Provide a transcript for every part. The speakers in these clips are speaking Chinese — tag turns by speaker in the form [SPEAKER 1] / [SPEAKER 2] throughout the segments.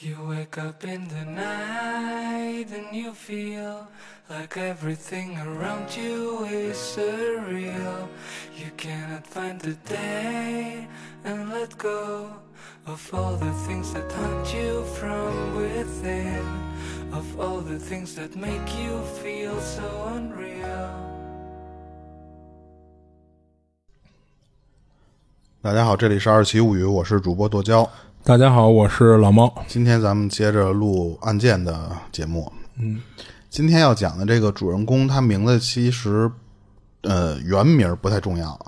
[SPEAKER 1] You wake up in the night and you feel like everything around you is surreal. You cannot find the day and let go of all the things that haunt you from within, of all the things that make you feel so unreal.
[SPEAKER 2] 大家好，这里是二期物语，我是主播剁椒。
[SPEAKER 3] 大家好，我是老猫。
[SPEAKER 2] 今天咱们接着录案件的节目。嗯，今天要讲的这个主人公，他名字其实呃原名不太重要，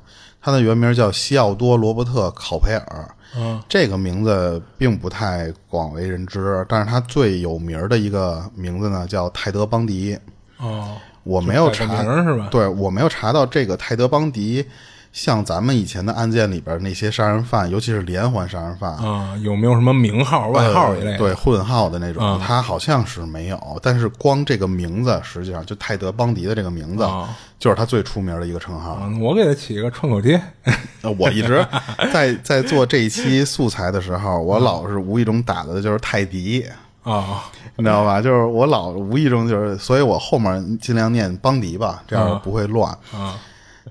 [SPEAKER 2] 他的原名叫西奥多·罗伯特·考培尔。
[SPEAKER 3] 啊
[SPEAKER 2] 嗯，这个名字并不太广为人知，但是他最有名的一个名字呢叫泰德·邦迪。
[SPEAKER 3] 哦，
[SPEAKER 2] 我没有
[SPEAKER 3] 就改
[SPEAKER 2] 查
[SPEAKER 3] 个名儿是吧
[SPEAKER 2] 对我没有查到这个泰德邦迪，像咱们以前的案件里边那些杀人犯，尤其是连环杀人犯，
[SPEAKER 3] 啊，有没有什么名号、外号一类的？
[SPEAKER 2] 呃嗯对混号的那种，
[SPEAKER 3] 嗯
[SPEAKER 2] 他好像是没有。但是光这个名字，实际上就泰德邦迪的这个名字，
[SPEAKER 3] 哦
[SPEAKER 2] 就是他最出名的一个称号。
[SPEAKER 3] 嗯，我给他起个窗口贴。
[SPEAKER 2] 呃我一直在在做这一期素材的时候，
[SPEAKER 3] 嗯
[SPEAKER 2] 我老是无意中打的就是泰迪。
[SPEAKER 3] 啊，
[SPEAKER 2] 你知道吧？就是我老无意中就是，所以我后面尽量念邦迪吧，这
[SPEAKER 3] 嗯
[SPEAKER 2] 样不会乱。
[SPEAKER 3] 啊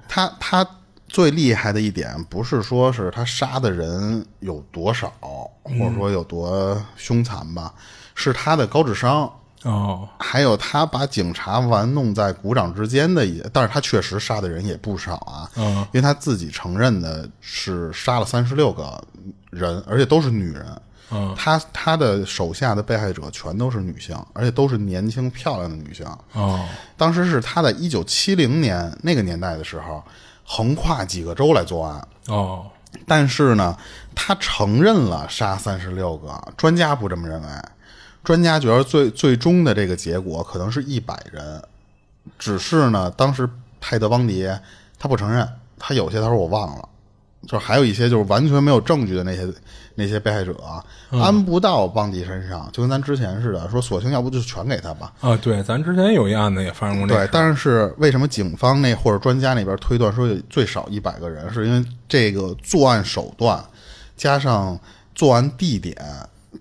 [SPEAKER 2] 他他最厉害的一点，不是说是他杀的人有多少，
[SPEAKER 3] 嗯
[SPEAKER 2] 或者说有多凶残吧，是他的高智商，
[SPEAKER 3] 哦，
[SPEAKER 2] 还有他把警察玩弄在鼓掌之间的也，但是他确实杀的人也不少啊，
[SPEAKER 3] 嗯
[SPEAKER 2] 因为他自己承认的是杀了三十六个人，而且都是女人。
[SPEAKER 3] 嗯
[SPEAKER 2] 他他的手下的被害者全都是女性，而且都是年轻漂亮的女性。
[SPEAKER 3] 哦，
[SPEAKER 2] 当时是他在一九七零年那个年代的时候，横跨几个州来作案。
[SPEAKER 3] 哦，
[SPEAKER 2] 但是呢，他承认了杀三十六个，专家不这么认为。专家觉得最最终的这个结果可能是一百人，只是呢，当时泰德邦迪他不承认，他有些他说我忘了，就是还有一些就是完全没有证据的那些那些被害者啊、安不到邦迪身上，就跟咱之前似的，说索性要不就全给他吧，
[SPEAKER 3] 啊，对，咱之前有一案子也发生过这
[SPEAKER 2] 对
[SPEAKER 3] 事，
[SPEAKER 2] 但是为什么警方那或者专家那边推断说有最少一百个人，是因为这个作案手段加上作案地点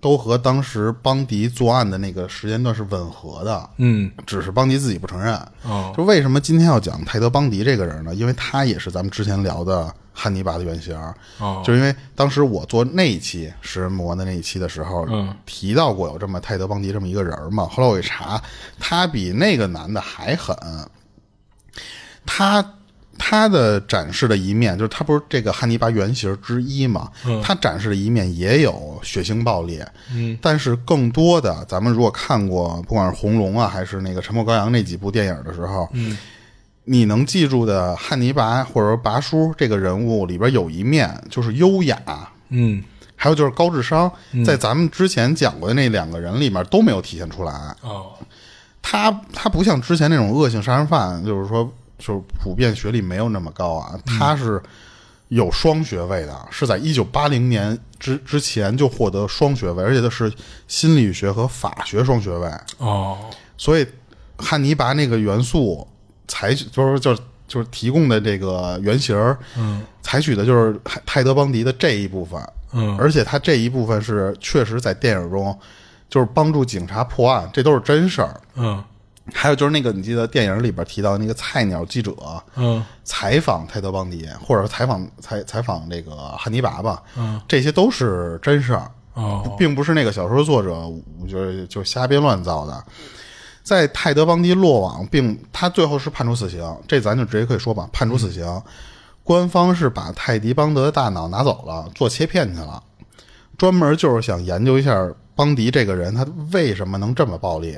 [SPEAKER 2] 都和当时邦迪作案的那个时间段是吻合的，
[SPEAKER 3] 嗯，
[SPEAKER 2] 只是邦迪自己不承认。
[SPEAKER 3] 哦，
[SPEAKER 2] 就为什么今天要讲泰德·邦迪这个人呢？因为他也是咱们之前聊的汉尼拔的原型。
[SPEAKER 3] 哦
[SPEAKER 2] 就是因为当时我做那一期食人魔的那一期的时候，
[SPEAKER 3] 嗯
[SPEAKER 2] 提到过有这么泰德·邦迪这么一个人嘛。后来我一查，他比那个男的还狠。他他的展示的一面，就是他不是这个汉尼拔原型之一嘛？
[SPEAKER 3] 嗯
[SPEAKER 2] 他展示的一面也有血腥暴力，嗯，但是更多的，咱们如果看过不管是《红龙》啊，还是那个《沉默羔羊》那几部电影的时候，嗯，你能记住的汉尼拔或者说拔叔这个人物里边有一面就是优雅，
[SPEAKER 3] 嗯，
[SPEAKER 2] 还有就是高智商，在咱们之前讲过的那两个人里面都没有体现出来，
[SPEAKER 3] 哦，
[SPEAKER 2] 他他不像之前那种恶性杀人犯，就是说就是普遍学历没有那么高啊，他是有双学位的，是在一九八零年之之前就获得双学位，而且他是心理学和法学双学位，
[SPEAKER 3] 哦，
[SPEAKER 2] 所以汉尼拔那个元素采取就是就是就是提供的这个原型，嗯，采取的就是泰德邦迪的这一部分，
[SPEAKER 3] 嗯，
[SPEAKER 2] 而且他这一部分是确实在电影中就是帮助警察破案，这都是真事儿。
[SPEAKER 3] 嗯，
[SPEAKER 2] 还有就是那个，你记得电影里边提到那个菜鸟记者
[SPEAKER 3] 嗯，
[SPEAKER 2] 采访泰德·邦迪，或者采访采采访这个汉尼拔吧，嗯，这些都是真事儿，
[SPEAKER 3] 哦，
[SPEAKER 2] 并不是那个小说作者我觉得就瞎编乱造的。在泰德·邦迪落网，并他最后是判处死刑，这咱就直接可以说吧，判处死刑。官方是把泰迪·邦德的大脑拿走了，做切片去了，专门就是想研究一下邦迪这个人，他为什么能这么暴力。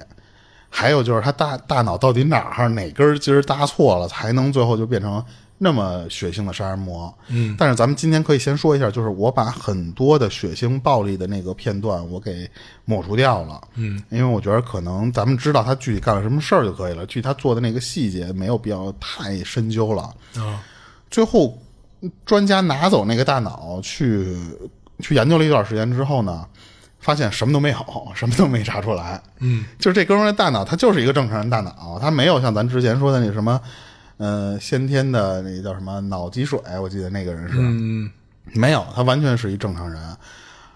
[SPEAKER 2] 还有就是他大大脑到底哪儿哪根筋儿搭错了，才能最后就变成那么血腥的杀人魔？嗯，但是咱们今天可以先说一下，就是我把很多的血腥暴力的那个片段我给抹除掉了，嗯，因为我觉得可能咱们知道他具体干了什么事儿就可以了，具体他做的那个细节没有必要太深究了。
[SPEAKER 3] 啊，
[SPEAKER 2] 最后专家拿走那个大脑去去研究了一段时间之后呢，发现什么都没有，什么都没查出来。嗯，就是这哥们儿的大脑，他就是一个正常人大脑，他没有像咱之前说的那什么，呃，先天的那叫什么脑积水，我记得那个人是，
[SPEAKER 3] 嗯，
[SPEAKER 2] 没有，他完全是一正常人。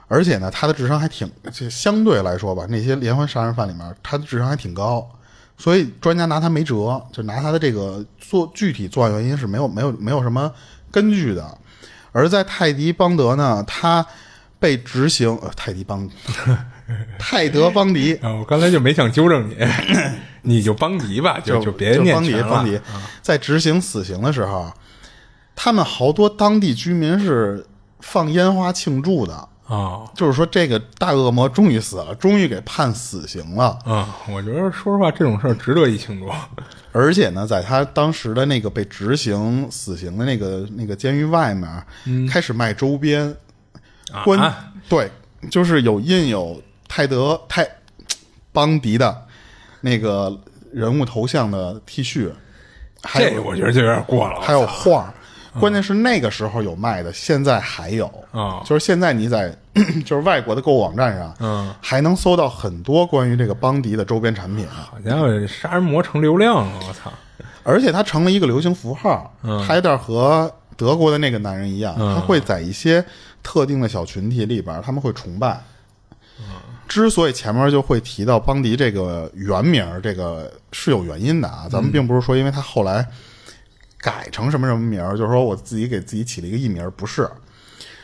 [SPEAKER 2] 而且呢，他的智商还挺，这相对来说吧，那些连环杀人犯里面，他的智商还挺高，所以专家拿他没辙，就拿他的这个做具体作案原因是没有没有没有什么根据的。而在泰迪邦德呢，他被执行，呃，泰迪 邦，泰德邦迪，
[SPEAKER 3] 啊，我刚才就没想 纠正你，你就邦迪吧，就
[SPEAKER 2] 就
[SPEAKER 3] 别
[SPEAKER 2] 就
[SPEAKER 3] 念
[SPEAKER 2] 邦迪
[SPEAKER 3] 全了啊
[SPEAKER 2] 邦迪在执行死刑的时候，他们好多当地居民是放烟花庆祝的，
[SPEAKER 3] 啊
[SPEAKER 2] 就是说这个大恶魔终于死了，终于给判死刑了。
[SPEAKER 3] 啊！我觉得说实话，这种事儿值得一庆祝。
[SPEAKER 2] 而且呢，在他当时的那个被执行死刑的那个那个监狱外面，开始卖周边，关、
[SPEAKER 3] 嗯啊
[SPEAKER 2] 对，就是有印有泰德泰邦迪的那个人物头像的 T 恤，还
[SPEAKER 3] 这
[SPEAKER 2] 有
[SPEAKER 3] 我觉得就有点过了。
[SPEAKER 2] 还有画儿。关键是那个时候有卖的，现在还有
[SPEAKER 3] 哦
[SPEAKER 2] 就是现在你在 就是外国的购物网站上，
[SPEAKER 3] 嗯，
[SPEAKER 2] 还能搜到很多关于这个邦迪的周边产品，啊
[SPEAKER 3] 好家伙，杀人魔成流量了，我操！
[SPEAKER 2] 而且它成了一个流行符号。他有点和德国的那个男人一样，他会在一些特定的小群体里边儿，他们会崇拜。之所以前面就会提到邦迪这个原名儿，这个是有原因的啊。咱们并不是说因为他后来改成什么什么名儿，就是说我自己给自己起了一个艺名儿，不是，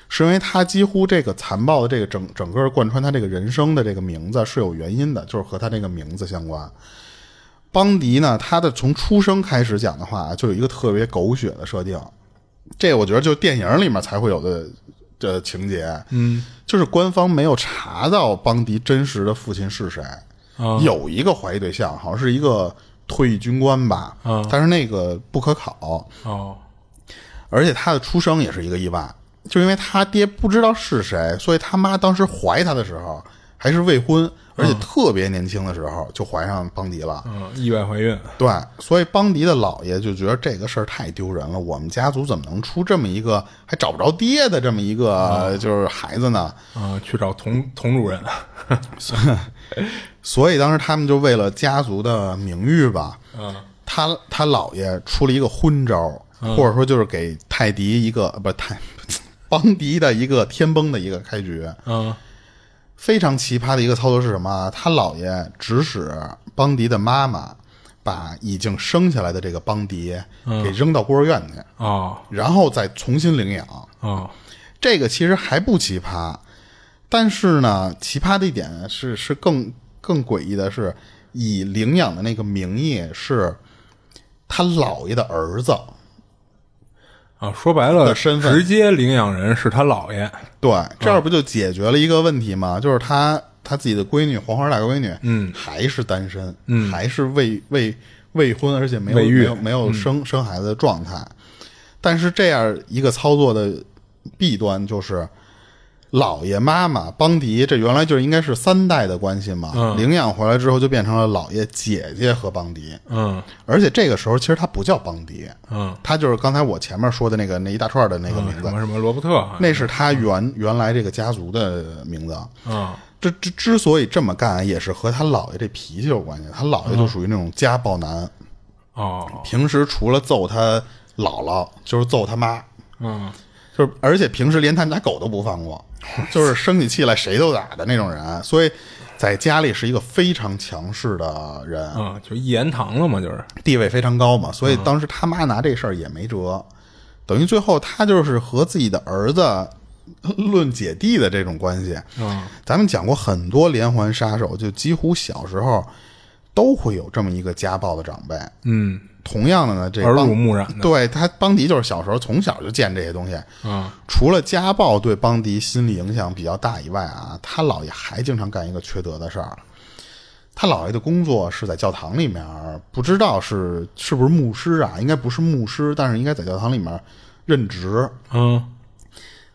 [SPEAKER 2] 是因为他几乎这个残暴的这个整整个贯穿他这个人生的这个名字是有原因的，就是和他这个名字相关。邦迪呢，他的从出生开始讲的话，就有一个特别狗血的设定，这我觉得就电影里面才会有的这情节，嗯，就是官方没有查到邦迪真实的父亲是谁，
[SPEAKER 3] 啊
[SPEAKER 2] 有一个怀疑对象，好像是一个退役军官吧，
[SPEAKER 3] 啊
[SPEAKER 2] 但是那个不可考，
[SPEAKER 3] 哦，
[SPEAKER 2] 而且他的出生也是一个意外，就因为他爹不知道是谁，所以他妈当时怀他的时候还是未婚，而且
[SPEAKER 3] 啊
[SPEAKER 2] 特别年轻的时候就怀上邦迪了。
[SPEAKER 3] 嗯，意外怀孕，
[SPEAKER 2] 对，所以邦迪的姥爷就觉得这个事儿太丢人了，我们家族怎么能出这么一个还找不着爹的这么一个就是孩子呢？
[SPEAKER 3] 啊，去找佟佟主任，
[SPEAKER 2] 所以当时他们就为了家族的名誉吧，
[SPEAKER 3] 啊
[SPEAKER 2] 他他姥爷出了一个昏招，或者说就是给泰迪一个不泰 邦迪的一个天崩的一个开局。
[SPEAKER 3] 啊
[SPEAKER 2] 非常奇葩的一个操作是什么啊？他姥爷指使邦迪的妈妈把已经生下来的这个邦迪给扔到孤儿院去。
[SPEAKER 3] 哦
[SPEAKER 2] 然后再重新领养。
[SPEAKER 3] 哦
[SPEAKER 2] 这个其实还不奇葩，但是呢，奇葩的一点是是更更诡异的是，以领养的那个名义是他姥爷的儿子，
[SPEAKER 3] 啊！说白了，
[SPEAKER 2] 的身份
[SPEAKER 3] 直接领养人是他姥爷。
[SPEAKER 2] 对，这样不就解决了一个问题吗？就是他他自己的闺女黄花大闺女，嗯，还是单身，嗯，还是未未未婚，而且没嗯有
[SPEAKER 3] 未育
[SPEAKER 2] 没有没有生、生孩子的状态。但是这样一个操作的弊端就是，姥爷妈妈邦迪这原来就应该是三代的关系嘛，领养回来之后就变成了姥爷姐姐和邦迪，
[SPEAKER 3] 嗯
[SPEAKER 2] 而且这个时候其实他不叫邦迪，
[SPEAKER 3] 嗯，
[SPEAKER 2] 他就是刚才我前面说的那个那一大串的那个名
[SPEAKER 3] 什
[SPEAKER 2] 字，
[SPEAKER 3] 么什么罗伯特啊
[SPEAKER 2] 那是他原原来这个家族的名字。
[SPEAKER 3] 啊
[SPEAKER 2] 这之之所以这么干，也是和他姥爷这脾气有关系。他姥爷就属于那种家暴男，
[SPEAKER 3] 哦
[SPEAKER 2] 平时除了揍他姥姥，就是揍他妈，
[SPEAKER 3] 嗯
[SPEAKER 2] 啊就是而且平时连他们家狗都不放过，就是生起气来谁都打的那种人。所以在家里是一个非常强势的人，
[SPEAKER 3] 啊，就一言堂了嘛，就是
[SPEAKER 2] 地位非常高嘛，所以当时他妈拿这事儿也没辙，等于最后他就是和自己的儿子论姐弟的这种关系。
[SPEAKER 3] 嗯
[SPEAKER 2] 咱们讲过很多连环杀手，就几乎小时候都会有这么一个家暴的长辈。
[SPEAKER 3] 嗯，
[SPEAKER 2] 同样的呢，这
[SPEAKER 3] 耳
[SPEAKER 2] 邦
[SPEAKER 3] 濡目染的
[SPEAKER 2] 对他邦迪就是小时候从小就见这些东西。
[SPEAKER 3] 啊
[SPEAKER 2] 除了家暴对邦迪心理影响比较大以外啊，他姥爷还经常干一个缺德的事儿。他姥爷的工作是在教堂里面，不知道是是不是牧师啊？应该不是牧师，但是应该在教堂里面任职。
[SPEAKER 3] 嗯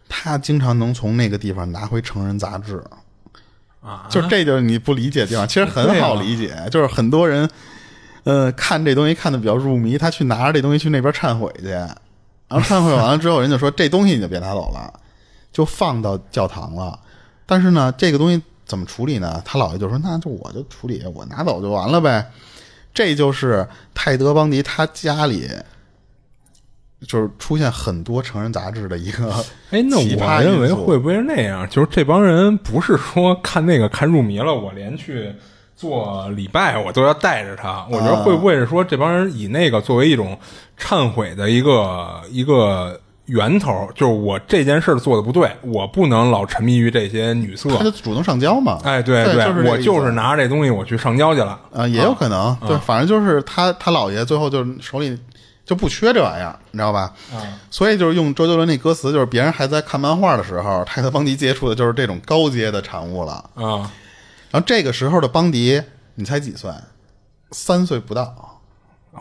[SPEAKER 2] 他经常能从那个地方拿回成人杂志，
[SPEAKER 3] 啊，
[SPEAKER 2] 就这就是你不理解的地方，其实很好理解，就是很多人，呃，看这东西看的比较入迷，他去拿着这东西去那边忏悔去，然后忏悔完了之后，人就说这东西你就别拿走了，就放到教堂了。但是呢，这个东西怎么处理呢？他姥爷就说那就我就处理，我拿走就完了呗。这就是泰德邦迪他家里就是出现很多成人杂志的一个
[SPEAKER 3] 哎，那
[SPEAKER 2] 奇葩
[SPEAKER 3] 我认
[SPEAKER 2] 因
[SPEAKER 3] 为
[SPEAKER 2] 素
[SPEAKER 3] 会不会是那样？就是这帮人不是说看那个看入迷了，我连去做礼拜我都要带着他。我觉
[SPEAKER 2] 啊
[SPEAKER 3] 得会不会是说这帮人以那个作为一种忏悔的一个一个源头？就是我这件事儿做的不对，我不能老沉迷于这些女色。
[SPEAKER 2] 他就主动上交嘛。
[SPEAKER 3] 哎，对
[SPEAKER 2] 对，就是这
[SPEAKER 3] 我
[SPEAKER 2] 个意
[SPEAKER 3] 就
[SPEAKER 2] 思
[SPEAKER 3] 是拿着这东西我去上交去了。
[SPEAKER 2] 啊，也有可能，对，反正就是他他姥爷最后就是手里就不缺这玩意儿，你知道吧？所以就是用周杰伦那歌词，就是别人还在看漫画的时候，泰德邦迪接触的就是这种高阶的产物了。
[SPEAKER 3] 啊，
[SPEAKER 2] 然后这个时候的邦迪，你猜几岁？三岁不到。
[SPEAKER 3] 我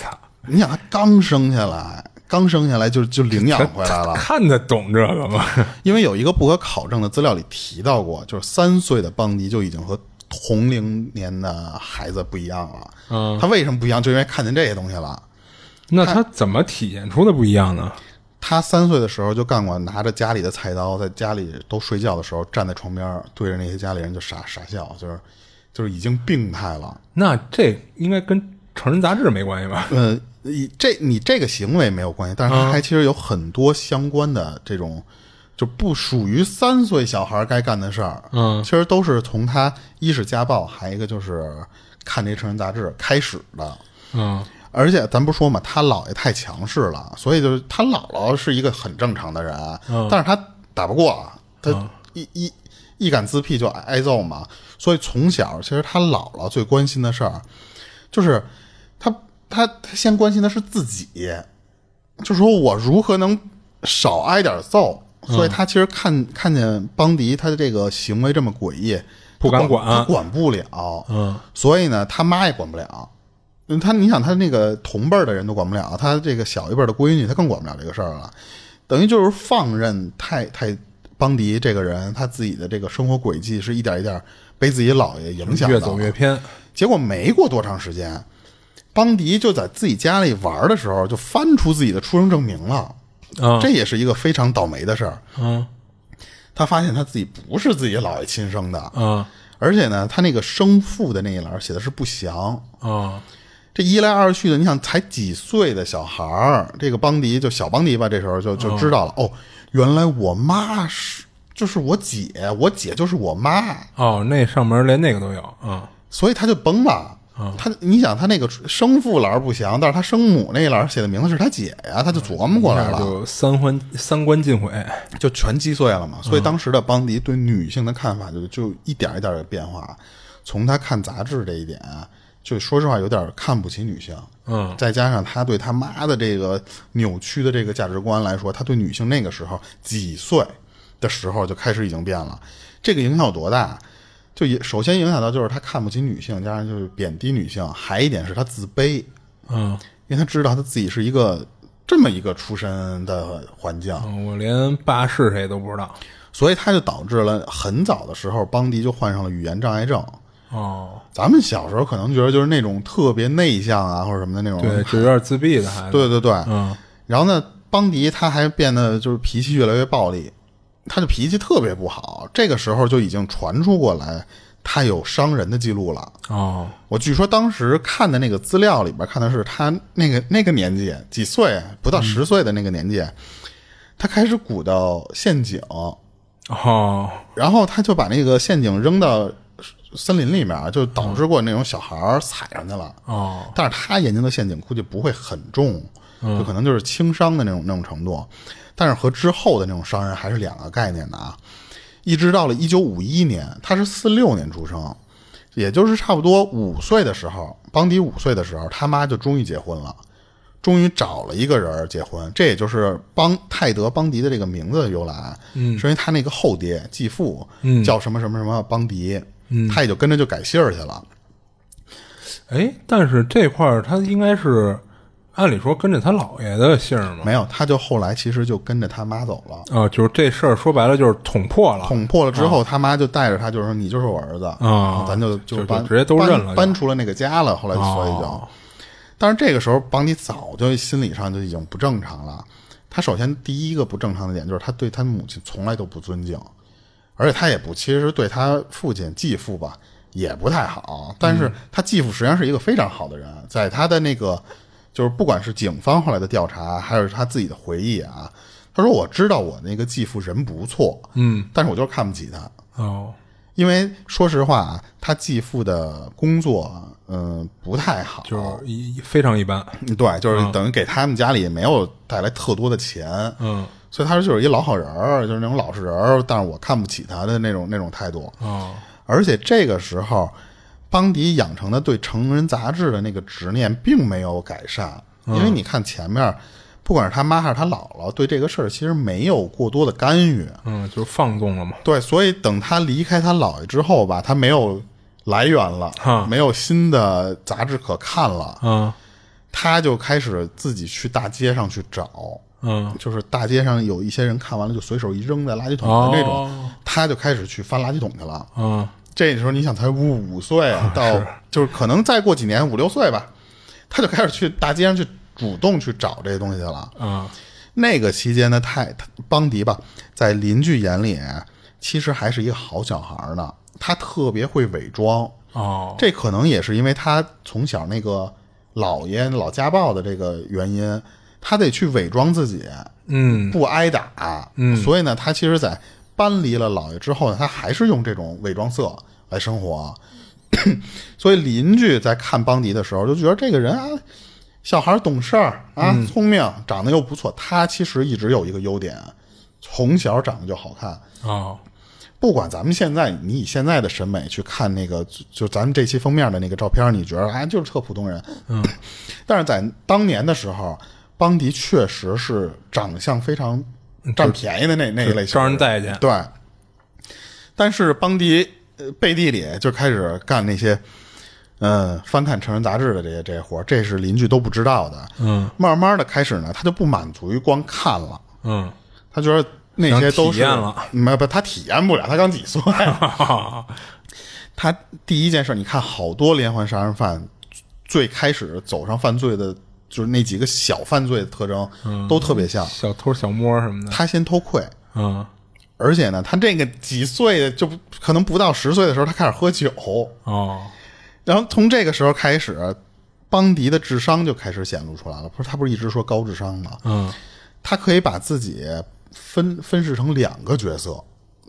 [SPEAKER 3] 操！
[SPEAKER 2] 你想他刚生下来，刚生下来就就领养回来 了，
[SPEAKER 3] 看得懂这个吗？
[SPEAKER 2] 因为有一个不可考证的资料里提到过，就是三岁的邦迪就已经和同龄年的孩子不一样了。
[SPEAKER 3] 嗯，
[SPEAKER 2] 他为什么不一样？就因为看见这些东西了。
[SPEAKER 3] 那他怎么体现出的不一样呢？
[SPEAKER 2] 他三岁的时候就干过，拿着家里的菜刀，在家里都睡觉的时候，站在床边儿对着那些家里人就傻傻笑，就是就是已经病态了。
[SPEAKER 3] 那这应该跟成人杂志没关系吧？
[SPEAKER 2] 呃，以这你这个行为没有关系，但是他还其实有很多相关的这种，就不属于三岁小孩该干的事儿。
[SPEAKER 3] 嗯
[SPEAKER 2] 其实都是从他一是家暴，还一个就是看这成人杂志开始的。
[SPEAKER 3] 嗯，
[SPEAKER 2] 而且咱不说嘛，他姥爷太强势了，所以就是他姥姥是一个很正常的人，
[SPEAKER 3] 嗯
[SPEAKER 2] 但是他打不过，啊他一、一一敢自闭就挨揍嘛。所以从小其实他姥姥最关心的事儿，就是他他他先关心的是自己，就说我如何能少挨点揍。
[SPEAKER 3] 嗯
[SPEAKER 2] 所以他其实看看见邦迪他的这个行为这么诡异，
[SPEAKER 3] 不敢
[SPEAKER 2] 他
[SPEAKER 3] 管
[SPEAKER 2] 他管不了。
[SPEAKER 3] 嗯，
[SPEAKER 2] 所以呢，他妈也管不了。嗯他你想，他那个同辈儿的人都管不了，他这个小一辈儿的闺女，他更管不了这个事儿了。等于就是放任泰泰邦迪这个人，他自己的这个生活轨迹是一点一点被自己姥爷影响的，
[SPEAKER 3] 越走越偏。
[SPEAKER 2] 结果没过多长时间，邦迪就在自己家里玩的时候，就翻出自己的出生证明了。
[SPEAKER 3] 嗯
[SPEAKER 2] 这也是一个非常倒霉的事儿。
[SPEAKER 3] 嗯
[SPEAKER 2] 他发现他自己不是自己姥爷亲生的，
[SPEAKER 3] 嗯
[SPEAKER 2] 而且呢，他那个生父的那一栏写的是不详。
[SPEAKER 3] 嗯
[SPEAKER 2] 这一来二去的，你想才几岁的小孩儿，这个邦迪就小邦迪吧，这时候就就知道了哦，原来我妈是就是我姐，我姐就是我妈。
[SPEAKER 3] 哦，那上面连那个都有啊
[SPEAKER 2] 所以他就崩了。他你想，他那个生父栏不详，但是他生母那一栏写的名字是他姐呀，他就琢磨过来
[SPEAKER 3] 那
[SPEAKER 2] 了，
[SPEAKER 3] 就三观三观尽毁。
[SPEAKER 2] 嗯就全击碎了嘛。所以当时的邦迪对女性的看法就就一点一点的变化，从他看杂志这一点，啊就说实话有点看不起女性。
[SPEAKER 3] 嗯，
[SPEAKER 2] 再加上他对他妈的这个扭曲的这个价值观来说，他对女性那个时候几岁的时候就开始已经变了。这个影响有多大？就也首先影响到就是他看不起女性，加上就是贬低女性，还一点是他自卑，
[SPEAKER 3] 嗯
[SPEAKER 2] 因为他知道他自己是一个这么一个出身的环境，
[SPEAKER 3] 嗯，我连爸是谁都不知道。
[SPEAKER 2] 所以他就导致了很早的时候，邦迪就患上了语言障碍症。
[SPEAKER 3] 哦，
[SPEAKER 2] 咱们小时候可能觉得就是那种特别内向啊，或者什么的那种，
[SPEAKER 3] 对，就有点自闭的孩子。
[SPEAKER 2] 对对对，
[SPEAKER 3] 嗯
[SPEAKER 2] 然后呢，邦迪他还变得就是脾气越来越暴力，他的脾气特别不好。这个时候就已经传出过来，他有伤人的记录了。
[SPEAKER 3] 哦，
[SPEAKER 2] 我据说当时看的那个资料里边看的是他那个那个年纪几岁，不到十岁的那个年纪，他开始鼓捣陷阱，
[SPEAKER 3] 哦，
[SPEAKER 2] 然后他就把那个陷阱扔到森林里面，就导致过那种小孩儿踩上去了。
[SPEAKER 3] 哦，
[SPEAKER 2] 但是他研究的陷阱估计不会很重，就可能就是轻伤的那种那种程度，但是和之后的那种伤人还是两个概念的啊。一直到了一九五一年，他是四六年出生，也就是差不多五岁的时候，邦迪五岁的时候，他妈就终于结婚了，终于找了一个人儿结婚。这也就是邦泰德邦迪的这个名字的由来，嗯，是因为他那个后爹继父，嗯，叫什么什么什么邦迪，嗯，他也就跟着就改姓儿去了。
[SPEAKER 3] 哎，但是这块儿他应该是，按理说跟着他姥爷的姓儿嘛。
[SPEAKER 2] 没有，他就后来其实就跟着他妈走了。
[SPEAKER 3] 啊，就是这事儿说白了就是捅破了。
[SPEAKER 2] 捅破了之后，他妈就带着他，就是说你就是我儿子
[SPEAKER 3] 啊
[SPEAKER 2] 咱就
[SPEAKER 3] 就
[SPEAKER 2] 搬
[SPEAKER 3] 就直接都
[SPEAKER 2] 搬
[SPEAKER 3] 认了就
[SPEAKER 2] 搬出了那个家了。后来所以就
[SPEAKER 3] 哦，
[SPEAKER 2] 但是这个时候邦迪早就心理上就已经不正常了。他首先第一个不正常的点就是他对他母亲从来都不尊敬，而且他也不，其实对他父亲继父吧
[SPEAKER 3] 嗯
[SPEAKER 2] 也不太好。但是他继父实际上是一个非常好的人，在他的那个就是不管是警方后来的调查，还是他自己的回忆啊，他说我知道我那个继父人不错，
[SPEAKER 3] 嗯，
[SPEAKER 2] 但是我就是看不起他，
[SPEAKER 3] 哦，
[SPEAKER 2] 因为说实话啊，他继父的工作嗯、不太好，
[SPEAKER 3] 就是一非常一般，
[SPEAKER 2] 对，就是等于给他们家里没有带来特多的钱，
[SPEAKER 3] 嗯，
[SPEAKER 2] 所以他就是一老好人儿，就是那种老实人儿，但是我看不起他的那种那种态度。
[SPEAKER 3] 哦，
[SPEAKER 2] 而且这个时候，邦迪养成的对成人杂志的那个执念并没有改善，因为你看前面，不管是他妈还是他姥姥，对这个事儿其实没有过多的干预。
[SPEAKER 3] 嗯，就是放纵了嘛，
[SPEAKER 2] 对，所以等他离开他姥爷之后吧，他没有来源了
[SPEAKER 3] 哈，
[SPEAKER 2] 没有新的杂志可看了，
[SPEAKER 3] 嗯
[SPEAKER 2] 他就开始自己去大街上去找。
[SPEAKER 3] 嗯，
[SPEAKER 2] 就是大街上有一些人看完了就随手一扔在垃圾桶的那种，
[SPEAKER 3] 哦
[SPEAKER 2] 他就开始去翻垃圾桶去了。
[SPEAKER 3] 嗯，
[SPEAKER 2] 这时候你想才五五岁啊，到就是可能再过几年五六岁吧，他就开始去大街上去主动去找这些东西去了。
[SPEAKER 3] 嗯，
[SPEAKER 2] 那个期间呢，泰邦迪吧，在邻居眼里其实还是一个好小孩呢，他特别会伪装，
[SPEAKER 3] 哦，
[SPEAKER 2] 这可能也是因为他从小那个姥爷老家暴的这个原因，他得去伪装自己，
[SPEAKER 3] 嗯，
[SPEAKER 2] 不挨打，嗯，所以呢，他其实，在搬离了姥爷之后呢，他还是用这种伪装色来生活。 所以邻居在看邦迪的时候，就觉得这个人啊，小孩懂事儿啊，聪明，长得又不错。他其实一直有一个优点，从小长得就好看。
[SPEAKER 3] 哦，
[SPEAKER 2] 不管咱们现在，你以现在的审美去看那个，就就咱们这期封面的那个照片，你觉得哎，就是特普通人。嗯， 但是在当年的时候，邦迪确实是长相非常
[SPEAKER 3] 嗯
[SPEAKER 2] 占便宜的那那一类型
[SPEAKER 3] 招人
[SPEAKER 2] 人。
[SPEAKER 3] 待见，
[SPEAKER 2] 对，但是邦迪呃背地里就开始干那些，嗯，翻看成人杂志的这些这些活儿，这是邻居都不知道的。
[SPEAKER 3] 嗯
[SPEAKER 2] 慢慢的开始呢，他就不满足于光看了。
[SPEAKER 3] 嗯，
[SPEAKER 2] 他觉得那些都是
[SPEAKER 3] 想体验了，
[SPEAKER 2] 没不，他体验不了，他刚几 岁。他第一件事，你看好多连环杀人犯最开始走上犯罪的，就是那几个小犯罪的特征、
[SPEAKER 3] 嗯
[SPEAKER 2] 都特别像。
[SPEAKER 3] 小偷小摸什么的，
[SPEAKER 2] 他先偷窥，
[SPEAKER 3] 嗯，
[SPEAKER 2] 而且呢，他这个几岁的就不可能不到十岁的时候，他开始喝酒，
[SPEAKER 3] 哦，
[SPEAKER 2] 然后从这个时候开始，邦迪的智商就开始显露出来了。不是他不是一直说高智商吗？
[SPEAKER 3] 嗯，
[SPEAKER 2] 他可以把自己分分饰成两个角色，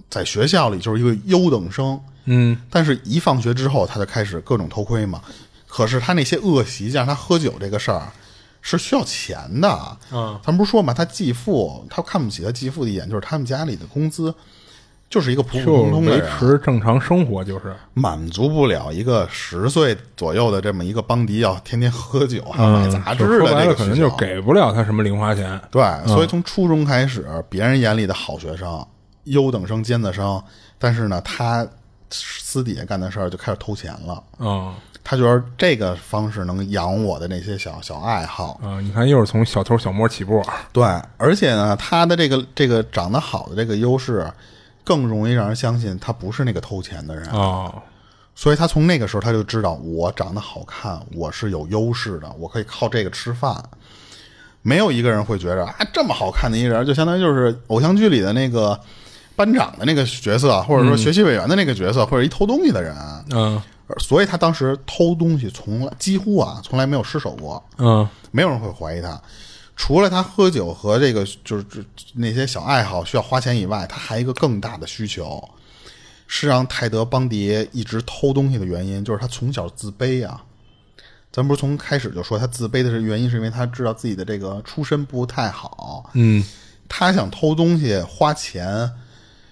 [SPEAKER 2] 在学校里就是一个优等生，
[SPEAKER 3] 嗯，
[SPEAKER 2] 但是一放学之后他就开始各种偷窥嘛。可是他那些恶习，像他喝酒这个事儿，啊是需要钱的。
[SPEAKER 3] 嗯，
[SPEAKER 2] 咱们不是说嘛，他继父他看不起他继父的一点就是他们家里的工资就是一个普普
[SPEAKER 3] 就
[SPEAKER 2] 通通的
[SPEAKER 3] 维
[SPEAKER 2] 人，
[SPEAKER 3] 持正常生活就是，
[SPEAKER 2] 满足不了一个十岁左右的这么一个邦迪要天天喝酒还要买
[SPEAKER 3] 嗯，
[SPEAKER 2] 杂
[SPEAKER 3] 就
[SPEAKER 2] 志
[SPEAKER 3] 说
[SPEAKER 2] 的
[SPEAKER 3] 白
[SPEAKER 2] 这个
[SPEAKER 3] 了，可
[SPEAKER 2] 需
[SPEAKER 3] 能
[SPEAKER 2] 求
[SPEAKER 3] 就。给不了他什么零花钱，
[SPEAKER 2] 对，所以从初中开始，别人眼里的好学生、优等生、尖子生，但是呢，他私底下干的事儿就开始偷钱了。
[SPEAKER 3] 嗯
[SPEAKER 2] 他觉得这个方式能养我的那些小小爱好。
[SPEAKER 3] 嗯，你看又是从小偷小摸起步，
[SPEAKER 2] 对，而且呢，他的这个这个长得好的这个优势，更容易让人相信他不是那个偷钱的人。
[SPEAKER 3] 哦，
[SPEAKER 2] 所以他从那个时候他就知道我长得好看，我是有优势的，我可以靠这个吃饭。没有一个人会觉着啊，这么好看的一人，就相当于就是偶像剧里的那个班长的那个角色，或者说学习委员的那个角色，或者一偷东西的人。
[SPEAKER 3] 嗯
[SPEAKER 2] 所以他当时偷东西从来几乎啊从来没有失手过，
[SPEAKER 3] 嗯
[SPEAKER 2] 没有人会怀疑他。除了他喝酒和这个就是这那些小爱好需要花钱以外，他还有一个更大的需求，是让泰德·邦迪一直偷东西的原因，就是他从小自卑啊。咱不是从开始就说他自卑的是原因，是因为他知道自己的这个出身不太好，
[SPEAKER 3] 嗯，
[SPEAKER 2] 他想偷东西花钱，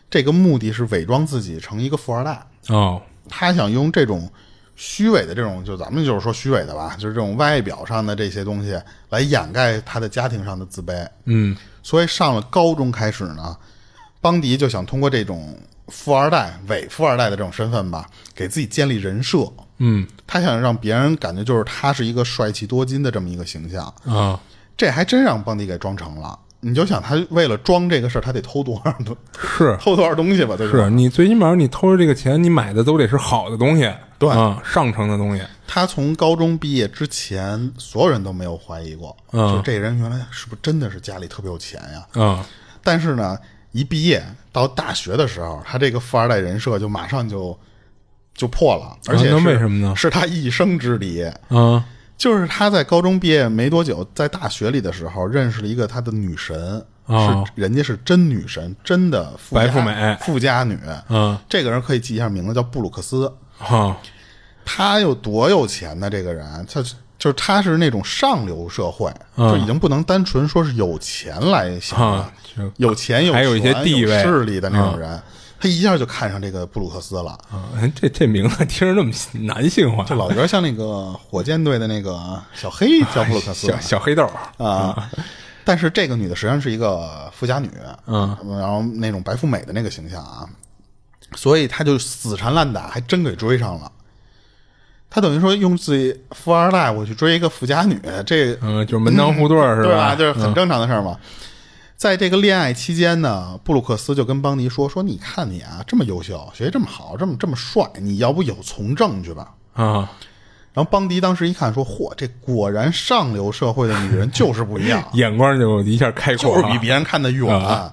[SPEAKER 2] 这个目的是伪装自己成一个富二代。
[SPEAKER 3] 哦，
[SPEAKER 2] 他想用这种虚伪的这种，就咱们就是说虚伪的吧，就是这种外表上的这些东西来掩盖他的家庭上的自卑。
[SPEAKER 3] 嗯
[SPEAKER 2] 所以上了高中开始呢，邦迪就想通过这种富二代、伪富二代的这种身份吧，给自己建立人设。
[SPEAKER 3] 嗯
[SPEAKER 2] 他想让别人感觉就是他是一个帅气多金的这么一个形象，
[SPEAKER 3] 啊，
[SPEAKER 2] 这还真让邦迪给装成了。你就想他为了装这个事儿，他得偷多少东，
[SPEAKER 3] 是
[SPEAKER 2] 偷多少东西吧？对吧？
[SPEAKER 3] 是你最起码你偷着这个钱，你买的都得是好的东西，
[SPEAKER 2] 对
[SPEAKER 3] 啊，上乘的东西，
[SPEAKER 2] 他从高中毕业之前，所有人都没有怀疑过，
[SPEAKER 3] 嗯
[SPEAKER 2] 就这人原来是不是真的是家里特别有钱呀？
[SPEAKER 3] 啊
[SPEAKER 2] 但是呢，一毕业到大学的时候，他这个富二代人设就马上就就破了，而且是、
[SPEAKER 3] 啊那为什么呢
[SPEAKER 2] 是他一生之敌。
[SPEAKER 3] 啊
[SPEAKER 2] 就是他在高中毕业没多久，在大学里的时候认识了一个他的女神，
[SPEAKER 3] 哦
[SPEAKER 2] 是人家是真女神，真的富家
[SPEAKER 3] 白富美
[SPEAKER 2] 富家女。
[SPEAKER 3] 嗯，
[SPEAKER 2] 这个人可以记一下名字，叫布鲁克斯。
[SPEAKER 3] 哈，
[SPEAKER 2] 他有多有钱呢？这个人，他就是他是那种上流社会，
[SPEAKER 3] 嗯
[SPEAKER 2] 就已经不能单纯说是有钱来形容了
[SPEAKER 3] 哈，就
[SPEAKER 2] 有钱有
[SPEAKER 3] 还有一些
[SPEAKER 2] 权
[SPEAKER 3] 地位
[SPEAKER 2] 势力的那种人。他一下就看上这个布鲁克斯了，
[SPEAKER 3] 嗯这这名字听着那么男性化，
[SPEAKER 2] 就老觉得像那个火箭队的那个小黑叫布鲁克斯
[SPEAKER 3] 哎小小黑豆儿，
[SPEAKER 2] 啊。 但是这个女的实际上是一个富家女，
[SPEAKER 3] 嗯，
[SPEAKER 2] 然后那种白富美的那个形象啊，所以他就死缠烂打，还真给追上了。他等于说用自己富二代我去追一个富家女，这
[SPEAKER 3] 嗯，就是门当户对儿是
[SPEAKER 2] 对
[SPEAKER 3] 吧？嗯
[SPEAKER 2] 就是很正常的事儿嘛。在这个恋爱期间呢，布鲁克斯就跟邦尼说：“说你看你啊，这么优秀，学习这么好，这么这么帅，你要不有从政去吧
[SPEAKER 3] 啊，？”，
[SPEAKER 2] 然后邦迪当时一看说：“嚯，这果然上流社会的女人就是不一样啊
[SPEAKER 3] 眼光就一下开阔
[SPEAKER 2] 就
[SPEAKER 3] 啊，
[SPEAKER 2] 是比别人看得远。
[SPEAKER 3] 啊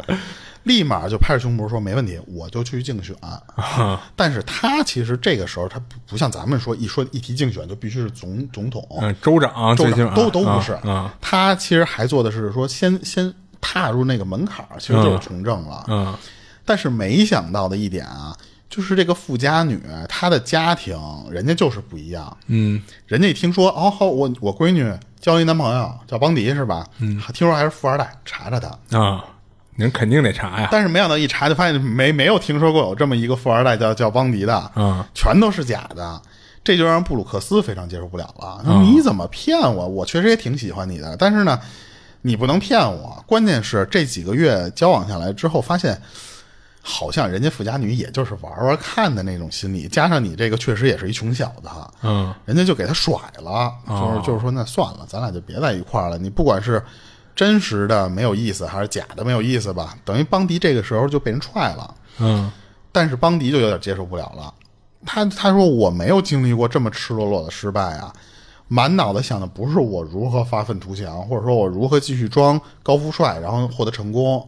[SPEAKER 2] 立马就拍着胸脯说：“没问题，我就去竞选。
[SPEAKER 3] 啊
[SPEAKER 2] 但是他其实这个时候，他不不像咱们说一说一提竞选就必须是总总统，
[SPEAKER 3] 嗯，州长
[SPEAKER 2] 州
[SPEAKER 3] 最起
[SPEAKER 2] 长
[SPEAKER 3] 码
[SPEAKER 2] 都都不是
[SPEAKER 3] 啊啊，
[SPEAKER 2] 他其实还做的是说先先踏入那个门槛儿，其实就是从政了。
[SPEAKER 3] 嗯
[SPEAKER 2] 但是没想到的一点啊，就是这个富家女她的家庭人家就是不一样，
[SPEAKER 3] 嗯
[SPEAKER 2] 人家一听说哦好，我我闺女交一男朋友叫邦迪是吧？嗯，听说还是富二代，查查他。
[SPEAKER 3] 啊，您肯定得查呀，
[SPEAKER 2] 但是没想到一查就发现没没有听说过有这么一个富二代叫叫邦迪的，
[SPEAKER 3] 嗯
[SPEAKER 2] 全都是假的。这就让布鲁克斯非常接受不了了。说你怎么骗我？我确实也挺喜欢你的，但是呢，你不能骗我。关键是这几个月交往下来之后，发现好像人家富家女也就是玩玩看的那种心理，加上你这个确实也是一穷小子哈，
[SPEAKER 3] 嗯
[SPEAKER 2] 人家就给他甩了，就是就是说那算了，咱俩就别在一块儿了。你不管是真实的没有意思，还是假的没有意思吧，等于邦迪这个时候就被人踹了。
[SPEAKER 3] 嗯
[SPEAKER 2] 但是邦迪就有点接受不了了，他他说我没有经历过这么赤裸裸的失败啊，满脑子想的不是我如何发愤图强，或者说我如何继续装高富帅然后获得成功，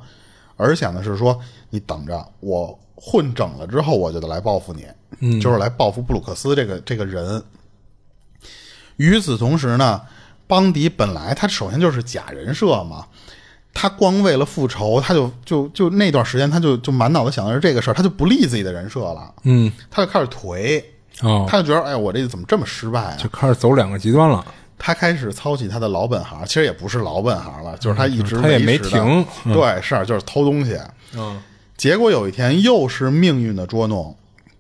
[SPEAKER 2] 而想的是说你等着我混整了之后我就得来报复你，嗯，就是来报复布鲁克斯这个这个人。与此同时呢，邦迪本来他首先就是假人设嘛，他光为了复仇，他就就就那段时间，他就就满脑子想的是这个事儿，他就不立自己的人设了，
[SPEAKER 3] 嗯
[SPEAKER 2] 他就开始颓，
[SPEAKER 3] 哦，
[SPEAKER 2] 他就觉得哎，我这怎么这么失败啊
[SPEAKER 3] 就？开始走两个极端了，
[SPEAKER 2] 他开始操起他的老本行，其实也不是老本行了，就是他一直
[SPEAKER 3] 嗯他也
[SPEAKER 2] 维
[SPEAKER 3] 没
[SPEAKER 2] 持的
[SPEAKER 3] 停嗯
[SPEAKER 2] 对，是啊就是偷东西。
[SPEAKER 3] 嗯
[SPEAKER 2] 结果有一天又是命运的捉弄，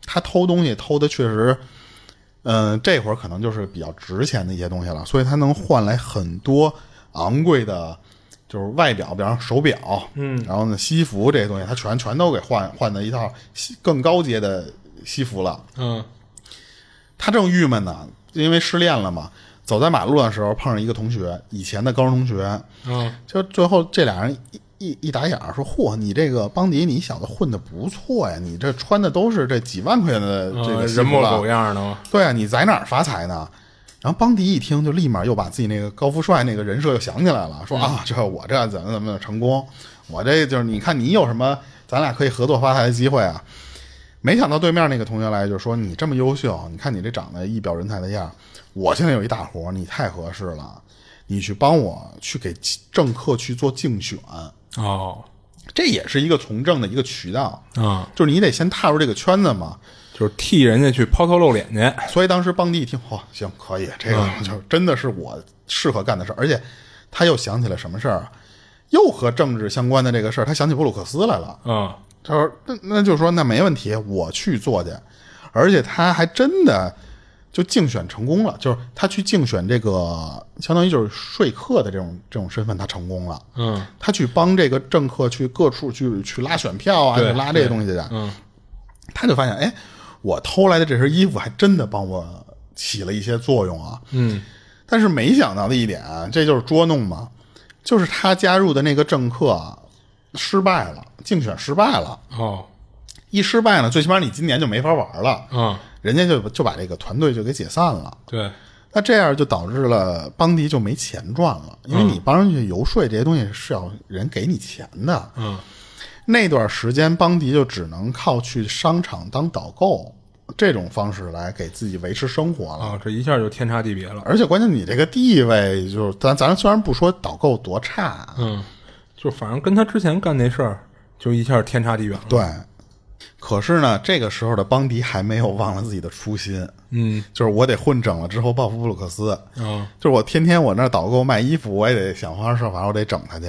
[SPEAKER 2] 他偷东西偷的确实，嗯、这会儿可能就是比较值钱的一些东西了，所以他能换来很多昂贵的，就是外表，比方说手表，嗯，然后呢西服这些东西，他全全都给换换的一套西更高阶的西服了。
[SPEAKER 3] 嗯
[SPEAKER 2] 他正郁闷呢，因为失恋了嘛，走在马路的时候碰上一个同学，以前的高中同学，
[SPEAKER 3] 嗯
[SPEAKER 2] 就最后这俩人一一一打眼儿说：“嚯，你这个邦迪，你小子混的不错呀，你这穿的都是这几万块钱的这个
[SPEAKER 3] 呃
[SPEAKER 2] 西
[SPEAKER 3] 人模
[SPEAKER 2] 服了
[SPEAKER 3] 狗样的嘛，
[SPEAKER 2] 对啊，你在哪儿发财呢？”然后邦迪一听，就立马又把自己那个高富帅那个人设又想起来了，说：“啊，这我这怎么怎么成功？我这就是你看你有什么，咱俩可以合作发财的机会啊！”没想到对面那个同学来就说：“你这么优秀，你看你这长得一表人才的样儿，我现在有一大活儿，你太合适了，你去帮我去给政客去做竞选，
[SPEAKER 3] 哦
[SPEAKER 2] 这也是一个从政的一个渠道，
[SPEAKER 3] 啊，
[SPEAKER 2] 就是你得先踏入这个圈子嘛。
[SPEAKER 3] 就是替人家去抛头露脸去，
[SPEAKER 2] 所以当时邦迪一听，哦，行，可以，这个
[SPEAKER 3] 嗯
[SPEAKER 2] 就真的是我适合干的事儿，而且他又想起了什么事儿啊，又和政治相关的这个事儿，他想起布鲁克斯来了。
[SPEAKER 3] 嗯
[SPEAKER 2] 他说：“那那就说那没问题，我去做去。”而且他还真的就竞选成功了，就是他去竞选这个，相当于就是说客的这种这种身份，他成功了。
[SPEAKER 3] 嗯
[SPEAKER 2] 他去帮这个政客去各处去去拉选票啊，去
[SPEAKER 3] 对
[SPEAKER 2] 拉这些东西去。
[SPEAKER 3] 嗯，
[SPEAKER 2] 他就发现，哎，我偷来的这身衣服还真的帮我起了一些作用啊。
[SPEAKER 3] 嗯
[SPEAKER 2] 但是没想到的一点啊，这就是捉弄嘛，就是他加入的那个政客啊失败了，竞选失败了。
[SPEAKER 3] 哦
[SPEAKER 2] 一失败呢，最起码你今年就没法玩了，
[SPEAKER 3] 嗯
[SPEAKER 2] 人家就就把这个团队就给解散了。
[SPEAKER 3] 对
[SPEAKER 2] 那这样就导致了邦迪就没钱赚了，因为你帮人去游说这些东西是要人给你钱的。
[SPEAKER 3] 嗯
[SPEAKER 2] 那段时间，邦迪就只能靠去商场当导购，这种方式来给自己维持生活了。
[SPEAKER 3] 啊，这一下就天差地别了。
[SPEAKER 2] 而且关键你这个地位，就是咱咱虽然不说导购多差啊，
[SPEAKER 3] 嗯，就反正跟他之前干那事儿，就一下天差地远了。
[SPEAKER 2] 对，可是呢，这个时候的邦迪还没有忘了自己的初心，
[SPEAKER 3] 嗯
[SPEAKER 2] 就是我得混整了之后报复布鲁克斯。
[SPEAKER 3] 啊，
[SPEAKER 2] 就是我天天我那儿导购卖衣服，我也得想方设法，我得整他去。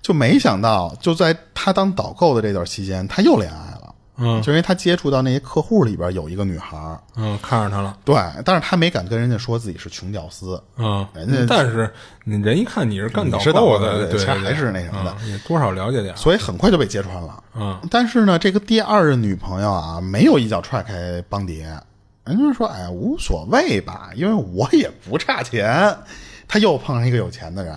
[SPEAKER 2] 就没想到，就在他当导购的这段期间，他又恋爱了。
[SPEAKER 3] 嗯
[SPEAKER 2] 就因为他接触到那些客户里边有一个女孩儿，
[SPEAKER 3] 嗯，看上他了。
[SPEAKER 2] 对，但是他没敢跟人家说自己是穷屌丝，
[SPEAKER 3] 嗯
[SPEAKER 2] 人家，
[SPEAKER 3] 但是你人一看你是干
[SPEAKER 2] 哎你是导购
[SPEAKER 3] 购
[SPEAKER 2] 的
[SPEAKER 3] 的，对，
[SPEAKER 2] 其实
[SPEAKER 3] 对
[SPEAKER 2] 还是那什么的，
[SPEAKER 3] 嗯也多少了解点儿。
[SPEAKER 2] 所以很快就被揭穿了。
[SPEAKER 3] 嗯
[SPEAKER 2] 但是呢，这个第二任女朋友啊，没有一脚踹开邦迪，人家说：“哎，无所谓吧，因为我也不差钱。”他又碰上一个有钱的人，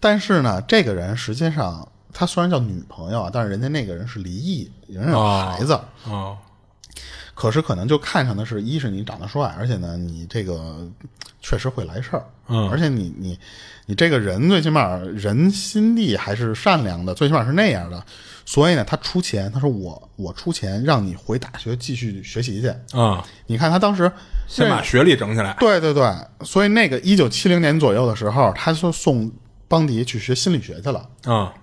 [SPEAKER 2] 但是呢，这个人实际上他虽然叫女朋友啊，但是人家那个人是离异，人家有孩子，
[SPEAKER 3] 哦，
[SPEAKER 2] 可是可能就看上的是，一是你长得帅，而且呢，你这个确实会来事儿，
[SPEAKER 3] 嗯
[SPEAKER 2] 而且你你你这个人最起码人心地还是善良的，最起码是那样的。所以呢，他出钱，他说我我出钱让你回大学继续学习去。
[SPEAKER 3] 啊，
[SPEAKER 2] 你看他当时
[SPEAKER 3] 先把学历整起来。
[SPEAKER 2] 对对对，所以那个一九七零年左右的时候，他说送邦迪去学心理学去了。
[SPEAKER 3] 啊，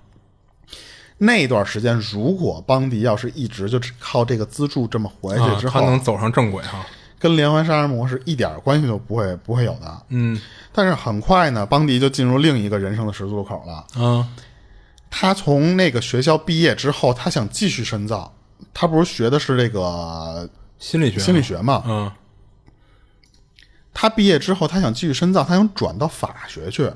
[SPEAKER 2] 那段时间，如果邦迪要是一直就只靠这个资助哎这么活下
[SPEAKER 3] 啊
[SPEAKER 2] 去之
[SPEAKER 3] 他
[SPEAKER 2] 后，
[SPEAKER 3] 能走上正轨哈。
[SPEAKER 2] 跟连环杀人魔是一点关系都不会不会有的。
[SPEAKER 3] 嗯
[SPEAKER 2] 但是很快呢，邦迪就进入另一个人生的十字路口了。
[SPEAKER 3] 啊
[SPEAKER 2] 他从那个学校毕业之后，他想继续深造。他不是学的是这个
[SPEAKER 3] 心理学，啊
[SPEAKER 2] 心理，学啊嘛？
[SPEAKER 3] 嗯
[SPEAKER 2] 他毕业之后，他想继续深造，他想转到法学去。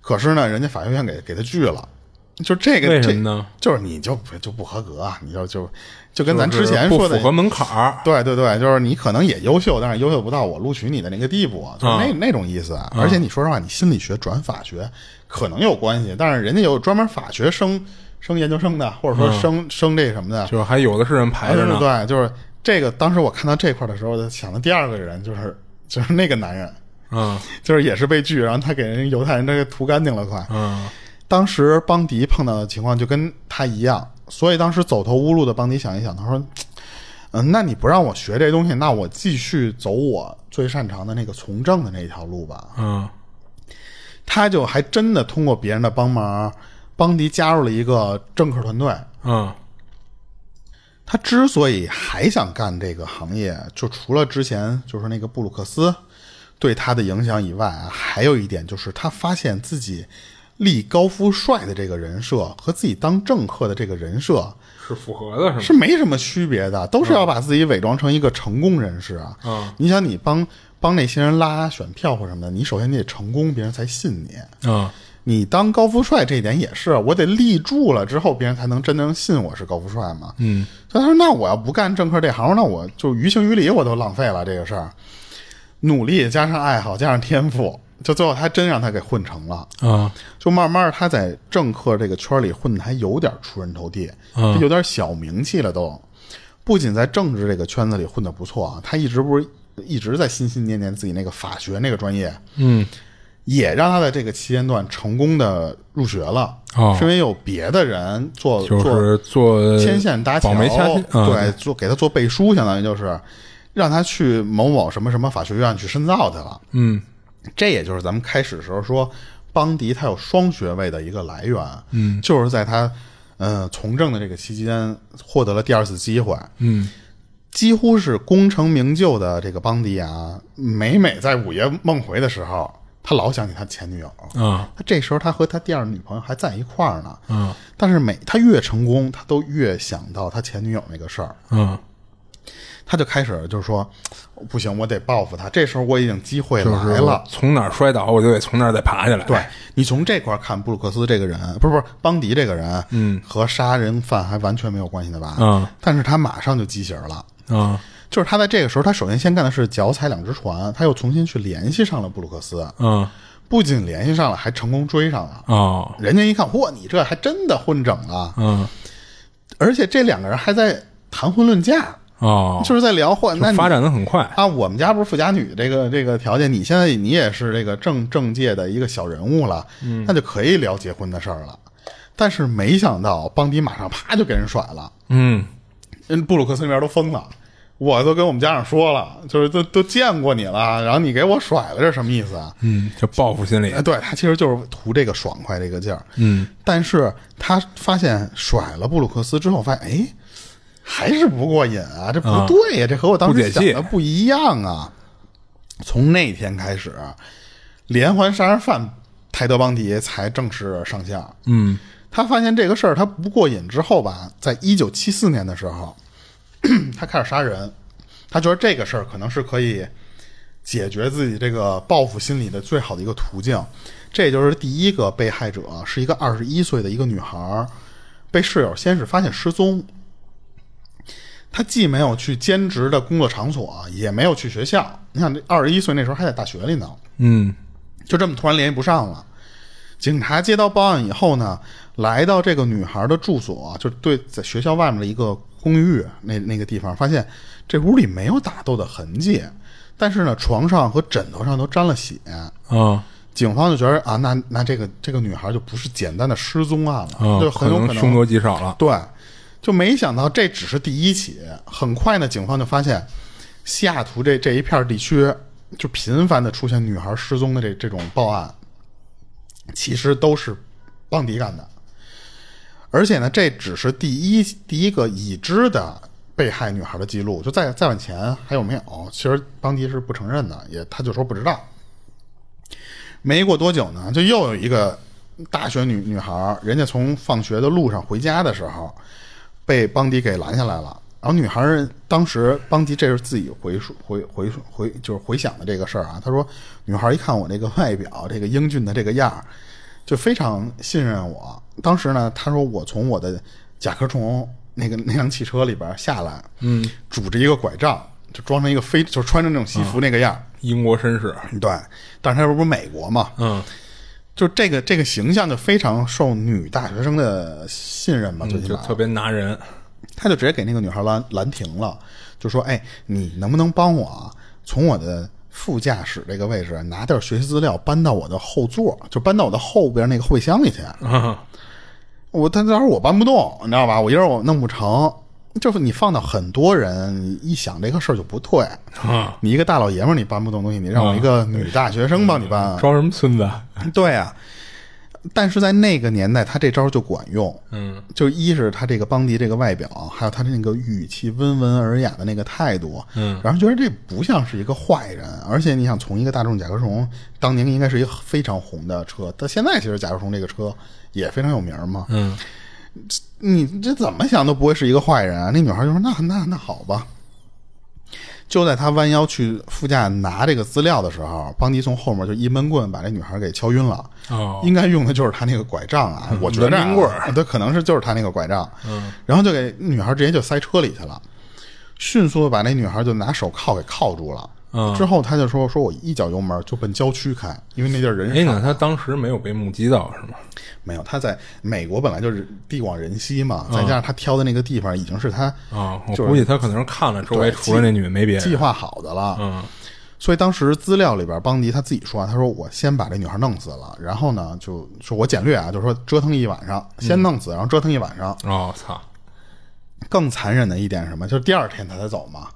[SPEAKER 2] 可是呢，人家法学院给给他拒了。就这个，
[SPEAKER 3] 为
[SPEAKER 2] 这
[SPEAKER 3] 什么呢？
[SPEAKER 2] 就是你就不就不合格啊！你就就就跟咱
[SPEAKER 3] 就是
[SPEAKER 2] 之前说
[SPEAKER 3] 不
[SPEAKER 2] 的
[SPEAKER 3] 符合门槛儿。
[SPEAKER 2] 对对对，就是你可能也优秀，但是优秀不到我录取你的那个地步，啊就是
[SPEAKER 3] 嗯
[SPEAKER 2] 那、那种意思。啊而且你说实话，你心理学转法学可能有关系，但是人家有专门法学升升研究生的，或者说升、升这什么的，
[SPEAKER 3] 嗯就是还有的是人排着
[SPEAKER 2] 对
[SPEAKER 3] 呢。
[SPEAKER 2] 对，就是这个。当时我看到这块的时候，想的第二个人就是就是那个男人，
[SPEAKER 3] 嗯
[SPEAKER 2] 就是也是被拒，然后他给人犹太人这个涂干净了，快。
[SPEAKER 3] 嗯
[SPEAKER 2] 当时邦迪碰到的情况就跟他一样，所以当时走投无路的邦迪想一想，他说：“嗯、那你不让我学这东西，那我继续走我最擅长的那个从政的那一条路吧。
[SPEAKER 3] 嗯”
[SPEAKER 2] 他就还真的通过别人的帮忙，邦迪加入了一个政客团队。
[SPEAKER 3] 嗯
[SPEAKER 2] 他之所以还想干这个行业，就除了之前就是那个布鲁克斯对他的影响以外啊，还有一点就是他发现自己立高富帅的这个人设和自己当政客的这个人设
[SPEAKER 3] 是符合的，是
[SPEAKER 2] 是没什么区别的，都是要把自己伪装成一个成功人士啊。
[SPEAKER 3] 嗯
[SPEAKER 2] 你想，你帮帮那些人拉选票或什么的，你首先你得成功，别人才信你。
[SPEAKER 3] 吗？
[SPEAKER 2] 你当高富帅这一点也是，啊我得立住了之后，别人才能真正信我是高富帅嘛。
[SPEAKER 3] 嗯
[SPEAKER 2] 所以他说：“那我要不干政客这行，那我就于情于理我都浪费了这个事儿。努力加上爱好加上天赋，就最后他真让他给混成了。
[SPEAKER 3] 嗯啊
[SPEAKER 2] 就慢慢他在政客这个圈里混的还有点出人头地，
[SPEAKER 3] 嗯
[SPEAKER 2] 他有点小名气了都。不仅在政治这个圈子里混得不错啊，他一直不是一直在心心念念自己那个法学那个专业，
[SPEAKER 3] 嗯
[SPEAKER 2] 也让他在这个期间段成功的入学了。
[SPEAKER 3] 哦
[SPEAKER 2] 是因为有别的人做
[SPEAKER 3] 就
[SPEAKER 2] 做
[SPEAKER 3] 是做
[SPEAKER 2] 牵线搭桥，
[SPEAKER 3] 保媒掐线啊
[SPEAKER 2] 对，做给他做背书，相当于就是让他去某某什么什么法学院去深造去了。
[SPEAKER 3] 嗯
[SPEAKER 2] 这也就是咱们开始时候说，邦迪他有双学位的一个来源，嗯，就是在他呃从政的这个期间获得了第二次机会，
[SPEAKER 3] 嗯
[SPEAKER 2] 几乎是功成名就的这个邦迪啊，每每在午夜梦回的时候，他老想起他前女友，
[SPEAKER 3] 啊
[SPEAKER 2] 他这时候他和他第二女朋友还在一块儿呢，
[SPEAKER 3] 啊
[SPEAKER 2] 但是每他越成功，他都越想到他前女友那个事儿，
[SPEAKER 3] 啊，
[SPEAKER 2] 他就开始就是说，不行，我得报复他。这时候我已经机会
[SPEAKER 3] 就是
[SPEAKER 2] 来了。
[SPEAKER 3] 从哪儿摔倒，我就得从哪儿再爬起来。
[SPEAKER 2] 对你从这块儿看，布鲁克斯这个人，不是不是邦迪这个人，
[SPEAKER 3] 嗯，
[SPEAKER 2] 和杀人犯还完全没有关系的吧？
[SPEAKER 3] 嗯
[SPEAKER 2] 但是他马上就畸形了。
[SPEAKER 3] 啊
[SPEAKER 2] 就是他在这个时候，他首先先干的是脚踩两只船，他又重新去联系上了布鲁克斯，
[SPEAKER 3] 啊
[SPEAKER 2] 不仅联系上了，还成功追上了。
[SPEAKER 3] 哦
[SPEAKER 2] 人家一看，嚯，你这还真的混整了，
[SPEAKER 3] 嗯
[SPEAKER 2] 而且这两个人还在谈婚论嫁，
[SPEAKER 3] 哦，
[SPEAKER 2] 就是在聊嚯，那
[SPEAKER 3] 就
[SPEAKER 2] 你
[SPEAKER 3] 发展的很快。
[SPEAKER 2] 啊，我们家不是富家女这个这个条件，你现在你也是这个政政界的一个小人物了，
[SPEAKER 3] 嗯
[SPEAKER 2] 那就可以聊结婚的事儿了。但是没想到邦迪马上啪就给人甩了，
[SPEAKER 3] 嗯
[SPEAKER 2] 人布鲁克斯那边都疯了，我都跟我们家长说了，就是都都见过你了，然后你给我甩了，这什么意思啊？
[SPEAKER 3] 嗯，就报复心理
[SPEAKER 2] 哎，，对他其实就是图这个爽快这个劲儿。
[SPEAKER 3] 嗯，
[SPEAKER 2] 但是他发现甩了布鲁克斯之后，发现哎，还是不过瘾啊，这不
[SPEAKER 3] 啊
[SPEAKER 2] 对呀、这和我当
[SPEAKER 3] 不
[SPEAKER 2] 时
[SPEAKER 3] 解
[SPEAKER 2] 想
[SPEAKER 3] 气
[SPEAKER 2] 的不一样啊。从那天开始，连环杀人犯泰德·邦迪才正式上线。
[SPEAKER 3] 嗯
[SPEAKER 2] 他发现这个事儿他不过瘾之后吧，在一九七四年的时候， 他开始杀人，他觉得这个事儿可能是可以解决自己这个报复心理的最好的一个途径。这就是第一个被害者是一个二十一岁的一个女孩儿，被室友先是发现失踪。她既没有去兼职的工作场所，也没有去学校。你想，这二十一岁那时候还在大学里呢，
[SPEAKER 3] 嗯
[SPEAKER 2] 就这么突然联系不上了。警察接到报案以后呢，来到这个女孩的住所，就对在学校外面的一个公寓那那个地方，发现这屋里没有打斗的痕迹，但是呢，床上和枕头上都沾了血。
[SPEAKER 3] 啊
[SPEAKER 2] 警方就觉得啊，那那这个这个女孩就不是简单的失踪案了，
[SPEAKER 3] 啊
[SPEAKER 2] 就，很有可
[SPEAKER 3] 凶多吉少了。
[SPEAKER 2] 对，就没想到这只是第一起。很快呢，警方就发现西雅图这这一片地区就频繁的出现女孩失踪的这这种报案，其实都是邦迪干的。而且呢，这只是第一第一个已知的被害女孩的记录，就再再往前还有没有？其实邦迪是不承认的，也他就说不知道。没过多久呢，就又有一个大学女女孩儿，人家从放学的路上回家的时候，被邦迪给拦下来了。然后女孩儿当时邦迪这是自己回述回回述回就是回想的这个事儿啊，他说女孩儿一看我这个外表， 这个英俊的这个样儿，就非常信任我。当时呢，他说我从我的甲壳虫那个 那辆汽车里边儿下来，嗯，拄着一个拐杖，就装成一个非就穿成那种西服那个样儿。
[SPEAKER 3] 英国绅士，
[SPEAKER 2] 对，但是他不是美国嘛，
[SPEAKER 3] 嗯，
[SPEAKER 2] 就这个这个形象就非常受女大学生的信任嘛，最起
[SPEAKER 3] 嗯就
[SPEAKER 2] 码，
[SPEAKER 3] 特别拿人。
[SPEAKER 2] 他就直接给那个女孩拦拦停了，就说：“哎，你能不能帮我啊从我的副驾驶这个位置拿点学习资料搬到我的后座，就搬到我的后边那个会箱里去？
[SPEAKER 3] 啊
[SPEAKER 2] 我但当时我搬不动，你知道吧？我一会儿我弄不成。”就是你放到很多人，你一想这个事儿就不对。
[SPEAKER 3] 啊，
[SPEAKER 2] 你一个大老爷们儿，你搬不动东西，你让我一个女大学生帮你搬，
[SPEAKER 3] 装啊什么孙子？
[SPEAKER 2] 对啊，但是在那个年代，他这招就管用。
[SPEAKER 3] 嗯，
[SPEAKER 2] 就一是他这个邦迪这个外表，还有他那个语气温文尔雅的那个态度，嗯，然后觉得这不像是一个坏人，而且你想从一个大众甲壳虫，当年应该是一个非常红的车，但现在其实甲壳虫这个车也非常有名嘛，
[SPEAKER 3] 嗯，
[SPEAKER 2] 你这怎么想都不会是一个坏人啊！那女孩就说：“那那那好吧。”就在他弯腰去副驾拿这个资料的时候，邦迪从后面就一闷棍把这女孩给敲晕了。
[SPEAKER 3] 哦，嗯
[SPEAKER 2] 应该用的就是他那个拐杖啊，我觉得
[SPEAKER 3] 文明棍
[SPEAKER 2] 啊，对，可能是就是他那个拐杖。嗯，然后就给女孩直接就塞车里去了，迅速地把那女孩就拿手铐给铐住了。
[SPEAKER 3] 嗯
[SPEAKER 2] 之后他就说：“说我一脚油门就奔郊区开，因为那地儿人
[SPEAKER 3] 哎，
[SPEAKER 2] 少。
[SPEAKER 3] 那他当时没有被目击到是吗？
[SPEAKER 2] 没有，他在美国本来就是地广人稀嘛，
[SPEAKER 3] 嗯
[SPEAKER 2] 再加上他挑的那个地方已经是他
[SPEAKER 3] 啊，我
[SPEAKER 2] 就是
[SPEAKER 3] 估计他可能是看了周围
[SPEAKER 2] 对
[SPEAKER 3] 除了那女的没别
[SPEAKER 2] 计
[SPEAKER 3] 人。
[SPEAKER 2] 划好的了。
[SPEAKER 3] 嗯
[SPEAKER 2] 所以当时资料里边，邦迪他自己说啊，他说我先把这女孩弄死了，然后呢，就说我简略啊，就说折腾一晚上，
[SPEAKER 3] 嗯
[SPEAKER 2] 先弄死，然后折腾一晚上。
[SPEAKER 3] 哦，操，
[SPEAKER 2] 更残忍的一点是什么？就是第二天他才走嘛。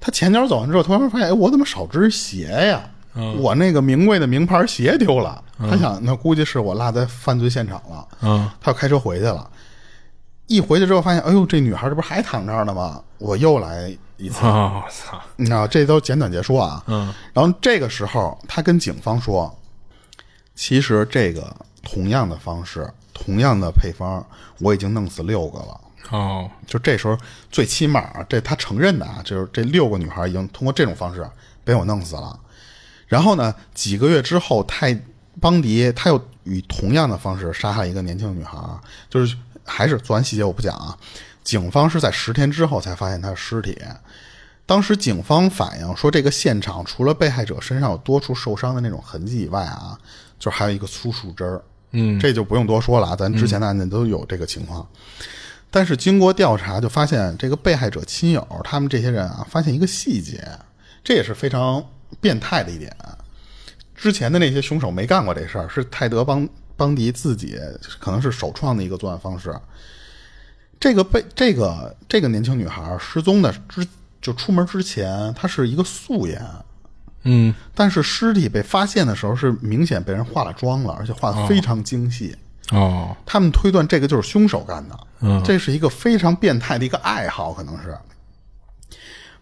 [SPEAKER 2] 他前脚走完之后，突然发现，哎，我怎么少只鞋呀？我那个名贵的名牌鞋丢了。他想，那估计是我落在犯罪现场了。
[SPEAKER 3] 嗯，
[SPEAKER 2] 他就开车回去了。一回去之后发现，哎呦，这女孩这不是还躺这儿呢吗？我又来一次，
[SPEAKER 3] 哦，操，
[SPEAKER 2] 你知道，这都简短截说啊。
[SPEAKER 3] 嗯，
[SPEAKER 2] 然后这个时候，他跟警方说，其实这个同样的方式，同样的配方，我已经弄死六个了。
[SPEAKER 3] 哦，
[SPEAKER 2] 就这时候，最起码啊这他承认的啊，就是这六个女孩已经通过这种方式被我弄死了。然后呢，几个月之后，泰邦迪他又以同样的方式杀害一个年轻女孩啊，就是还是作案细节我不讲啊。警方是在十天之后才发现她的尸体。当时警方反映说，这个现场除了被害者身上有多处受伤的那种痕迹以外啊，就是还有一个粗树枝儿。嗯，这就不用多说了啊，咱之前的案件都有这个情况。但是经过调查，就发现这个被害者亲友他们这些人啊，发现一个细节，这也是非常变态的一点。啊之前的那些凶手没干过这事儿，是泰德邦邦迪自己可能是首创的一个作案方式。这个被这个这个年轻女孩失踪的之就出门之前他是一个素颜，
[SPEAKER 3] 嗯，
[SPEAKER 2] 但是尸体被发现的时候是明显被人化了妆了，而且化的非常精细。
[SPEAKER 3] 哦，
[SPEAKER 2] 他们推断这个就是凶手干的，
[SPEAKER 3] 嗯
[SPEAKER 2] 这是一个非常变态的一个爱好，可能是。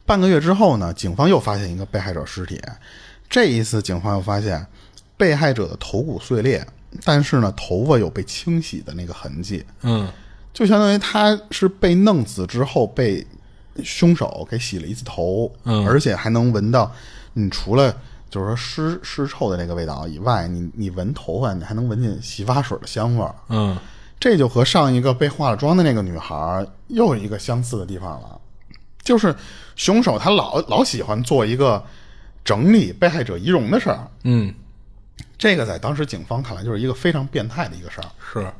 [SPEAKER 2] 半个月之后呢，警方又发现一个被害者尸体，这一次警方又发现被害者的头骨碎裂，但是呢，头发有被清洗的那个痕迹，
[SPEAKER 3] 嗯，
[SPEAKER 2] 就相当于他是被弄死之后被凶手给洗了一次头，
[SPEAKER 3] 嗯
[SPEAKER 2] 而且还能闻到，你除了就是说尸尸臭的那个味道以外，你你闻头发，你还能闻见洗发水的香味儿，
[SPEAKER 3] 嗯，
[SPEAKER 2] 这就和上一个被化了妆的那个女孩儿又有一个相似的地方了，就是凶手他老老喜欢做一个整理被害者仪容的事儿，
[SPEAKER 3] 嗯，
[SPEAKER 2] 这个在当时警方看来就是一个非常变态的一个事儿。
[SPEAKER 3] 是，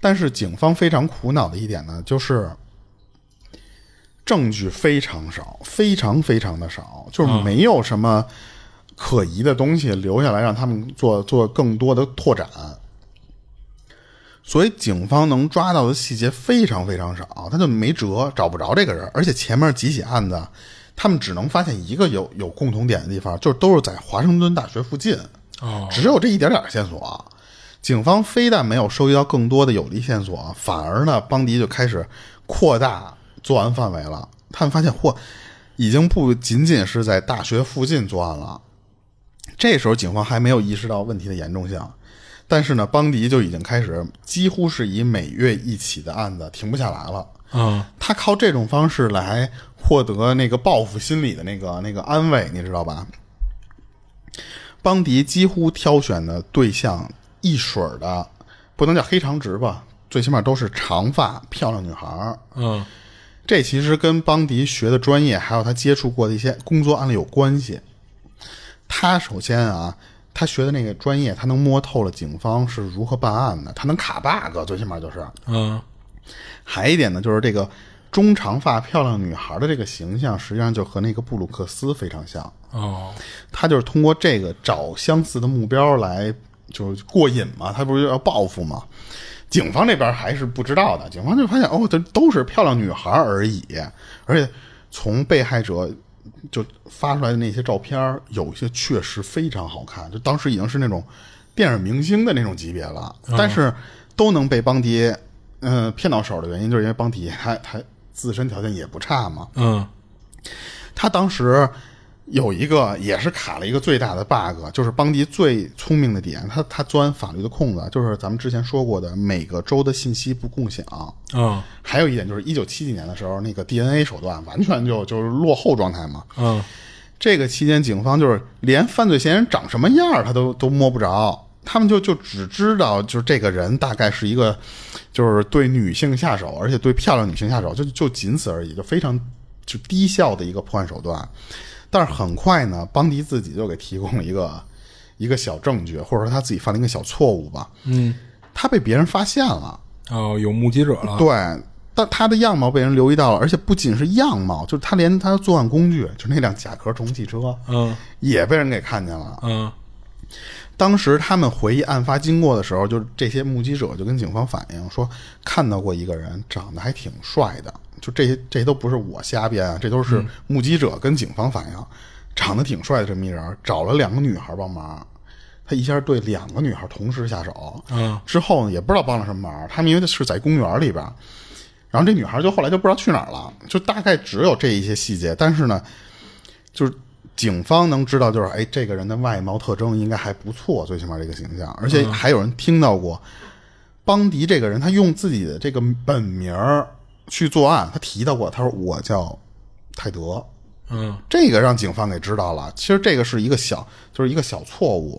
[SPEAKER 2] 但是警方非常苦恼的一点呢，就是证据非常少，非常非常的少，就是没有什么可疑的东西留下来让他们做做更多的拓展。所以警方能抓到的细节非常非常少，他就没辙，找不着这个人。而且前面几起案子，他们只能发现一个有有共同点的地方，就是都是在华盛顿大学附近。
[SPEAKER 3] 哦，
[SPEAKER 2] 只有这一点点线索。啊警方非但没有收集到更多的有利线索，啊反而呢，邦迪就开始扩大作案范围了。他们发现，嚯，已经不仅仅是在大学附近作案了。这时候，警方还没有意识到问题的严重性，但是呢，邦迪就已经开始几乎是以每月一起的案子停不下来了。
[SPEAKER 3] 嗯，
[SPEAKER 2] 他靠这种方式来获得那个报复心理的那个那个安慰，你知道吧？邦迪几乎挑选的对象一水儿的，不能叫黑长直吧，最起码都是长发漂亮女孩儿。
[SPEAKER 3] 嗯，
[SPEAKER 2] 这其实跟邦迪学的专业，还有他接触过的一些工作案例有关系。他首先啊，他学的那个专业，他能摸透了警方是如何办案的，他能卡 bug，最起码就是。
[SPEAKER 3] 嗯，
[SPEAKER 2] 还一点呢，就是这个中长发漂亮女孩的这个形象，实际上就和那个布鲁克斯非常像。
[SPEAKER 3] 哦，
[SPEAKER 2] 他就是通过这个找相似的目标来就是过瘾嘛，他不是要报复嘛？警方这边还是不知道的，警方就发现哦，这都是漂亮女孩而已，而且从被害者就发出来的那些照片儿，有一些确实非常好看，就当时已经是那种电影明星的那种级别了，但是都能被邦迪嗯、呃骗到手的原因，就是因为邦迪他他自身条件也不差嘛，
[SPEAKER 3] 嗯，
[SPEAKER 2] 他当时有一个也是卡了一个最大的 bug，就是邦迪最聪明的点，他他钻法律的空子，啊就是咱们之前说过的每个州的信息不共享。
[SPEAKER 3] 嗯，
[SPEAKER 2] 还有一点就是，一九七几年的时候，那个 DNA 手段完全就就是落后状态嘛。
[SPEAKER 3] 嗯，
[SPEAKER 2] 这个期间，警方就是连犯罪嫌疑人长什么样儿他都都摸不着，他们就就只知道就是这个人大概是一个，就是对女性下手，而且对漂亮女性下手，就就仅此而已，就非常就低效的一个破案手段。但是很快呢，邦迪自己就给提供了一个一个小证据，或者说他自己犯了一个小错误吧，
[SPEAKER 3] 嗯，
[SPEAKER 2] 他被别人发现了。
[SPEAKER 3] 哦，有目击者了，
[SPEAKER 2] 对，但他的样貌被人留意到了，而且不仅是样貌，就是他连他的作案工具，就是那辆甲壳虫汽车，
[SPEAKER 3] 嗯，
[SPEAKER 2] 也被人给看见了。
[SPEAKER 3] 嗯，
[SPEAKER 2] 当时他们回忆案发经过的时候，就是这些目击者就跟警方反映说，看到过一个人长得还挺帅的，就这些这都不是我瞎编啊，这都是目击者跟警方反映，长得挺帅的这么一人，找了两个女孩帮忙，他一下对两个女孩同时下手，
[SPEAKER 3] 嗯，
[SPEAKER 2] 之后呢也不知道帮了什么忙，他们因为是在公园里边，然后这女孩就后来就不知道去哪儿了，就大概只有这一些细节，但是呢，就是警方能知道，就是哎，这个人的外貌特征应该还不错，最起码这个形象，而且还有人听到过邦迪这个人，他用自己的这个本名儿去作案，他提到过，他说我叫泰德，
[SPEAKER 3] 嗯，
[SPEAKER 2] 这个让警方给知道了。其实这个是一个小，就是一个小错误。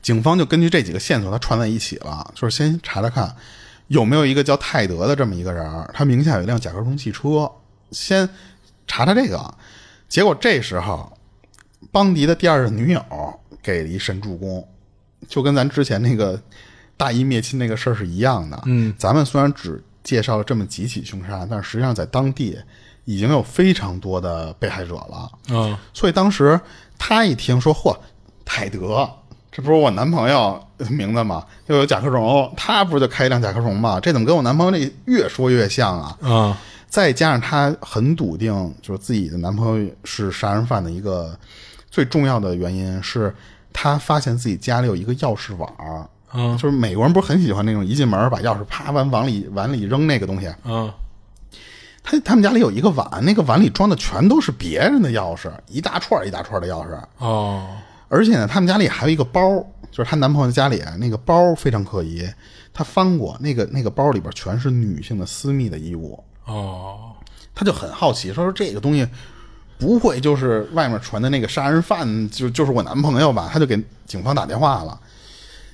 [SPEAKER 2] 警方就根据这几个线索，他串在一起了，就是先查查看有没有一个叫泰德的这么一个人儿，他名下有一辆甲壳虫汽车，先查查这个。结果这时候，邦迪的第二任女友给了一神助攻，就跟咱之前那个大义灭亲那个事儿是一样的。
[SPEAKER 3] 嗯，
[SPEAKER 2] 咱们虽然只介绍了这么几起凶杀，但实际上在当地已经有非常多的被害者了。
[SPEAKER 3] 嗯，
[SPEAKER 2] 所以当时他一听说，嚯，泰德，这不是我男朋友名字吗？又有甲壳虫，他不是就开一辆甲壳虫吗？这怎么跟我男朋友那越说越像啊？
[SPEAKER 3] 嗯，
[SPEAKER 2] 再加上她很笃定，就是自己的男朋友是杀人犯的一个最重要的原因是，她发现自己家里有一个钥匙网儿，
[SPEAKER 3] 嗯
[SPEAKER 2] 就是美国人不是很喜欢那种一进门把钥匙啪往往里碗里扔那个东西，
[SPEAKER 3] 嗯
[SPEAKER 2] 他他们家里有一个碗，那个碗里装的全都是别人的钥匙，一大串儿一大串儿的钥匙。
[SPEAKER 3] 哦
[SPEAKER 2] 而且呢，他们家里还有一个包，就是她男朋友家里那个包非常可疑。她翻过那个那个包里边全是女性的私密的衣物，
[SPEAKER 3] 哦
[SPEAKER 2] 她就很好奇，说说这个东西不会就是外面传的那个杀人犯就就是我男朋友吧？她就给警方打电话了。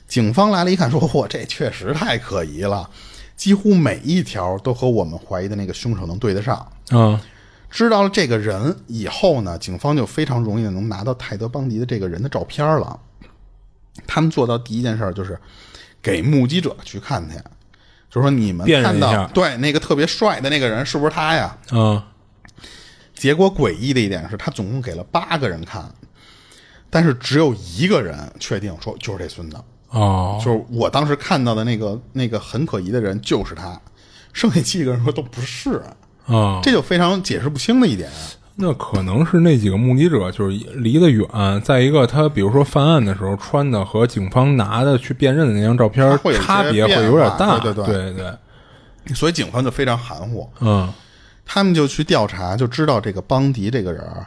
[SPEAKER 2] 警方来了，一看说：“嚯，这确实太可疑了，几乎每一条都和我们怀疑的那个凶手能对得上。”
[SPEAKER 3] 嗯
[SPEAKER 2] 知道了这个人以后呢，警方就非常容易的能拿到泰德·邦迪的这个人的照片了。他们做到第一件事儿就是给目击者去看去，就说你们
[SPEAKER 3] 辨认
[SPEAKER 2] 看
[SPEAKER 3] 一下
[SPEAKER 2] 到对那个特别帅的那个人是不是他呀？
[SPEAKER 3] 嗯
[SPEAKER 2] 结果诡异的一点是他总共给了八个人看，但是只有一个人确定说就是这孙子，
[SPEAKER 3] 哦
[SPEAKER 2] 就是我当时看到的那个那个很可疑的人就是他，剩下七个人说都不是，
[SPEAKER 3] 哦，
[SPEAKER 2] 这就非常解释不清的一点。
[SPEAKER 3] 那可能是那几个目击者就是离得远，再一个他比如说犯案的时候穿的和警方拿的去辨认的那张照片
[SPEAKER 2] 它会有一些
[SPEAKER 3] 差别会有点大，
[SPEAKER 2] 变化对
[SPEAKER 3] 对
[SPEAKER 2] 对
[SPEAKER 3] 对对，
[SPEAKER 2] 所以警方就非常含糊，
[SPEAKER 3] 嗯
[SPEAKER 2] 他们就去调查，就知道这个邦迪这个人儿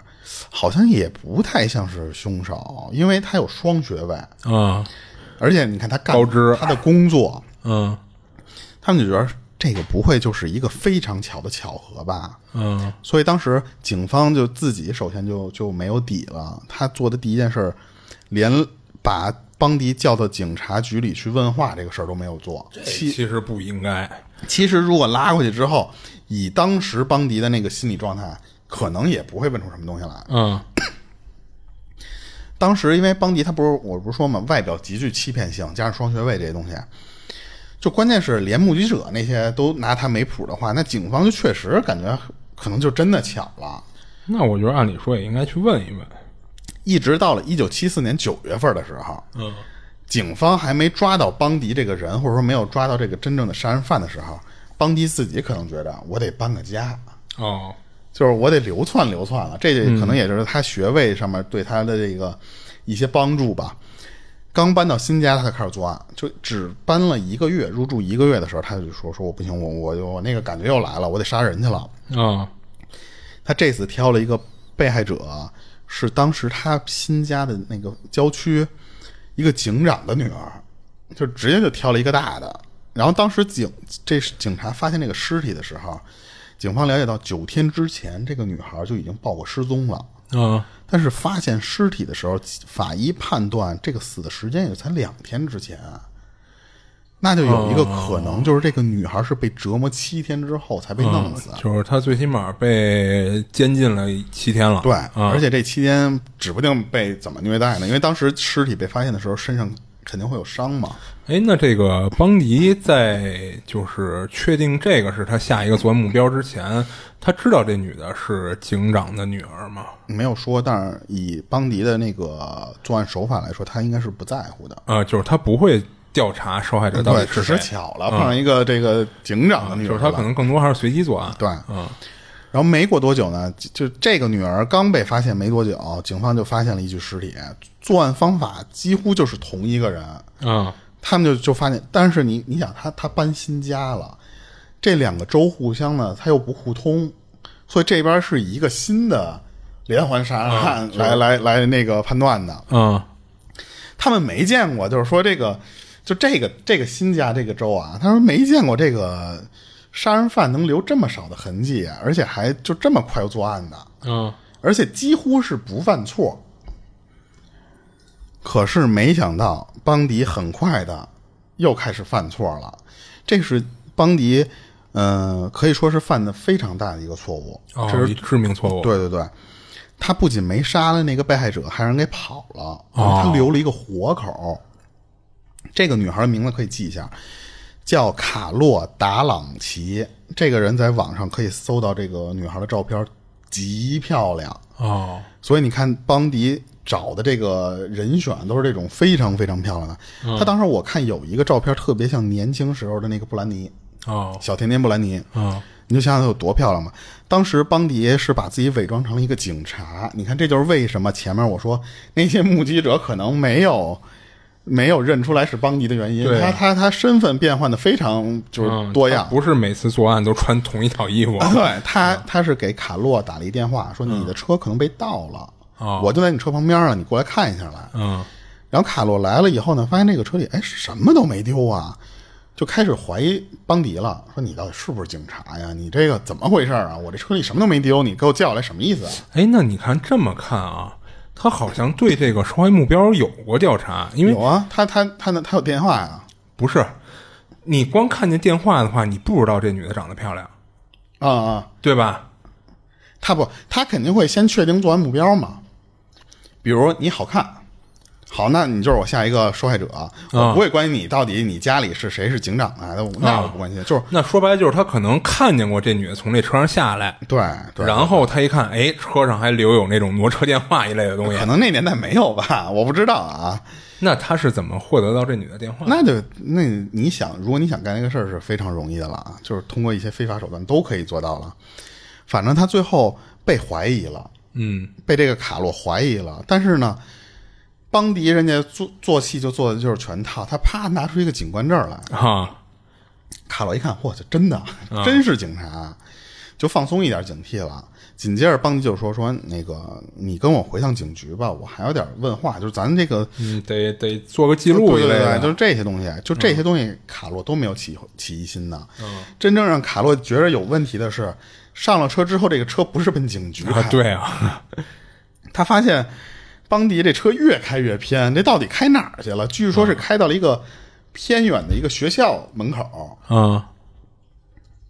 [SPEAKER 2] 好像也不太像是凶手，因为他有双学位，
[SPEAKER 3] 嗯
[SPEAKER 2] 而且你看他干
[SPEAKER 3] 高知
[SPEAKER 2] 他的工作，
[SPEAKER 3] 嗯
[SPEAKER 2] 他们就觉得这个不会就是一个非常巧的巧合吧？
[SPEAKER 3] 嗯
[SPEAKER 2] 所以当时警方就自己首先就就没有底了，他做的第一件事儿，连把邦迪叫到警察局里去问话这个事儿都没有做，
[SPEAKER 3] 其其实不应该，
[SPEAKER 2] 其实如果拉过去之后，以当时邦迪的那个心理状态，可能也不会问出什么东西来。
[SPEAKER 3] 嗯
[SPEAKER 2] 当时因为邦迪他不是我不是说嘛，外表极具欺骗性，加上双学位这些东西，就关键是连目击者那些都拿他没谱的话，那警方就确实感觉可能就真的巧了。
[SPEAKER 3] 那我觉得按理说也应该去问一问，
[SPEAKER 2] 一直到了一九七四年九月份的时候，
[SPEAKER 3] 嗯
[SPEAKER 2] 警方还没抓到邦迪这个人，或者说没有抓到这个真正的杀人犯的时候，邦迪自己可能觉得我得搬个家。
[SPEAKER 3] 哦
[SPEAKER 2] 就是我得流窜流窜了，这可能也就是他学位上面对他的这个一些帮助吧。刚搬到新家，他就开始作案，就只搬了一个月，入住一个月的时候，他就说：“说我不行，我我我那个感觉又来了，我得杀人去了。
[SPEAKER 3] 嗯”
[SPEAKER 2] 他这次挑了一个被害者，是当时他新家的那个郊区一个警长的女儿，就直接就挑了一个大的。然后当时警这是警察发现这个尸体的时候，警方了解到九天之前这个女孩就已经报过失踪了，
[SPEAKER 3] 嗯
[SPEAKER 2] 但是发现尸体的时候，法医判断这个死的时间也才两天之前，啊那就有一个可能就是这个女孩是被折磨七天之后才被弄死。啊
[SPEAKER 3] 就是他最起码被监禁了七天了，
[SPEAKER 2] 对，
[SPEAKER 3] 嗯
[SPEAKER 2] 而且这期间指不定被怎么虐待呢，因为当时尸体被发现的时候，身上肯定会有伤嘛。
[SPEAKER 3] 哎，那这个邦迪在就是确定这个是他下一个作案目标之前，他知道这女的是警长的女儿吗？
[SPEAKER 2] 没有说，但是以邦迪的那个作案手法来说，他应该是不在乎的。
[SPEAKER 3] 啊、就是他不会调查受害者到
[SPEAKER 2] 对，
[SPEAKER 3] 底
[SPEAKER 2] 只是
[SPEAKER 3] 是谁，啊
[SPEAKER 2] 巧了碰上一个这个警长的女儿
[SPEAKER 3] 就
[SPEAKER 2] 了，
[SPEAKER 3] 是他可能更多还是随机作案。
[SPEAKER 2] 对，
[SPEAKER 3] 嗯
[SPEAKER 2] 然后没过多久呢，就就这个女儿刚被发现没多久，警方就发现了一具尸体，作案方法几乎就是同一个人。
[SPEAKER 3] 嗯
[SPEAKER 2] 他们就就发现，但是你你想，他他搬新家了，这两个州互相呢，他又不互通，所以这边是以一个新的连环杀人案来、来来那个判断的。
[SPEAKER 3] 嗯
[SPEAKER 2] 他们没见过，就是说这个，就这个这个新家这个州啊，他说没见过这个杀人犯能留这么少的痕迹，而且还就这么快就作案的，
[SPEAKER 3] 嗯
[SPEAKER 2] 而且几乎是不犯错。可是没想到，邦迪很快的又开始犯错了。这是邦迪，嗯、可以说是犯的非常大的一个错误。
[SPEAKER 3] 哦，
[SPEAKER 2] 这是
[SPEAKER 3] 一致命错误。，
[SPEAKER 2] 对对对，他不仅没杀了那个被害者，还让人给跑了，
[SPEAKER 3] 哦
[SPEAKER 2] 他留了一个活口。这个女孩的名字可以记一下，叫卡洛达朗奇。这个人在网上可以搜到这个女孩的照片，极漂亮。
[SPEAKER 3] 哦
[SPEAKER 2] 所以你看，邦迪找的这个人选都是这种非常非常漂亮的。
[SPEAKER 3] 嗯
[SPEAKER 2] 她当时我看有一个照片特别像年轻时候的那个布兰妮，
[SPEAKER 3] 哦
[SPEAKER 2] 小甜甜布兰妮。
[SPEAKER 3] 嗯
[SPEAKER 2] 你就想想她有多漂亮吧。当时邦迪是把自己伪装成了一个警察，你看这就是为什么前面我说那些目击者可能没有没有认出来是邦迪的原因。
[SPEAKER 3] 对啊
[SPEAKER 2] 他他他身份变换的非常就是
[SPEAKER 3] 嗯
[SPEAKER 2] 多样
[SPEAKER 3] 他，不是每次作案都穿同一套 衣服。
[SPEAKER 2] 对他，他是给卡洛打了一电话，说你的车可能被盗了，
[SPEAKER 3] 哦
[SPEAKER 2] 我就在你车旁边了，你过来看一下来。
[SPEAKER 3] 嗯，
[SPEAKER 2] 然后卡洛来了以后呢，发现这个车里哎什么都没丢啊，就开始怀疑邦迪了，说你到底是不是警察呀？你这个怎么回事啊？我这车里什么都没丢，你给我叫来什么意思啊？
[SPEAKER 3] 哎，那你看这么看啊，他好像对这个受害目标有过调查，因为
[SPEAKER 2] 有啊，他他他他有电话呀、
[SPEAKER 3] 不是你光看见电话的话，你不知道这女的长得漂亮，
[SPEAKER 2] 啊，啊
[SPEAKER 3] 对吧？
[SPEAKER 2] 他不，他肯定会先确定作案目标嘛，比如你好看，好，那你就是我下一个受害者，啊
[SPEAKER 3] 啊
[SPEAKER 2] 我不会关心你到底你家里是谁是警长啊，那我那我不关心，就是
[SPEAKER 3] 那说白了就是他可能看见过这女的从这车上下来，
[SPEAKER 2] 对对，
[SPEAKER 3] 然后他一看，哎，车上还留有那种挪车电话一类的东西
[SPEAKER 2] 可，能那年代没有吧， 我不知道啊，
[SPEAKER 3] 那他是怎么获得到这女的电话？
[SPEAKER 2] 那就那你想，如果你想干这个事儿是非常容易的了啊，就是通过一些非法手段都可以做到了，反正他最后被怀疑了。
[SPEAKER 3] 嗯，
[SPEAKER 2] 被这个卡洛怀疑了。但是呢，邦迪人家做做戏就做的就是全套，他啪拿出一个警官证来，
[SPEAKER 3] 哈，
[SPEAKER 2] 卡洛一看，嚯，这真的啊真是警察，啊就放松一点警惕了。紧接着，邦迪就说：“说那个，你跟我回趟警局吧，我还有点问话，就是咱这个
[SPEAKER 3] 嗯，得得做个记录
[SPEAKER 2] 对
[SPEAKER 3] 一类
[SPEAKER 2] 对对，
[SPEAKER 3] 的，嗯
[SPEAKER 2] 就是这些东西，就这些东西，卡洛都没有起起疑心的。
[SPEAKER 3] 嗯
[SPEAKER 2] 真正让卡洛觉得有问题的是，上了车之后，这个车不是奔警局开
[SPEAKER 3] 啊
[SPEAKER 2] 的，
[SPEAKER 3] 对啊，
[SPEAKER 2] 他发现邦迪这车越开越偏，这到底开哪儿去了？据说是开到了一个偏远的一个学校门口，
[SPEAKER 3] 嗯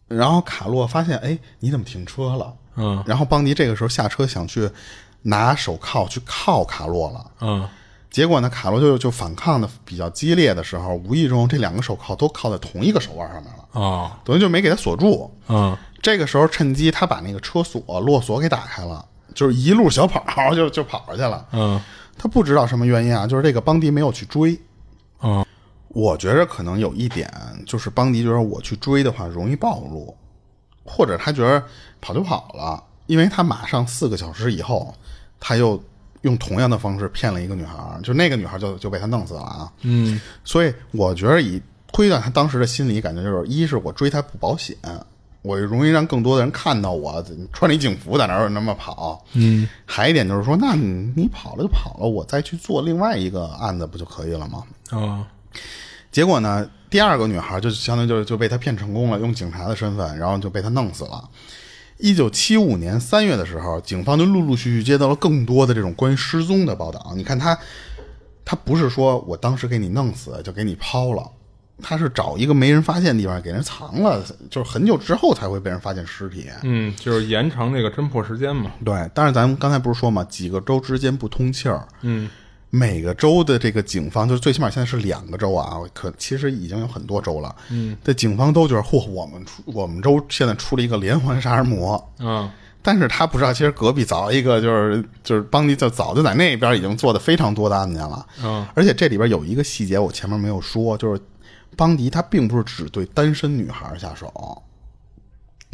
[SPEAKER 2] 然后卡洛发现，哎，你怎么停车了？
[SPEAKER 3] 嗯
[SPEAKER 2] 然后邦迪这个时候下车想去拿手铐去铐卡洛了，
[SPEAKER 3] 嗯，
[SPEAKER 2] 结果呢，卡洛就就反抗的比较激烈的时候，无意中这两个手铐都铐在同一个手腕上面了，
[SPEAKER 3] 哦，
[SPEAKER 2] 等于就没给他锁住。
[SPEAKER 3] 嗯，
[SPEAKER 2] 这个时候趁机他把那个车锁落锁给打开了，就是一路小跑就就跑出去了。
[SPEAKER 3] 嗯，
[SPEAKER 2] 他不知道什么原因啊，就是这个邦迪没有去追。
[SPEAKER 3] 哦，
[SPEAKER 2] 我觉着可能有一点，就是邦迪觉得我去追的话容易暴露，或者他觉得跑就跑了，因为他马上四个小时以后，他又用同样的方式骗了一个女孩儿，就那个女孩儿就就被他弄死了啊。
[SPEAKER 3] 嗯，
[SPEAKER 2] 所以我觉得以推断他当时的心理感觉就是，一是我追他不保险，我容易让更多的人看到我穿着一警服在那儿那么跑。嗯，还一点就是说，那你你跑了就跑了，我再去做另外一个案子不就可以了吗？
[SPEAKER 3] 哦，
[SPEAKER 2] 结果呢，第二个女孩就相当于就就被他骗成功了，用警察的身份，然后就被他弄死了。一九七五年三月的时候，警方就陆陆续续接到了更多的这种关于失踪的报道。你看他，他不是说我当时给你弄死就给你抛了，他是找一个没人发现的地方给人藏了，就是很久之后才会被人发现尸体。
[SPEAKER 3] 嗯，就是延长这个侦破时间嘛，
[SPEAKER 2] 对，但是咱们刚才不是说嘛，几个州之间不通气儿，嗯，每个州的这个警方，就是最起码现在是两个州啊，可其实已经有很多州了，嗯，这警方都觉得，嚯，我们出我们州现在出了一个连环杀人魔，
[SPEAKER 3] 嗯，
[SPEAKER 2] 但是他不知道，其实隔壁早一个就是就是邦迪就早就在那边已经做的非常多的案件了，
[SPEAKER 3] 嗯，
[SPEAKER 2] 而且这里边有一个细节我前面没有说，就是邦迪他并不是只对单身女孩下手，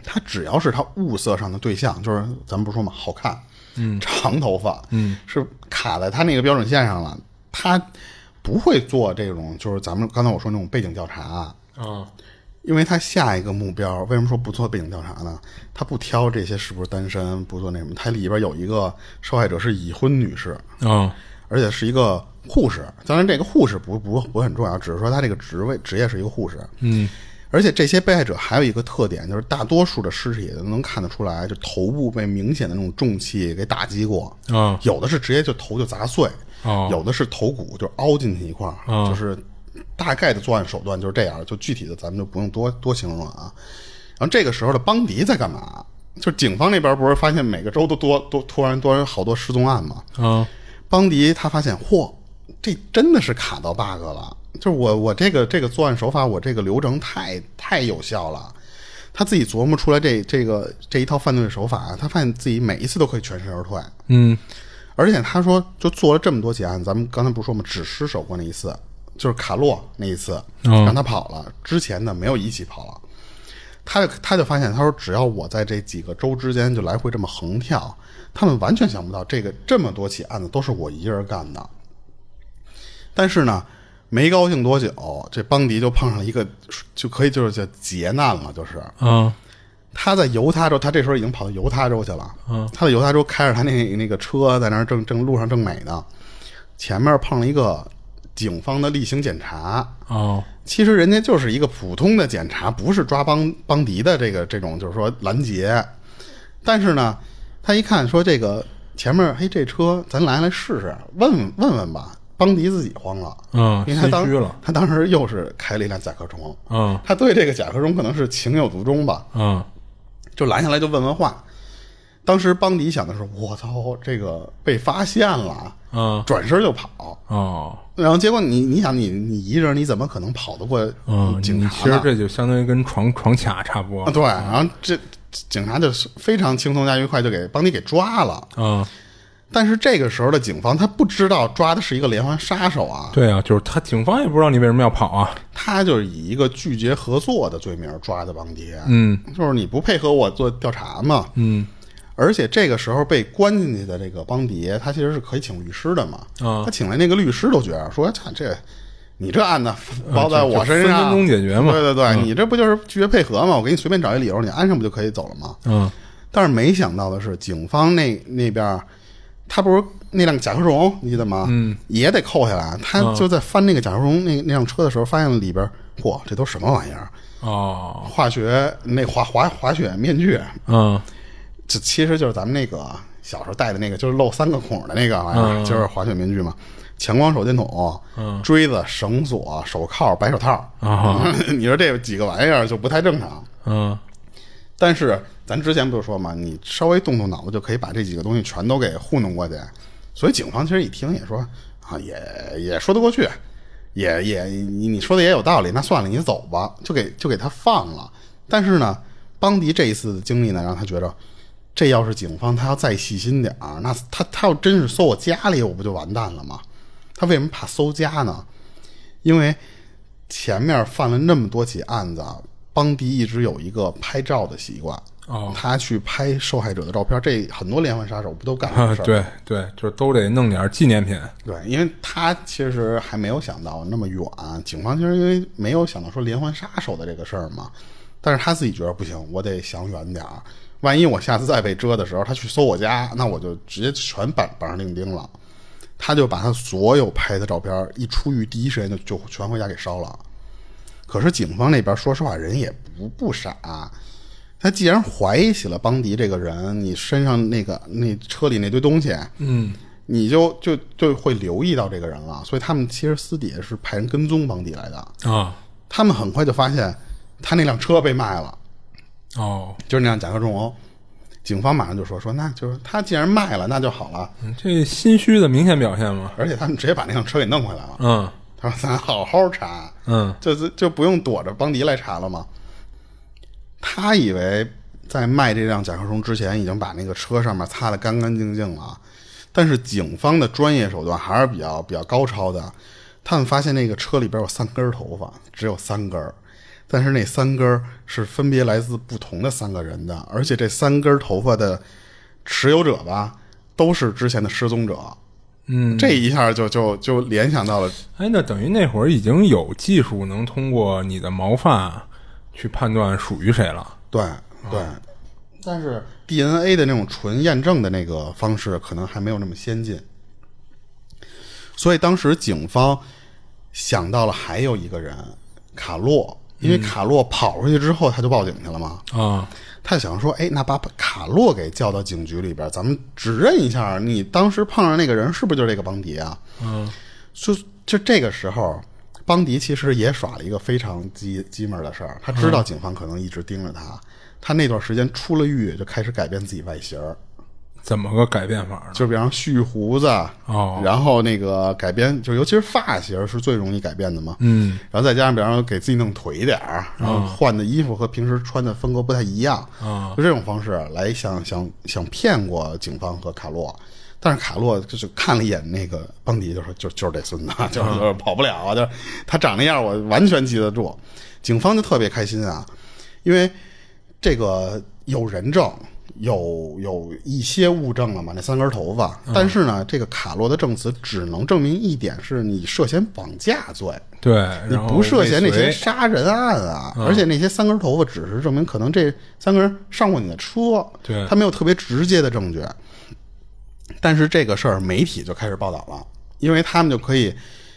[SPEAKER 2] 他只要是他物色上的对象，就是咱们不是说嘛，好看，嗯，长头发，嗯，是卡在他那个标准线上了，他不会做这种就是咱们刚才我说那种背景调查啊，
[SPEAKER 3] 嗯，
[SPEAKER 2] 因为他下一个目标，为什么说不做背景调查呢？他不挑这些是不是单身，不做那什么。他里边有一个受害者是已婚女士，
[SPEAKER 3] 嗯，
[SPEAKER 2] 而且是一个护士。当然，这个护士不不不很重要，只是说他这个职位职业是一个护士。
[SPEAKER 3] 嗯，
[SPEAKER 2] 而且这些被害者还有一个特点，就是大多数的尸体都能看得出来，就头部被明显的那种重器给打击过，
[SPEAKER 3] 嗯，
[SPEAKER 2] 有的是直接就头就砸碎，
[SPEAKER 3] 哦
[SPEAKER 2] 有的是头骨就凹进去一块儿，就是大概的作案手段就是这样，就具体的咱们就不用多多形容了啊。然后这个时候的邦迪在干嘛？就是警方那边不是发现每个州都多多突然多人好多失踪案嘛？
[SPEAKER 3] 嗯，
[SPEAKER 2] 邦迪他发现，嚯，这真的是卡到 bug 了，就是我我这个这个作案手法，我这个流程太太有效了。他自己琢磨出来这这个这一套犯罪手法，啊他发现自己每一次都可以全身而退。
[SPEAKER 3] 嗯，
[SPEAKER 2] 而且他说，就做了这么多起案，咱们刚才不是说吗？只失手过那一次，就是卡洛那一次，
[SPEAKER 3] 嗯
[SPEAKER 2] 让他跑了，之前的没有一起跑了。他就他就发现，他说只要我在这几个州之间就来回这么横跳，他们完全想不到这个这么多起案子都是我一人干的。但是呢，没高兴多久，这邦迪就碰上了一个就可以就是叫劫难了，就是
[SPEAKER 3] 嗯
[SPEAKER 2] 他在犹他州，他这时候已经跑到犹他州去了。
[SPEAKER 3] 嗯，
[SPEAKER 2] 他在犹他州开着他那那个车，在那儿正正路上正美呢，前面碰了一个警方的例行检查。
[SPEAKER 3] 哦
[SPEAKER 2] 其实人家就是一个普通的检查，不是抓邦邦迪的这个这种，就是说拦截。但是呢，他一看说这个前面，嘿，这车咱来来试试，问问问问吧。邦迪自己慌了，
[SPEAKER 3] 嗯，
[SPEAKER 2] 因为他
[SPEAKER 3] 心
[SPEAKER 2] 当
[SPEAKER 3] 虚了，
[SPEAKER 2] 他当时又是开了一辆甲壳虫，
[SPEAKER 3] 嗯
[SPEAKER 2] 他对这个甲壳虫可能是情有独钟吧，
[SPEAKER 3] 嗯
[SPEAKER 2] 就拦下来就问问话。当时邦迪想的是，我操，这个被发现了，啊
[SPEAKER 3] 嗯
[SPEAKER 2] 转身就跑。
[SPEAKER 3] 哦
[SPEAKER 2] 然后结果你你想你你一人你怎么可能跑得过
[SPEAKER 3] 嗯，
[SPEAKER 2] 警察
[SPEAKER 3] 你
[SPEAKER 2] 呢？
[SPEAKER 3] 其实这嗯就相当于跟闯闯卡差不
[SPEAKER 2] 啊，
[SPEAKER 3] 多，
[SPEAKER 2] 对，然后这警察就是非常轻松加愉快就给邦迪给抓了。
[SPEAKER 3] 嗯，
[SPEAKER 2] 但是这个时候的警方他不知道抓的是一个连环杀手啊，
[SPEAKER 3] 对啊，就是他警方也不知道你为什么要跑啊，
[SPEAKER 2] 他就是以一个拒绝合作的罪名抓的邦迪，啊
[SPEAKER 3] 嗯
[SPEAKER 2] 就是你不配合我做调查嘛。
[SPEAKER 3] 嗯
[SPEAKER 2] 而且这个时候被关进去的这个邦迪，他其实是可以请律师的嘛。
[SPEAKER 3] 啊
[SPEAKER 2] 他，请来那个律师都觉得说，操这你这案子 包在
[SPEAKER 3] 啊就就
[SPEAKER 2] 我身上，
[SPEAKER 3] 分分钟解决嘛嗯
[SPEAKER 2] 对对对，你这不就是拒绝配合嘛？我给你随便找一理由，你安上不就可以走了吗？
[SPEAKER 3] 嗯
[SPEAKER 2] 但是没想到的是，警方那那边儿，他不是那辆甲壳虫，你记得吗？嗯，也得扣下来。他
[SPEAKER 3] 啊
[SPEAKER 2] 就在翻那个甲壳虫那那辆车的时候，发现里边儿，嚯，这都什么玩意儿？
[SPEAKER 3] 哦
[SPEAKER 2] 化学那滑滑滑雪面具，
[SPEAKER 3] 嗯
[SPEAKER 2] 这其实就是咱们那个小时候戴的那个，就是露三个孔的那个玩意儿，就是滑雪面具嘛。强光手电筒、锥子、绳索、手铐、白手套，
[SPEAKER 3] 啊
[SPEAKER 2] 你说这几个玩意儿就不太正常。
[SPEAKER 3] 嗯
[SPEAKER 2] 但是咱之前不是说嘛，你稍微动动脑子就可以把这几个东西全都给糊弄过去。所以警方其实一听也说啊，也也说得过去，也也你你说的也有道理，那算了，你走吧，就给就给他放了。但是呢，邦迪这一次的经历呢，让他觉着。这要是警方，他要再细心点儿，那他他要真是搜我家里，我不就完蛋了吗？他为什么怕搜家呢？因为前面犯了那么多起案子，啊，邦迪一直有一个拍照的习惯，
[SPEAKER 3] 哦
[SPEAKER 2] 他去拍受害者的照片，这很多连环杀手不都干 这
[SPEAKER 3] 啊
[SPEAKER 2] 个事儿？
[SPEAKER 3] 对对，就是都得弄点纪念品，
[SPEAKER 2] 对，因为他其实还没有想到那么远，警方其实因为没有想到说连环杀手的这个事儿嘛，但是他自己觉得不行，我得想远点儿，万一我下次再被遮的时候，他去搜我家，那我就直接全板板上钉钉了。他就把他所有拍的照片一出狱，第一时间就就全回家给烧了。可是警方那边说实话，人也不不傻、他既然怀疑起了邦迪这个人，你身上那个那车里那堆东西，
[SPEAKER 3] 嗯
[SPEAKER 2] 你就就就会留意到这个人了，所以他们其实私底下是派人跟踪邦迪来的。
[SPEAKER 3] 啊
[SPEAKER 2] 他们很快就发现他那辆车被卖了，
[SPEAKER 3] 哦，
[SPEAKER 2] 就是那辆甲壳虫。警方马上就说说，那就是他既然卖了，那就好了。
[SPEAKER 3] 嗯这心虚的明显表现嘛，
[SPEAKER 2] 而且他们直接把那辆车给弄回来了。
[SPEAKER 3] 嗯
[SPEAKER 2] 他说咱好好查，
[SPEAKER 3] 嗯
[SPEAKER 2] 就就就不用躲着邦迪来查了嘛。他以为在卖这辆甲壳虫之前，已经把那个车上面擦得干干净净了，啊但是警方的专业手段还是比较比较高超的。他们发现那个车里边有三根头发，只有三根儿，但是那三根儿是分别来自不同的三个人的，而且这三根头发的持有者吧，都是之前的失踪者。
[SPEAKER 3] 嗯，
[SPEAKER 2] 这一下就就就联想到了
[SPEAKER 3] 哎，那等于那会儿已经有技术能通过你的毛发去判断属于谁了。
[SPEAKER 2] 对对，啊但是 DNA 的那种纯验证的那个方式可能还没有那么先进，所以当时警方想到了还有一个人卡洛，因为卡洛跑出去之后他就报警去了嘛，
[SPEAKER 3] 啊，
[SPEAKER 2] 他想说，哎，那把卡洛给叫到警局里边，咱们指认一下，你当时碰上那个人是不是就是这个邦迪啊？
[SPEAKER 3] 嗯，
[SPEAKER 2] 就就这个时候，邦迪其实也耍了一个非常机机门的事儿，他知道警方可能一直盯着他，他那段时间出了狱就开始改变自己外形儿，
[SPEAKER 3] 怎么个改变法呢？
[SPEAKER 2] 就比方蓄胡子，啊
[SPEAKER 3] 哦
[SPEAKER 2] 然后那个改变，就尤其是发型是最容易改变的嘛，
[SPEAKER 3] 嗯，
[SPEAKER 2] 然后再加上比方说给自己弄腿点儿，然后换的衣服和平时穿的风格不太一样，
[SPEAKER 3] 啊
[SPEAKER 2] 就这种方式来想想想骗过警方和卡洛，但是卡洛就是看了一眼那个邦迪，就说就就是这孙子，就是就是跑不了啊，就是他长那样，我完全记得住。警方就特别开心啊，因为这个有人证，有有一些物证了嘛，那三根头发。但是呢，这个卡洛的证词只能证明一点，是你涉嫌绑架罪，
[SPEAKER 3] 对，
[SPEAKER 2] 你
[SPEAKER 3] 然后
[SPEAKER 2] 不涉嫌那些
[SPEAKER 3] 尾随嗯
[SPEAKER 2] 杀人案啊。而且那些三根头发只是证明可能这三个人上过你的车，
[SPEAKER 3] 对
[SPEAKER 2] 他没有特别直接的证据。但是这个事儿媒体就开始报道了，因为他们就可以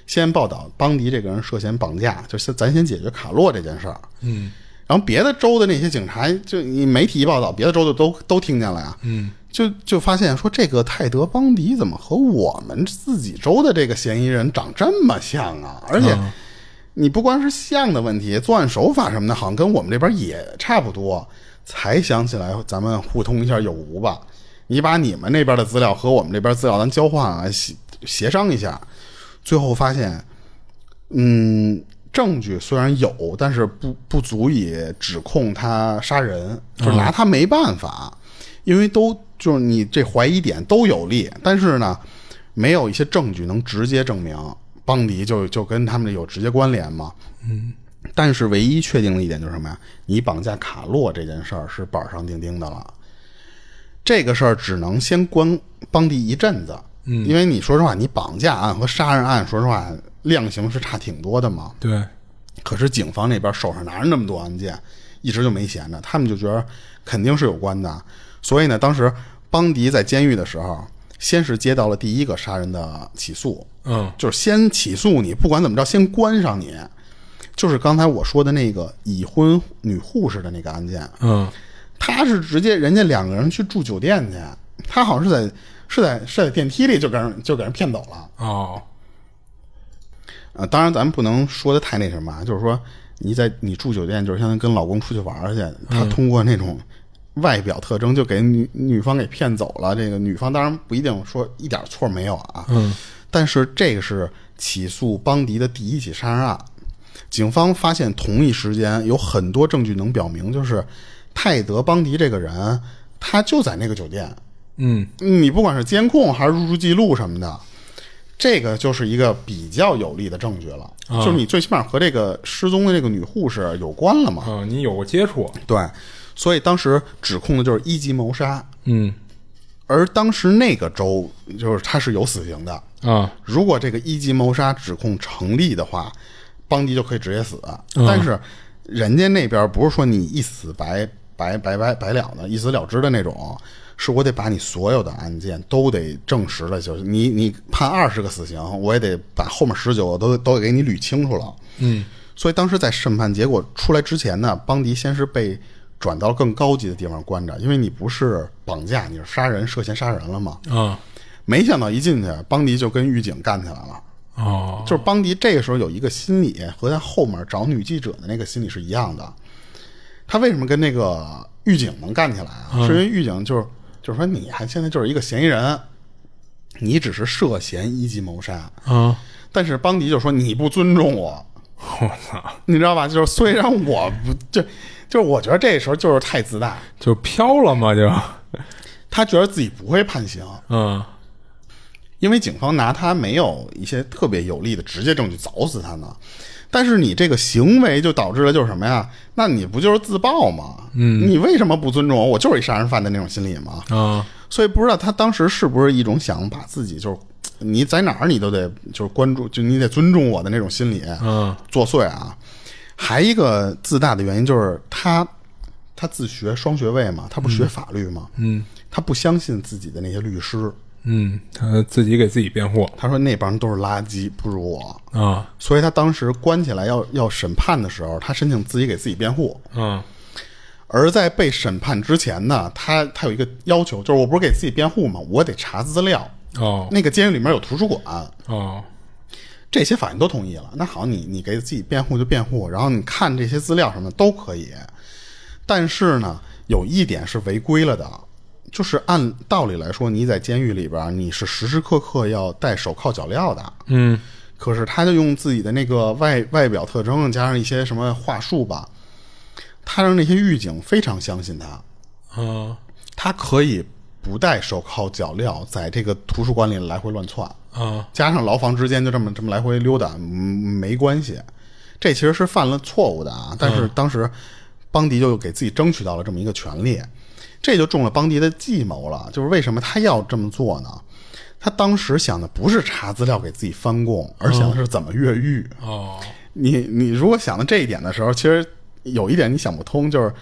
[SPEAKER 2] 先报道邦迪这个人涉嫌绑架，就是咱先解决卡洛这件事儿。
[SPEAKER 3] 嗯
[SPEAKER 2] 然后别的州的那些警察，就你媒体一报道，别的州就都都听见了呀。
[SPEAKER 3] 嗯，
[SPEAKER 2] 就就发现说，这个泰德·邦迪怎么和我们自己州的这个嫌疑人长这么像啊？而
[SPEAKER 3] 嗯
[SPEAKER 2] 且，你不光是像的问题，作案手法什么的，好像跟我们这边也差不多。才想起来，咱们互通一下有无吧？你把你们那边的资料和我们这边资料咱交换啊，协协商一下。最后发现，嗯，证据虽然有，但是不不足以指控他杀人，就是拿他没办法，因为都就是你这怀疑点都有利，但是呢，没有一些证据能直接证明邦迪就就跟他们有直接关联嘛。嗯，但是唯一确定的一点就是什么呀？你绑架卡洛这件事儿是板上钉钉的了。这个事儿只能先关邦迪一阵子，嗯，因为你说实话，你绑架案和杀人案，说实话量刑是差挺多的嘛。
[SPEAKER 3] 对，
[SPEAKER 2] 可是警方那边手上拿着那么多案件，一直就没闲着，他们就觉得肯定是有关的。所以呢，当时邦迪在监狱的时候，先是接到了第一个杀人的起诉，
[SPEAKER 3] 嗯
[SPEAKER 2] 就是先起诉你，不管怎么着，先关上你。就是刚才我说的那个已婚女护士的那个案件，
[SPEAKER 3] 嗯
[SPEAKER 2] 他是直接人家两个人去住酒店去，他好像是在是在是在电梯里就给人就给人骗走了。
[SPEAKER 3] 哦，
[SPEAKER 2] 啊，当然咱们不能说的太那什么啊，就是说你在你住酒店，就是相当于跟老公出去玩儿去，他通过那种外表特征就给女女方给骗走了。这个女方当然不一定说一点错没有啊，
[SPEAKER 3] 嗯，
[SPEAKER 2] 但是这个是起诉邦迪的第一起杀人案。警方发现同一时间有很多证据能表明，就是泰德·邦迪这个人，他就在那个酒店，
[SPEAKER 3] 嗯
[SPEAKER 2] 你不管是监控还是入住记录什么的，这个就是一个比较有力的证据了，
[SPEAKER 3] 啊
[SPEAKER 2] 就是你最起码和这个失踪的这个女护士有关了嘛。
[SPEAKER 3] 啊，你有过接触，
[SPEAKER 2] 对，所以当时指控的就是一级谋杀，
[SPEAKER 3] 嗯
[SPEAKER 2] 而当时那个州就是他是有死刑的，
[SPEAKER 3] 啊，
[SPEAKER 2] 如果这个一级谋杀指控成立的话，邦迪就可以直接死。但是人家那边不是说你一死白白白白白了的，一死了之的那种，是我得把你所有的案件都得证实了，就是你你判二十个死刑，我也得把后面十九个都都得给你捋清楚了。
[SPEAKER 3] 嗯，
[SPEAKER 2] 所以当时在审判结果出来之前呢，邦迪先是被转到更高级的地方关着，因为你不是绑架，你是杀人，涉嫌杀人了嘛。
[SPEAKER 3] 啊
[SPEAKER 2] 没想到一进去，邦迪就跟狱警干起来了。
[SPEAKER 3] 哦，
[SPEAKER 2] 就是邦迪这个时候有一个心理和他后面找女记者的那个心理是一样的。他为什么跟那个狱警能干起来啊？是因为狱警就是就是说你还现在就是一个嫌疑人，你只是涉嫌一级谋杀，
[SPEAKER 3] 啊，
[SPEAKER 2] 但是邦迪就说你不尊重我，
[SPEAKER 3] 我操，
[SPEAKER 2] 你知道吧？就是虽然我不就就是我觉得这时候就是太自大，
[SPEAKER 3] 就飘了嘛，就，
[SPEAKER 2] 他觉得自己不会判刑，
[SPEAKER 3] 嗯
[SPEAKER 2] 啊因为警方拿他没有一些特别有力的直接证据凿死他呢。但是你这个行为就导致了就是什么呀？那你不就是自爆吗？嗯，你为什么不尊重我？我就是一杀人犯的那种心理吗？
[SPEAKER 3] 啊，
[SPEAKER 2] 所以不知道他当时是不是一种想把自己就是你在哪儿你都得就是关注，就你得尊重我的那种心理
[SPEAKER 3] 嗯
[SPEAKER 2] 作祟啊。还一个自大的原因就是他他自学双学位嘛，他不是学法律嘛，嗯，他不相信自己的那些律师，
[SPEAKER 3] 嗯，他自己给自己辩护
[SPEAKER 2] 他说那帮人都是垃圾，不如我。
[SPEAKER 3] 啊，
[SPEAKER 2] 所以他当时关起来要要审判的时候，他申请自己给自己辩护。
[SPEAKER 3] 嗯
[SPEAKER 2] 而在被审判之前呢，他他有一个要求，就是我不是给自己辩护吗？我得查资料。
[SPEAKER 3] 哦
[SPEAKER 2] 那个监狱里面有图书馆，
[SPEAKER 3] 哦，
[SPEAKER 2] 这些法院都同意了。那好，你你给自己辩护就辩护，然后你看这些资料什么的都可以。但是呢，有一点是违规了的，就是按道理来说，你在监狱里边你是时时刻刻要戴手铐脚镣的。
[SPEAKER 3] 嗯
[SPEAKER 2] 可是他就用自己的那个外外表特征，加上一些什么话术吧，他让那些狱警非常相信他，
[SPEAKER 3] 啊
[SPEAKER 2] 他可以不戴手铐脚镣，在这个图书馆里来回乱窜，
[SPEAKER 3] 啊
[SPEAKER 2] 加上牢房之间就这么这么来回溜达，嗯没关系。这其实是犯了错误的啊，但是当时。邦迪就给自己争取到了这么一个权利，这就中了邦迪的计谋了。就是为什么他要这么做呢？他当时想的不是查资料给自己翻供，而想的是怎么越狱。
[SPEAKER 3] 哦，
[SPEAKER 2] 你你如果想到这一点的时候，其实有一点你想不通，就是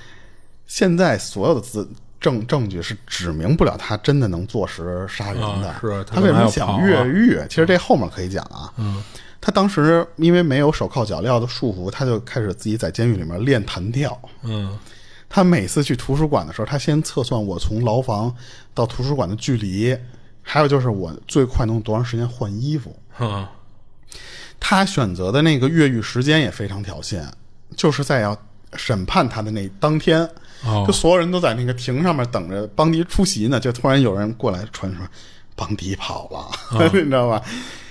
[SPEAKER 2] 现在所有的资证证据是指明不了他真的能坐实杀人的。
[SPEAKER 3] 啊是他
[SPEAKER 2] 他为什
[SPEAKER 3] 干嘛
[SPEAKER 2] 么
[SPEAKER 3] 要跑
[SPEAKER 2] 想
[SPEAKER 3] 啊
[SPEAKER 2] 越狱？其实这后面可以讲啊。嗯，他当时因为没有手铐脚镣的束缚，他就开始自己在监狱里面练弹跳。
[SPEAKER 3] 嗯，
[SPEAKER 2] 他每次去图书馆的时候，他先测算我从牢房到图书馆的距离，还有就是我最快能多长时间换衣服。
[SPEAKER 3] 哼，
[SPEAKER 2] 他选择的那个越狱时间也非常挑衅，就是在要审判他的那当天，
[SPEAKER 3] 哦
[SPEAKER 2] 就所有人都在那个庭上面等着邦迪出席呢，就突然有人过来传说邦迪跑了， 你知道吧？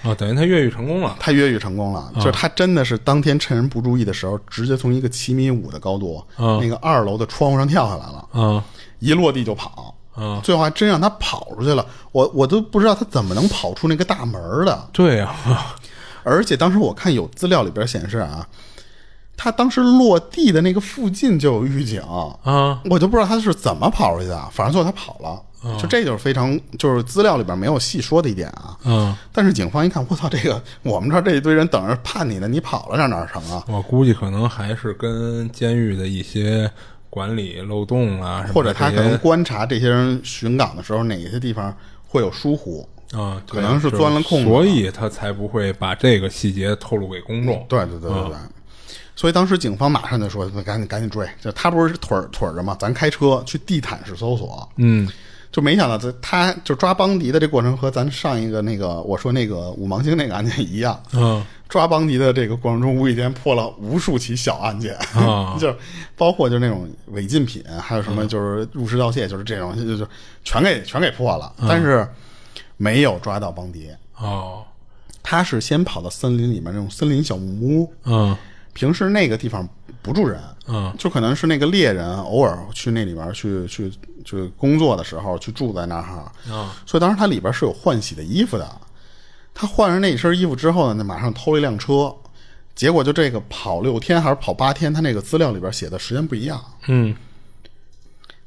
[SPEAKER 3] 哦，等于他越狱成功了。
[SPEAKER 2] 啊他越狱成功了，就是他真的是当天趁人不注意的时候，直接从一个七米五的高度，
[SPEAKER 3] 嗯
[SPEAKER 2] 那个二楼的窗户上跳下来了，
[SPEAKER 3] 啊
[SPEAKER 2] 一落地就跑。
[SPEAKER 3] 啊，
[SPEAKER 2] 最后还真让他跑出去了，我我都不知道他怎么能跑出那个大门儿的。
[SPEAKER 3] 对啊，
[SPEAKER 2] 而且当时我看有资料里边显示啊，他当时落地的那个附近就有预警
[SPEAKER 3] 啊，
[SPEAKER 2] 我就不知道他是怎么跑出去的，啊反正最后他跑
[SPEAKER 3] 嗯
[SPEAKER 2] 了，就这就是非常就是资料里边没有细说的一点啊。
[SPEAKER 3] 嗯，
[SPEAKER 2] 但是警方一看，我操，这个我们这儿这一堆人等着判你呢，你跑了，这哪儿成啊？
[SPEAKER 3] 我估计可能还是跟监狱的一些管理漏洞啊，
[SPEAKER 2] 或者他可能
[SPEAKER 3] 能
[SPEAKER 2] 观察这些人巡岗的时候，哪些地方会有疏忽，
[SPEAKER 3] 啊，
[SPEAKER 2] 可
[SPEAKER 3] 对
[SPEAKER 2] 能是钻了空子啊
[SPEAKER 3] 所以他才不会把这个细节透露给公众。
[SPEAKER 2] 对对对对
[SPEAKER 3] 嗯
[SPEAKER 2] 对。所以当时警方马上就说：“赶紧赶紧追！”就他不是腿儿腿儿着嘛，咱开车去地毯式搜索。
[SPEAKER 3] 嗯，
[SPEAKER 2] 就没想到这他就抓邦迪的这过程和咱上一个那个我说那个五芒星那个案件一样。
[SPEAKER 3] 嗯，
[SPEAKER 2] 抓邦迪的这个过程中，无意间破了无数起小案件，
[SPEAKER 3] 啊
[SPEAKER 2] 就是包括就是那种违禁品，还有什
[SPEAKER 3] 嗯
[SPEAKER 2] 么就是入室盗窃，就是这种就就全给全给破了，
[SPEAKER 3] 嗯
[SPEAKER 2] 但是没有抓到邦迪。
[SPEAKER 3] 哦，
[SPEAKER 2] 他是先跑到森林里面那种森林小木屋，
[SPEAKER 3] 嗯
[SPEAKER 2] 平时那个地方不住人，
[SPEAKER 3] 嗯，
[SPEAKER 2] 就可能是那个猎人偶尔去那里边去去去工作的时候去住在那儿哈，
[SPEAKER 3] 啊
[SPEAKER 2] 所以当时他里边是有换洗的衣服的。他换上那一身衣服之后呢，那马上偷了一辆车，结果就这个跑六天还是跑八天，他那个资料里边写的时间不一样，
[SPEAKER 3] 嗯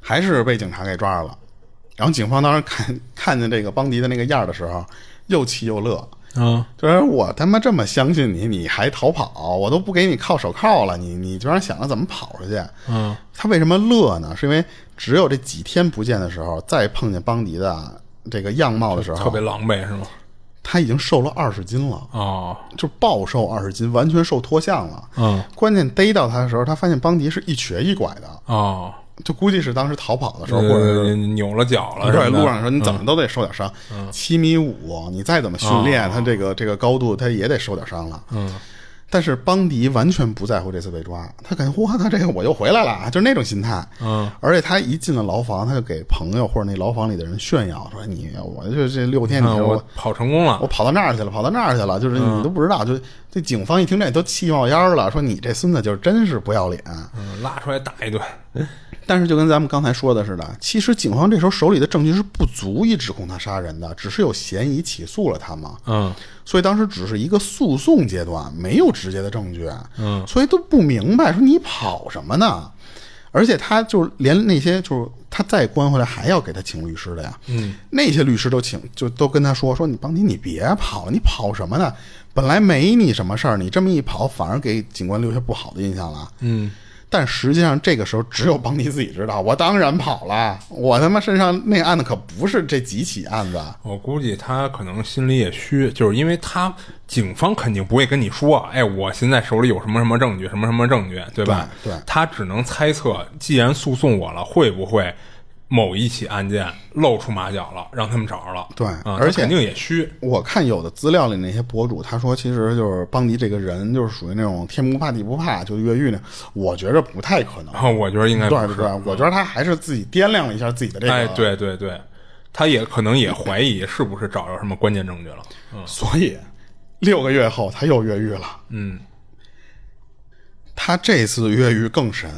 [SPEAKER 2] 还是被警察给抓了。然后警方当时看 看见这个邦迪的那个样儿的时候，又气又乐，
[SPEAKER 3] 啊
[SPEAKER 2] 就是我他妈这么相信你，你还逃跑，我都不给你铐手铐了，你你居然想着怎么跑出去？
[SPEAKER 3] 嗯，
[SPEAKER 2] 他为什么乐呢？是因为只有这几天不见的时候，再碰见邦迪的这个样貌的时
[SPEAKER 3] 特
[SPEAKER 2] 候
[SPEAKER 3] 别，狼狈是吗？
[SPEAKER 2] 他已经瘦了二十斤了，
[SPEAKER 3] 哦，
[SPEAKER 2] 就暴瘦二十斤，完全瘦脱相了。
[SPEAKER 3] 嗯
[SPEAKER 2] 关键逮到他的时候，他发现邦迪是一瘸一拐的，
[SPEAKER 3] 哦，
[SPEAKER 2] 就估计是当时逃跑的时候，或者
[SPEAKER 3] 呃
[SPEAKER 2] 是
[SPEAKER 3] 扭了脚了
[SPEAKER 2] 对
[SPEAKER 3] 什么的，
[SPEAKER 2] 路上说你怎么都得受点伤，
[SPEAKER 3] 嗯
[SPEAKER 2] 七米五，你再怎么训
[SPEAKER 3] 哦
[SPEAKER 2] 练，他这个这个高度他也得受点伤了。嗯，但是邦迪完全不在乎这次被抓，他感觉哇，他这个我又回来了，啊 就是那种心态。
[SPEAKER 3] 嗯，
[SPEAKER 2] 而且他一进了牢房，他就给朋友或者那牢房里的人炫耀说：“你我就这六天，你
[SPEAKER 3] 嗯，
[SPEAKER 2] 说
[SPEAKER 3] 我嗯跑成功了
[SPEAKER 2] 我，跑到那儿去了，跑到那儿去了，就是你都不知道，就这警方一听这都气冒烟了，说你这孙子就是真是不要脸。
[SPEAKER 3] 嗯，拉出来打一顿，
[SPEAKER 2] 但是就跟咱们刚才说的似的，其实警方这时候手里的证据是不足以指控他杀人的，只是有嫌疑起诉了他嘛。
[SPEAKER 3] 嗯
[SPEAKER 2] 所以当时只是一个诉讼阶段，没有直接的证据，啊
[SPEAKER 3] 嗯，
[SPEAKER 2] 所以都不明白说你跑什么呢？而且他就连那些就是他再关回来还要给他请律师的呀，嗯，那些律师都请就都跟他说说你邦迪你别跑了，你跑什么呢？本来没你什么事儿，你这么一跑反而给警官留下不好的印象了，
[SPEAKER 3] 嗯
[SPEAKER 2] 但实际上，这个时候只有邦迪自己知道，我当然跑了，我他妈身上那案子可不是这几起案子，
[SPEAKER 3] 我估计他可能心里也虚，就是因为他警方肯定不会跟你说，哎，我现在手里有什么什么证据，什么什么证据，对吧？
[SPEAKER 2] 对对
[SPEAKER 3] 他只能猜测，既然诉讼我了，会不会某一起案件露出马脚了，让他们找着了？
[SPEAKER 2] 对
[SPEAKER 3] 啊
[SPEAKER 2] 而且
[SPEAKER 3] 他肯定也虚，
[SPEAKER 2] 我看有的资料里那些博主，他说其实就是邦迪这个人就是属于那种天不怕地不怕，就越狱呢，我觉着不太可能
[SPEAKER 3] 然。后啊我觉得哦应该不
[SPEAKER 2] 对
[SPEAKER 3] 是
[SPEAKER 2] 对
[SPEAKER 3] 嗯
[SPEAKER 2] 对，我觉得他还是自己掂量了一下自己的这个，
[SPEAKER 3] 哎，，对对对，他也可能也怀疑是不是找着什么关键证据了。 嗯
[SPEAKER 2] 所以六个月后他又越狱了。
[SPEAKER 3] 嗯
[SPEAKER 2] 他这次越狱更神，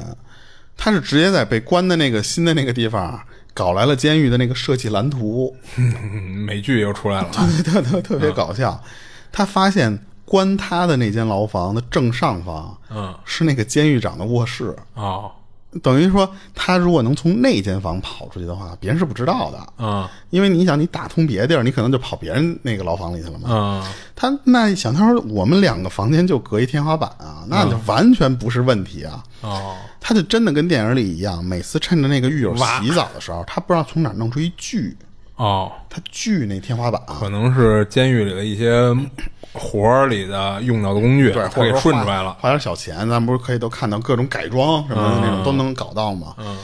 [SPEAKER 2] 他是直接在被关的那个新的那个地方搞来了监狱的那个设计蓝图。
[SPEAKER 3] 嗯，美剧又出 来了。
[SPEAKER 2] 特特特
[SPEAKER 3] 嗯
[SPEAKER 2] 别搞笑。他发现关他的那间牢房的正上方，
[SPEAKER 3] 嗯，
[SPEAKER 2] 是那个监狱长的卧室。
[SPEAKER 3] 哦，
[SPEAKER 2] 等于说，他如果能从那间房跑出去的话，别人是不知道的，
[SPEAKER 3] 啊
[SPEAKER 2] 因为你想，你打通别的地儿，你可能就跑别人那个牢房里去了嘛。
[SPEAKER 3] 啊
[SPEAKER 2] 他那想，他说我们两个房间就隔一天花板啊，那就完全不是问题啊。
[SPEAKER 3] 哦，
[SPEAKER 2] 他就真的跟电影里一样，每次趁着那个狱友
[SPEAKER 3] 哇
[SPEAKER 2] 洗澡的时候，他不知道从哪儿弄出一锯，
[SPEAKER 3] 哦，
[SPEAKER 2] 他锯那天花板，啊
[SPEAKER 3] 可能是监狱里的一些活儿里的用到的工具，
[SPEAKER 2] 对，
[SPEAKER 3] 他
[SPEAKER 2] 或
[SPEAKER 3] 给
[SPEAKER 2] 者说
[SPEAKER 3] 顺
[SPEAKER 2] 花
[SPEAKER 3] 出来了。
[SPEAKER 2] 花点小钱，咱不是可以都看到各种改装什么的
[SPEAKER 3] 嗯
[SPEAKER 2] 那种都能搞到吗？嗯，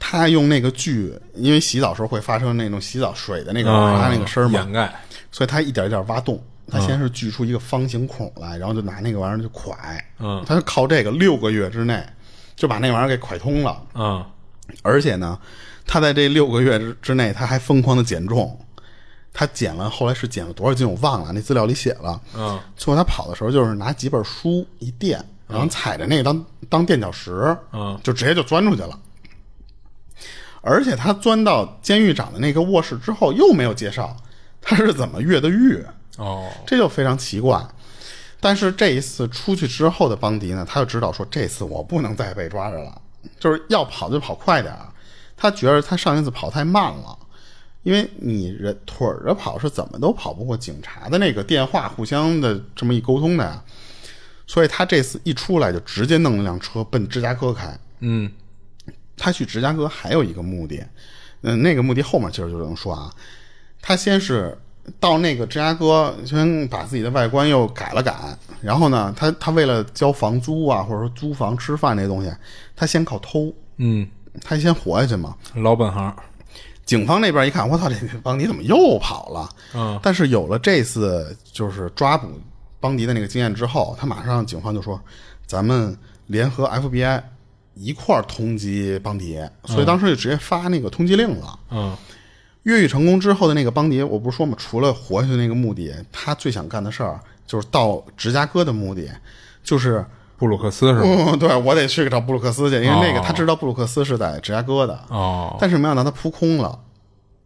[SPEAKER 2] 他用那个锯，因为洗澡时候会发生那种洗澡水的那个
[SPEAKER 3] 啊
[SPEAKER 2] 哗那个声儿嘛
[SPEAKER 3] 掩，盖
[SPEAKER 2] 所以他一点一点挖洞。他先是锯出一个方形孔来，然后就拿那个玩意儿就蒯，
[SPEAKER 3] 嗯
[SPEAKER 2] 他就靠这个六个月之内就把那玩意儿给蒯通了。
[SPEAKER 3] 啊
[SPEAKER 2] 而且呢，他在这六个月之之内，他还疯狂的减重，他减了，后来是减了多少斤我忘了，那资料里写了。
[SPEAKER 3] 嗯，
[SPEAKER 2] 最后他跑的时候就是拿几本书一垫，然后踩着那个当当垫脚石，
[SPEAKER 3] 嗯，
[SPEAKER 2] 就直接就钻出去了。而且他钻到监狱长的那个卧室之后，又没有介绍他是怎么越的狱，
[SPEAKER 3] 哦
[SPEAKER 2] 这就非常奇怪。但是这一次出去之后的邦迪呢，他就知道说这次我不能再被抓着了，就是要跑就跑快点儿。他觉得他上一次跑太慢了，因为你人腿儿着跑是怎么都跑不过警察的那个电话互相的这么一沟通的呀。所以他这次一出来就直接弄了辆车奔芝加哥开。
[SPEAKER 3] 嗯
[SPEAKER 2] 他去芝加哥还有一个目的，嗯，那个目的后面其实就能说啊。他先是到那个芝加哥，先把自己的外观又改了改，然后呢，他他为了交房租啊，或者说租房、吃饭这东西，他先靠偷，
[SPEAKER 3] 嗯，
[SPEAKER 2] 他先活下去嘛。
[SPEAKER 3] 老本行
[SPEAKER 2] 警方那边一看，我操，这邦迪怎么又跑了？
[SPEAKER 3] 嗯，
[SPEAKER 2] 但是有了这次就是抓捕邦迪的那个经验之后，他马上警方就说，咱们联合 FBI 一块儿通缉邦迪，所以当时就直接发那个通缉令了。
[SPEAKER 3] 嗯
[SPEAKER 2] 越狱成功之后的那个邦迪，我不是说嘛，除了活下去那个目的，他最想干的事儿就是到芝加哥的目的，就是。
[SPEAKER 3] 布鲁克斯是吧？
[SPEAKER 2] 嗯，对，我得去找布鲁克斯去，因为那个
[SPEAKER 3] 哦
[SPEAKER 2] 他知道布鲁克斯是在芝加哥的，
[SPEAKER 3] 哦
[SPEAKER 2] 但是没想到他扑空了，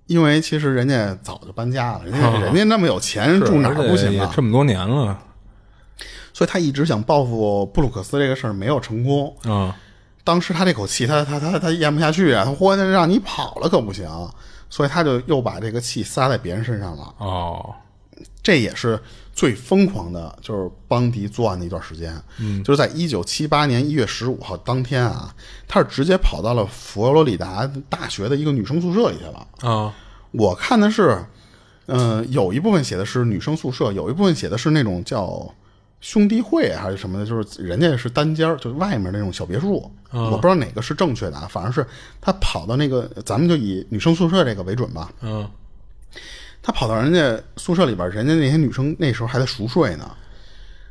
[SPEAKER 2] 因为其实人家早就搬家 了，人家、人家那么有钱，人
[SPEAKER 3] 是
[SPEAKER 2] 住哪儿
[SPEAKER 3] 而且
[SPEAKER 2] 不行
[SPEAKER 3] 也
[SPEAKER 2] 啊？
[SPEAKER 3] 这么多年了，
[SPEAKER 2] 所以他一直想报复布鲁克斯这个事儿没有成功。
[SPEAKER 3] 嗯
[SPEAKER 2] 当时他这口气，他他他他咽不下去啊，他活着让你跑了可不行，所以他就又把这个气撒在别人身上了。
[SPEAKER 3] 哦
[SPEAKER 2] 这也是最疯狂的，就是邦迪作案的一段时间。嗯，就是在一九七八年一月十五号当天啊，他是直接跑到了佛罗里达大学的一个女生宿舍里去了。
[SPEAKER 3] 啊
[SPEAKER 2] 我看的是，嗯、有一部分写的是女生宿舍，有一部分写的是那种叫兄弟会还是什么的，就是人家是单间儿，就是外面那种小别墅。我不知道哪个是正确的啊，反正是他跑到那个，咱们就以女生宿舍这个为准吧。
[SPEAKER 3] 嗯
[SPEAKER 2] 他跑到人家宿舍里边，人家那些女生那时候还在熟睡呢。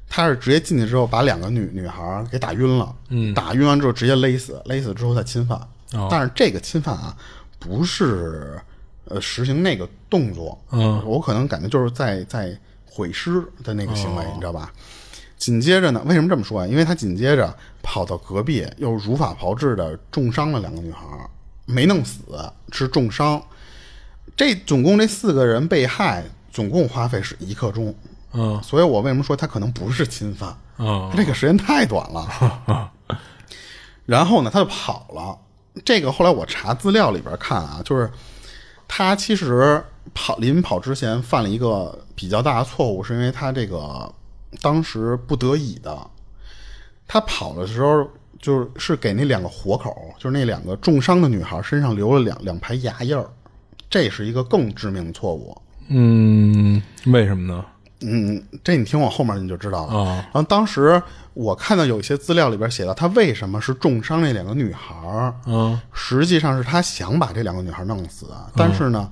[SPEAKER 2] 他是直接进去之后，把两个女女孩儿给打晕了，嗯，哦打晕完之后直接勒死，勒死之后再侵犯。但是这个侵犯啊，不是呃实行那个动作，嗯，我可能感觉就是在在毁尸的那个行为，你知道吧？紧接着呢，为什么这么说啊？因为他紧接着跑到隔壁，又如法炮制的重伤了两个女孩儿，没弄死，是重伤。这总共这四个人被害，总共花费是一刻钟。
[SPEAKER 3] 嗯
[SPEAKER 2] 所以我为什么说他可能不是侵犯？
[SPEAKER 3] 嗯
[SPEAKER 2] 这个时间太短了。然后呢，他就跑了。这个后来我查资料里边看啊，就是他其实跑临跑之前犯了一个比较大的错误，是因为他这个当时不得已的。他跑的时候就是是给那两个活口，就是那两个重伤的女孩身上留了两两排牙印儿，这是一个更致命的错误。
[SPEAKER 3] 嗯，为什么呢？
[SPEAKER 2] 嗯，这你听我后面你就知道了。
[SPEAKER 3] 哦
[SPEAKER 2] 然后当时我看到有一些资料里边写到，他为什么是重伤那两个女孩儿？
[SPEAKER 3] 嗯，
[SPEAKER 2] 实际上是他想把这两个女孩弄死，啊但是呢，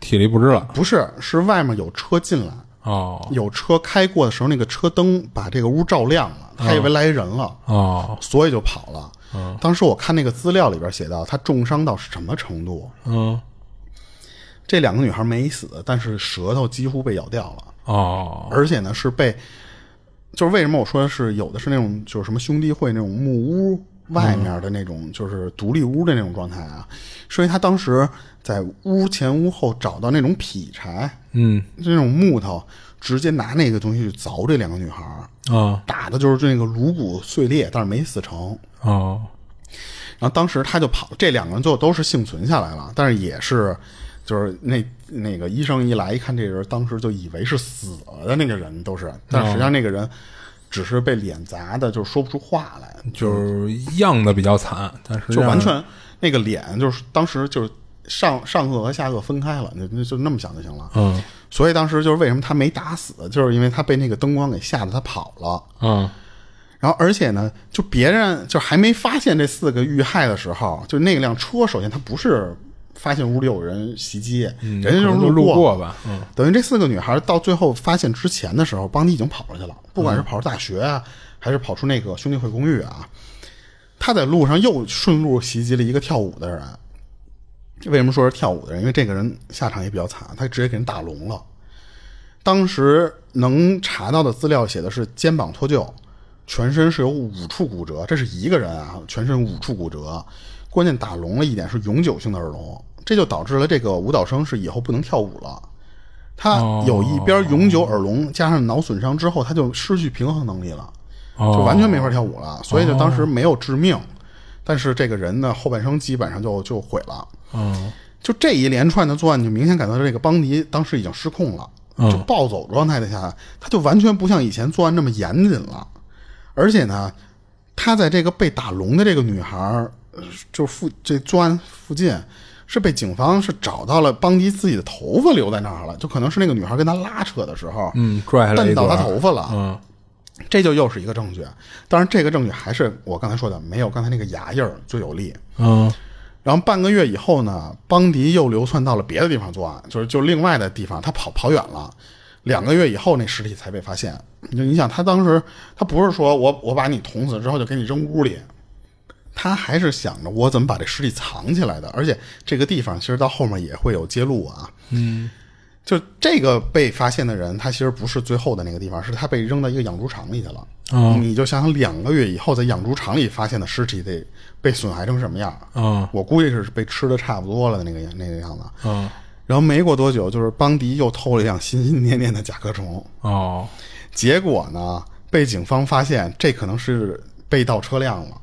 [SPEAKER 3] 体力不支了
[SPEAKER 2] 不是，是外面有车进来，
[SPEAKER 3] 哦
[SPEAKER 2] 有车开过的时候，那个车灯把这个屋照亮了，他以为来人了，
[SPEAKER 3] 哦
[SPEAKER 2] 所以就跑了。当时我看那个资料里边写到，他重伤到什么程度？
[SPEAKER 3] 嗯
[SPEAKER 2] 这两个女孩没死，但是舌头几乎被咬掉了。
[SPEAKER 3] 哦
[SPEAKER 2] 而且呢是被，就是为什么我说是有的是那种就是什么兄弟会那种木屋外面的那种就是独立屋的那种状态啊，是因为他当时在屋前屋后找到那种劈柴，
[SPEAKER 3] 嗯
[SPEAKER 2] 这种木头，直接拿那个东西去凿这两个女孩儿，
[SPEAKER 3] 啊
[SPEAKER 2] 打的就是这个颅骨碎裂，但是没死成。
[SPEAKER 3] 哦
[SPEAKER 2] 然后当时他就跑，这两个人最后都是幸存下来了，但是也是，就是那那个医生一来一看这人，当时就以为是死了的那个人都是，但实际上那个人只是被脸砸的，就是说不出话来，
[SPEAKER 3] 就是啊样的比较惨，但是
[SPEAKER 2] 就完全那个脸就是当时就是上上颚和下颚分开了，那那就那么想就行了。
[SPEAKER 3] 嗯
[SPEAKER 2] 所以当时就是为什么他没打死，就是因为他被那个灯光给吓得他跑了。
[SPEAKER 3] 嗯
[SPEAKER 2] 然后而且呢，就别人就还没发现这四个遇害的时候，就那辆车，首先它不是发现屋里有人袭击，
[SPEAKER 3] 嗯，
[SPEAKER 2] 人家就是
[SPEAKER 3] 可能就
[SPEAKER 2] 路
[SPEAKER 3] 路过吧，嗯
[SPEAKER 2] 等于这四个女孩到最后发现之前的时候，邦迪已经跑出去了，不管是跑出大学啊，还是跑出那个兄弟会公寓啊，他在路上又顺路袭击了一个跳舞的人。为什么说是跳舞的人？因为这个人下场也比较惨，他直接给人打聋了。当时能查到的资料写的是肩膀脱臼，全身是有五处骨折，这是一个人啊，全身五处骨折。关键打聋了一点是永久性的耳聋，这就导致了这个舞蹈生是以后不能跳舞了。他有一边永久耳聋，加上脑损伤之后，他就失去平衡能力了，
[SPEAKER 3] 哦
[SPEAKER 2] 就完全没法跳舞了。所以就当时没有致命，但是这个人呢，后半生基本上就就毁了。
[SPEAKER 3] 嗯
[SPEAKER 2] 就这一连串的作案，你就明显感到这个邦迪当时已经失控了，
[SPEAKER 3] 嗯
[SPEAKER 2] 就暴走状态的下，他就完全不像以前作案那么严谨了。而且呢，他在这个被打聋的这个女孩儿，呃就附这作案附近，是被警方是找到了邦迪自己的头发留在那儿了，就可能是那个女孩跟他拉扯的时候，
[SPEAKER 3] 嗯，拽下来
[SPEAKER 2] 蹬
[SPEAKER 3] 一段
[SPEAKER 2] 到他头发了。
[SPEAKER 3] 嗯
[SPEAKER 2] 这就又是一个证据，当然这个证据还是我刚才说的，没有刚才那个牙印儿最有力。
[SPEAKER 3] 嗯
[SPEAKER 2] 然后半个月以后呢，邦迪又流窜到了别的地方作案，就是就另外的地方，他跑跑远了。两个月以后，那尸体才被发现。就你想，他当时他不是说我我把你捅死之后就给你扔屋里，他还是想着我怎么把这尸体藏起来的。而且这个地方其实到后面也会有揭露啊。
[SPEAKER 3] 嗯
[SPEAKER 2] 就这个被发现的人，他其实不是最后的那个地方，是他被扔到一个养猪场里去了。
[SPEAKER 3] 哦
[SPEAKER 2] 你就想想两个月以后在养猪场里发现的尸体得被损害成什么样？
[SPEAKER 3] 嗯
[SPEAKER 2] 我估计是被吃的差不多了的那个样那个样子。
[SPEAKER 3] 嗯
[SPEAKER 2] 然后没过多久，就是邦迪又偷了一辆心心念念的甲壳虫，
[SPEAKER 3] 哦
[SPEAKER 2] 结果呢被警方发现这可能是被盗车辆了。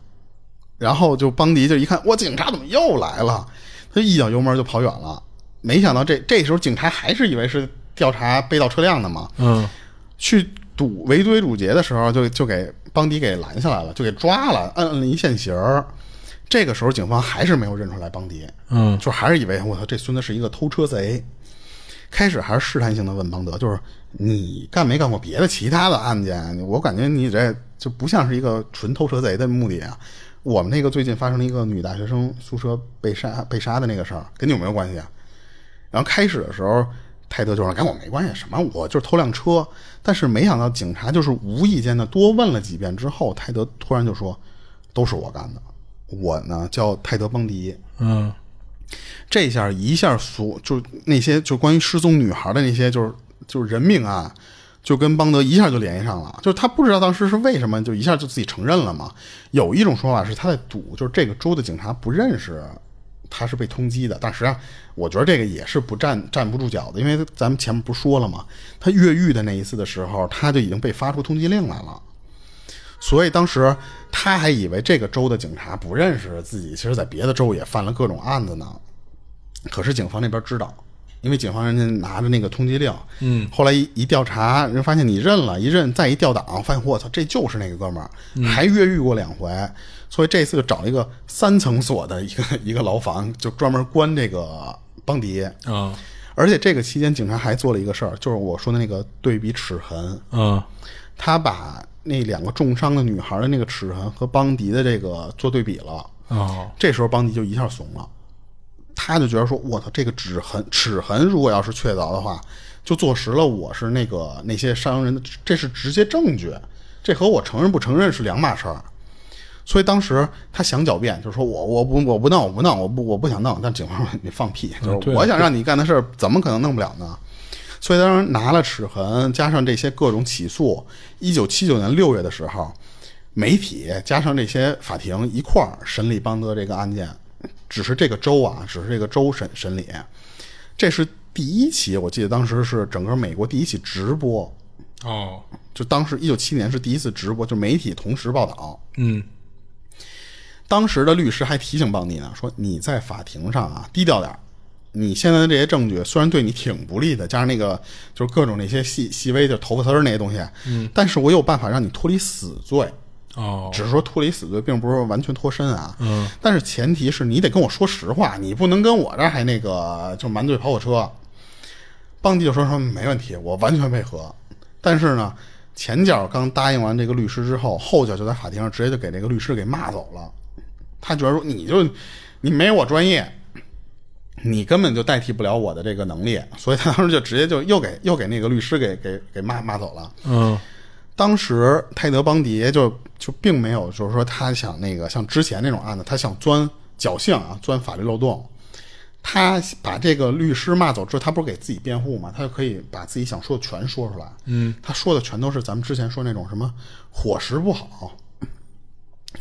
[SPEAKER 2] 然后就邦迪就一看，我警察怎么又来了？他一脚油门就跑远了。没想到这这时候警察还是以为是调查被盗车辆的嘛，
[SPEAKER 3] 嗯
[SPEAKER 2] 去堵围追堵截的时候就，就给邦迪给拦下来了，就给抓了，摁了一现行儿。这个时候，警方还是没有认出来邦迪，
[SPEAKER 3] 嗯
[SPEAKER 2] 就还是以为我操，这孙子是一个偷车贼。开始还是试探性的问邦德，就是你干没干过别的其他的案件？啊我感觉你这就不像是一个纯偷车贼的目的啊。我们那个最近发生了一个女大学生宿舍被杀被杀的那个事儿，跟你有没有关系啊？然后开始的时候，泰德就说跟我没关系，什么我就是偷辆车。但是没想到警察就是无意间的多问了几遍之后，泰德突然就说都是我干的，我呢叫泰德邦迪。
[SPEAKER 3] 嗯
[SPEAKER 2] 这下一下所就那些就关于失踪女孩的那些就是就是人命案，就跟邦德一下就联系上了。就是他不知道当时是为什么，就一下就自己承认了嘛。有一种说法是他在赌，就是这个州的警察不认识他是被通缉的，但实际上我觉得这个也是不站站不住脚的，因为咱们前面不说了嘛，他越狱的那一次的时候，他就已经被发出通缉令来了。所以当时他还以为这个州的警察不认识自己，其实在别的州也犯了各种案子呢。可是警方那边知道，因为警方人家拿着那个通缉令，嗯，后来一一调查，人发现你认了，一认再一调档，发现我操，这就是那个哥们儿，还越狱过两回，所以这次就找了一个三层锁的一个 一个牢房，就专门关这个邦迪。
[SPEAKER 3] 嗯
[SPEAKER 2] 而且这个期间，警察还做了一个事儿，就是我说的那个对比齿痕，
[SPEAKER 3] 嗯
[SPEAKER 2] 他把那两个重伤的女孩的那个齿痕和邦迪的这个做对比了。
[SPEAKER 3] 哦
[SPEAKER 2] 这时候邦迪就一下怂了，他就觉得说：“我操，这个指痕齿痕如果要是确凿的话，就坐实了我是那个那些伤人的，这是直接证据，这和我承认不承认是两码事儿。”所以当时他想狡辩，就说我我不我不弄我不弄我不我不想弄，但警方说你放屁，就是
[SPEAKER 3] 对
[SPEAKER 2] 我想让你干的事儿，怎么可能弄不了呢？所以当时拿了齿痕，加上这些各种起诉，一九七九年六月的时候，媒体加上这些法庭一块儿审理邦德这个案件，只是这个州啊，只是这个州审审理，这是第一起，我记得当时是整个美国第一起直播，
[SPEAKER 3] 哦
[SPEAKER 2] 就当时一九七年是第一次直播，就媒体同时报道。
[SPEAKER 3] 嗯
[SPEAKER 2] 当时的律师还提醒邦尼呢，说你在法庭上啊低调点儿，你现在的这些证据虽然对你挺不利的，加上那个就是各种那些细细微就头发丝儿那些东西，嗯，但是我有办法让你脱离死罪，
[SPEAKER 3] 哦，
[SPEAKER 2] 只是说脱离死罪，并不是说完全脱身啊。嗯，但是前提是你得跟我说实话，你不能跟我这儿还那个就满嘴跑火车。邦迪就说说没问题，我完全配合。但是呢，前脚刚答应完这个律师之后，后脚就在法庭上直接就给这个律师给骂走了。他觉得说你就你没我专业，你根本就代替不了我的这个能力，所以他当时就直接就又给又给那个律师给给给骂骂走了。
[SPEAKER 3] 嗯，
[SPEAKER 2] 当时泰德·邦迪就就并没有，就是说他想那个像之前那种案子，他想钻侥幸啊，钻法律漏洞。他把这个律师骂走之后，他不是给自己辩护嘛，他就可以把自己想说的全说出来。嗯，他说的全都是咱们之前说那种什么伙食不好、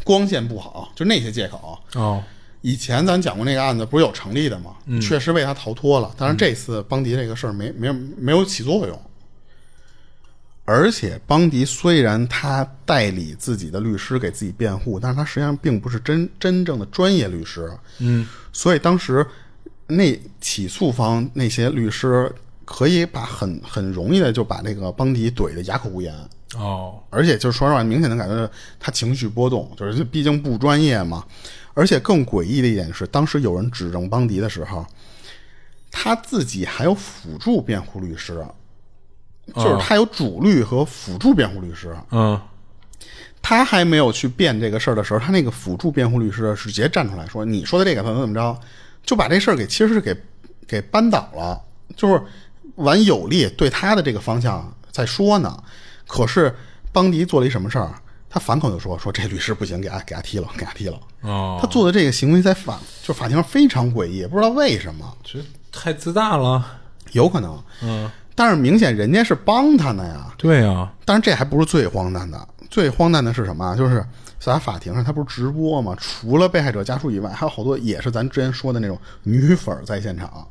[SPEAKER 2] 光线不好，就那些借口。
[SPEAKER 3] 哦，
[SPEAKER 2] 以前咱讲过那个案子，不是有成立的吗？确实为他逃脱了，但是这次邦迪这个事儿没没有没有起作用。而且邦迪虽然他代理自己的律师给自己辩护，但是他实际上并不是真真正的专业律师。嗯，所以当时那起诉方那些律师可以把很很容易的就把那个邦迪怼得哑口无言。
[SPEAKER 3] 哦，
[SPEAKER 2] 而且就是说实话，明显能感觉到他情绪波动，就是毕竟不专业嘛。而且更诡异的一点是，当时有人指证邦迪的时候，他自己还有辅助辩护律师，啊就是他有主律和辅助辩护律师。啊
[SPEAKER 3] 嗯，
[SPEAKER 2] 他还没有去辩这个事儿的时候，他那个辅助辩护律师是直接站出来说：“你说的这个怎么怎么着，就把这事儿给其实是给给扳倒了，就是玩有利对他的这个方向在说呢。”可是邦迪做了一什么事儿？他反口就说：“说这律师不行，给他给他踢了，给他踢了。”
[SPEAKER 3] 哦，
[SPEAKER 2] 他做的这个行为在法就法庭上非常诡异，不知道为什么，
[SPEAKER 3] 其实太自大了。
[SPEAKER 2] 有可能，嗯，但是明显人家是帮他呢呀，
[SPEAKER 3] 对啊呀、
[SPEAKER 2] 当然这还不是最荒诞的，最荒诞的是什么啊？就是咱法庭上他不是直播吗？除了被害者家属以外，还有好多也是咱之前说的那种女粉儿在现场。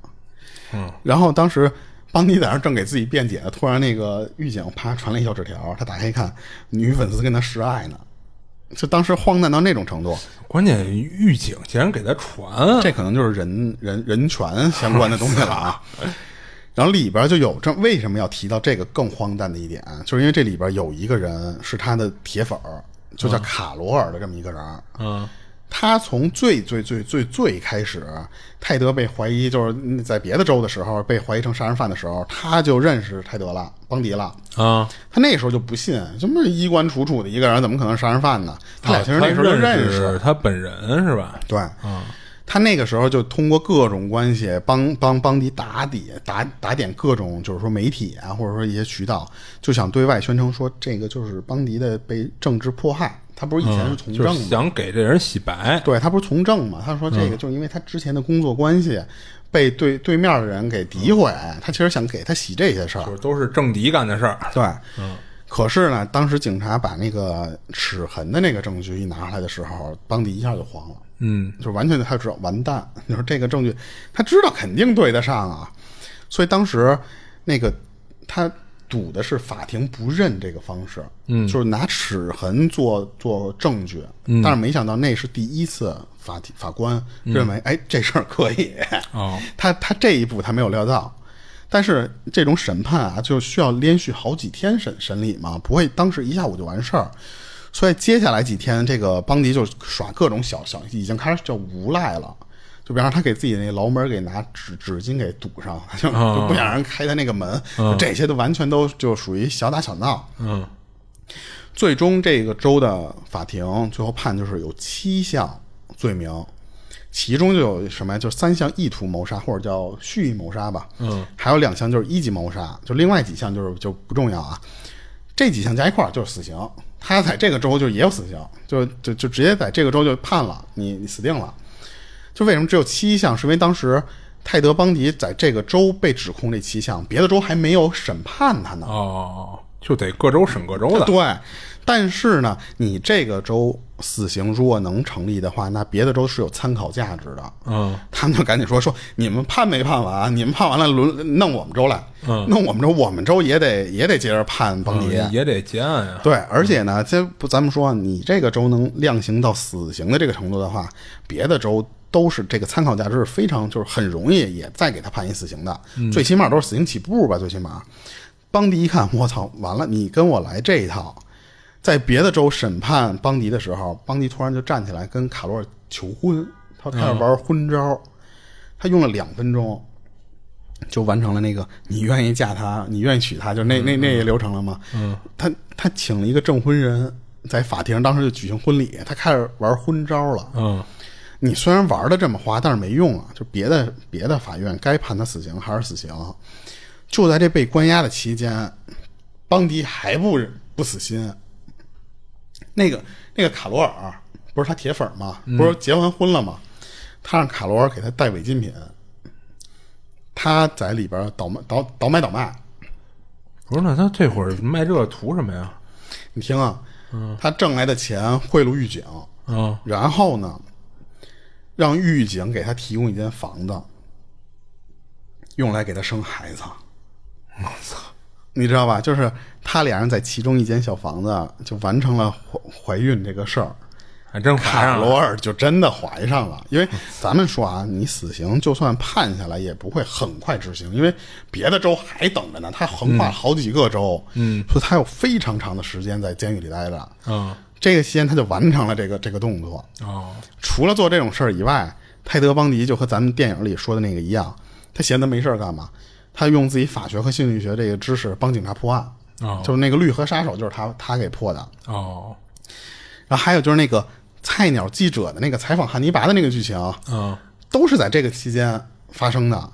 [SPEAKER 2] 嗯，然后当时邦迪在那儿正给自己辩解呢，突然那个狱警啪传来一小纸条，他打开一看，女粉丝跟他示爱呢，就当时荒诞到那种程度。
[SPEAKER 3] 关键狱警竟然给他传，啊
[SPEAKER 2] 这可能就是人人人权相关的东西了啊。然后里边就有这为什么要提到这个更荒诞的一点，啊就是因为这里边有一个人是他的铁粉儿，就叫卡罗尔的这么一个人。
[SPEAKER 3] 嗯，
[SPEAKER 2] 他从最最最最最开始，泰德被怀疑就是在别的州的时候被怀疑成杀人犯的时候，他就认识泰德了，邦迪了。
[SPEAKER 3] 啊，
[SPEAKER 2] 他那时候就不信，什么衣冠楚楚的一个人，怎么可能是杀人犯呢？他俩其实那时候就
[SPEAKER 3] 他
[SPEAKER 2] 认识，
[SPEAKER 3] 识嗯他本人是吧？
[SPEAKER 2] 对，他那个时候就通过各种关系帮帮邦迪打底打打点各种就是说媒体啊，或者说一些渠道，就想对外宣称说这个就是邦迪的被政治迫害。他不是以前是从
[SPEAKER 3] 嗯就
[SPEAKER 2] 政
[SPEAKER 3] 是
[SPEAKER 2] 吗？
[SPEAKER 3] 想嗯给这人洗白。
[SPEAKER 2] 对他不是从政嘛？他说这个就是因为他之前的工作关系被对对面的人给诋毁，他其实想给他洗这些事儿
[SPEAKER 3] 嗯就。是都是政敌干的事儿，
[SPEAKER 2] 对，嗯。可是呢，当时警察把那个齿痕的那个证据一拿出来的时候，邦迪一下就慌了。
[SPEAKER 3] 嗯，
[SPEAKER 2] 就完全他就知道完蛋， 你说这个证据，他知道肯定对得上啊，所以当时那个他赌的是法庭不认这个方式，嗯，就是拿齿痕做做证据，嗯，但是没想到那是第一次法庭法官认为，哎，这事儿可以，
[SPEAKER 3] 哦，
[SPEAKER 2] 他他这一步他没有料到，但是这种审判啊，就需要连续好几天审审理嘛，不会当时一下午就完事儿。所以接下来几天，这个邦迪就耍各种小小，已经开始叫无赖了。就比方说，他给自己那牢门给拿纸纸巾给堵上， 就就不想让人开他那个门，就这些都完全都就属于小打小闹。
[SPEAKER 3] 嗯，
[SPEAKER 2] 最终这个州的法庭最后判就是有七项罪名，其中就有什么呀？就是三项意图谋杀或者叫蓄意谋杀吧，嗯，还有两项就是一级谋杀，就另外几项就是就不重要啊。这几项加一块儿就是死刑，他在这个州就也有死刑，就就就直接在这个州就判了，你你死定了。就为什么只有七项？是因为当时泰德·邦迪在这个州被指控这七项，别的州还没有审判他呢。
[SPEAKER 3] 哦，就得各州审各州的。嗯
[SPEAKER 2] 对，但是呢，你这个州死刑如果能成立的话，那别的州是有参考价值的。
[SPEAKER 3] 嗯，
[SPEAKER 2] 他们就赶紧说说你们判没判完？啊你们判完了轮弄我们州来，
[SPEAKER 3] 嗯
[SPEAKER 2] 弄我们州，我们州也得也得接着判邦迪。
[SPEAKER 3] 也得结案啊呀。
[SPEAKER 2] 对，而且呢，这不咱们说啊，你这个州能量刑到死刑的这个程度的话，别的州都是这个参考价值是非常，就是很容易也再给他判一死刑的，最起码都是死刑起步吧，最起码。邦迪一看，我操，完了，你跟我来这一套，在别的州审判邦迪的时候，邦迪突然就站起来跟卡罗尔求婚，他他要玩婚招，他用了两分钟。就完成了那个你愿意嫁他，你愿意娶他，就那那那流程了吗？嗯，他他请了一个证婚人，在法庭上当时就举行婚礼，他开始玩婚招了。
[SPEAKER 3] 嗯，
[SPEAKER 2] 你虽然玩的这么花，但是没用啊，就别的别的法院该判他死刑还是死刑。啊就在这被关押的期间，邦迪还不不死心。那个那个卡罗尔不是他铁粉吗？不是结完婚了吗？他让卡罗尔给他带违禁品。他在里边倒卖倒倒买倒卖。
[SPEAKER 3] 不是，那他这会儿卖这个图什么呀？
[SPEAKER 2] 你听啊，他挣来的钱贿赂狱警，
[SPEAKER 3] 嗯
[SPEAKER 2] 然后呢，让狱警给他提供一间房子，用来给他生孩子。我操！你知道吧？就是他俩人在其中一间小房子啊就完成了怀怀孕这个事儿。
[SPEAKER 3] 还真怀
[SPEAKER 2] 卡
[SPEAKER 3] 上
[SPEAKER 2] 罗
[SPEAKER 3] 了。
[SPEAKER 2] 尔就真的怀上了，因为咱们说啊，你死刑就算判下来，也不会很快执行，因为别的州还等着呢，他横跨好几个州，嗯，所以他有非常长的时间在监狱里待着。
[SPEAKER 3] 嗯，
[SPEAKER 2] 这个期间他就完成了这个这个动作。
[SPEAKER 3] 哦，
[SPEAKER 2] 除了做这种事儿以外，泰德·邦迪就和咱们电影里说的那个一样，他闲得没事儿干嘛？他用自己法学和心理学这个知识帮警察破案，
[SPEAKER 3] 哦
[SPEAKER 2] 就是那个绿河杀手就是他他给破的。
[SPEAKER 3] 哦，
[SPEAKER 2] 然后还有就是那个菜鸟记者的那个采访汉尼拔的那个剧情，
[SPEAKER 3] 嗯，
[SPEAKER 2] 都是在这个期间发生的。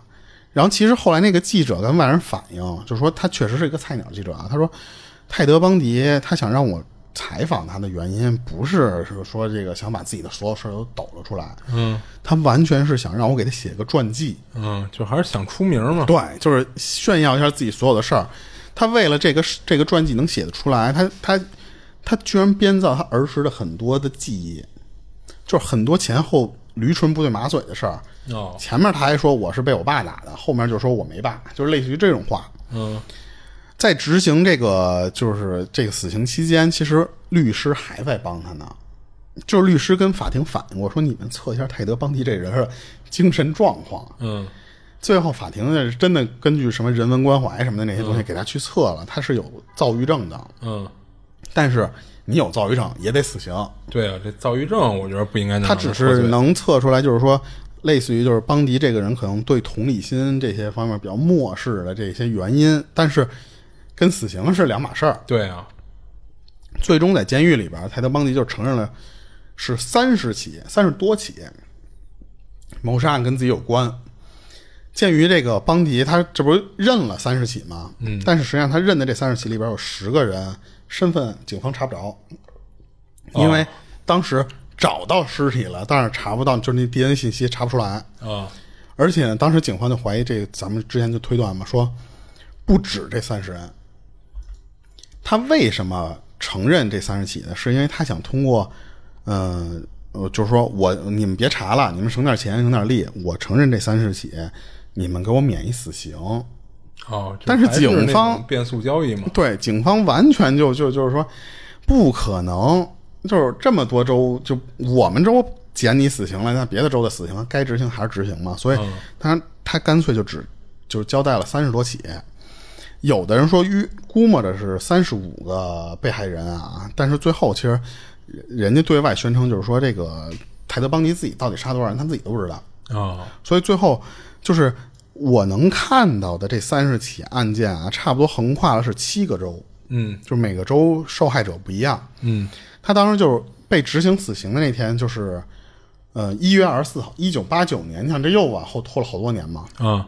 [SPEAKER 2] 然后其实后来那个记者跟外人反映，就说他确实是一个菜鸟记者啊。他说泰德·邦迪他想让我采访他的原因，不是说这个想把自己的所有事儿都抖了出来，
[SPEAKER 3] 嗯，
[SPEAKER 2] 他完全是想让我给他写个传记，
[SPEAKER 3] 嗯，就还是想出名嘛。
[SPEAKER 2] 对，就是炫耀一下自己所有的事儿。他为了这个这个传记能写得出来，他他他居然编造他儿时的很多的记忆，就是很多前后驴唇不对马嘴的事儿。
[SPEAKER 3] 哦，
[SPEAKER 2] 前面他还说我是被我爸打的，后面就说我没爸，就是类似于这种话。
[SPEAKER 3] 嗯，
[SPEAKER 2] 在执行这个就是这个死刑期间，其实律师还在帮他呢。就是律师跟法庭反映过，说你们测一下泰德·邦迪这人的精神状况。
[SPEAKER 3] 嗯，
[SPEAKER 2] 最后法庭是真的根据什么人文关怀什么的那些东西给他去测了，他是有躁郁症的，
[SPEAKER 3] 嗯，
[SPEAKER 2] 但是你有躁郁症也得死刑，
[SPEAKER 3] 对啊，这躁郁症我觉得不应该。
[SPEAKER 2] 他只是，能测出来，就是说。类似于就是邦迪这个人可能对同理心这些方面比较漠视的这些原因，但是跟死刑是两码事儿。
[SPEAKER 3] 对啊，
[SPEAKER 2] 最终在监狱里边，泰德·邦迪就承认了是三十起、三十多起谋杀案跟自己有关。鉴于这个邦迪，他这不是认了三十起吗？嗯，但是实际上他认的这三十起里边有十个人身份警方查不着，因为当时找到尸体了，但是查不到，就是那 DNA 信息查不出来。
[SPEAKER 3] 啊，
[SPEAKER 2] 而且呢，当时警方就怀疑这，咱们之前就推断嘛，说不止这三十人。他为什么承认这三十起呢？是因为他想通过，呃，呃就是说我你们别查了，你们省点钱，省点力，我承认这三十起，你们给我免一死刑。
[SPEAKER 3] 哦，
[SPEAKER 2] 但是
[SPEAKER 3] 就还是
[SPEAKER 2] 警
[SPEAKER 3] 那
[SPEAKER 2] 方
[SPEAKER 3] 种变速交易嘛。
[SPEAKER 2] 对，警方完全就就就是说，不可能，就是这么多州，就我们州减你死刑了，那别的州的死刑该执行还是执行嘛，所以他、他干脆就只就是交代了三十多起。有的人说预估摸着是三十五个被害人啊，但是最后其实人家对外宣称就是说这个泰德邦迪自己到底杀多少人，他自己都不知道。
[SPEAKER 3] 啊，
[SPEAKER 2] 所以最后就是我能看到的这三十起案件啊，差不多横跨了是七个州，
[SPEAKER 3] 嗯
[SPEAKER 2] 就是每个州受害者不一样。
[SPEAKER 3] 嗯，
[SPEAKER 2] 他当时就是被执行死刑的那天，就是呃一月二十四号，一九八九年，你看这又往后拖了好多年嘛。
[SPEAKER 3] 啊，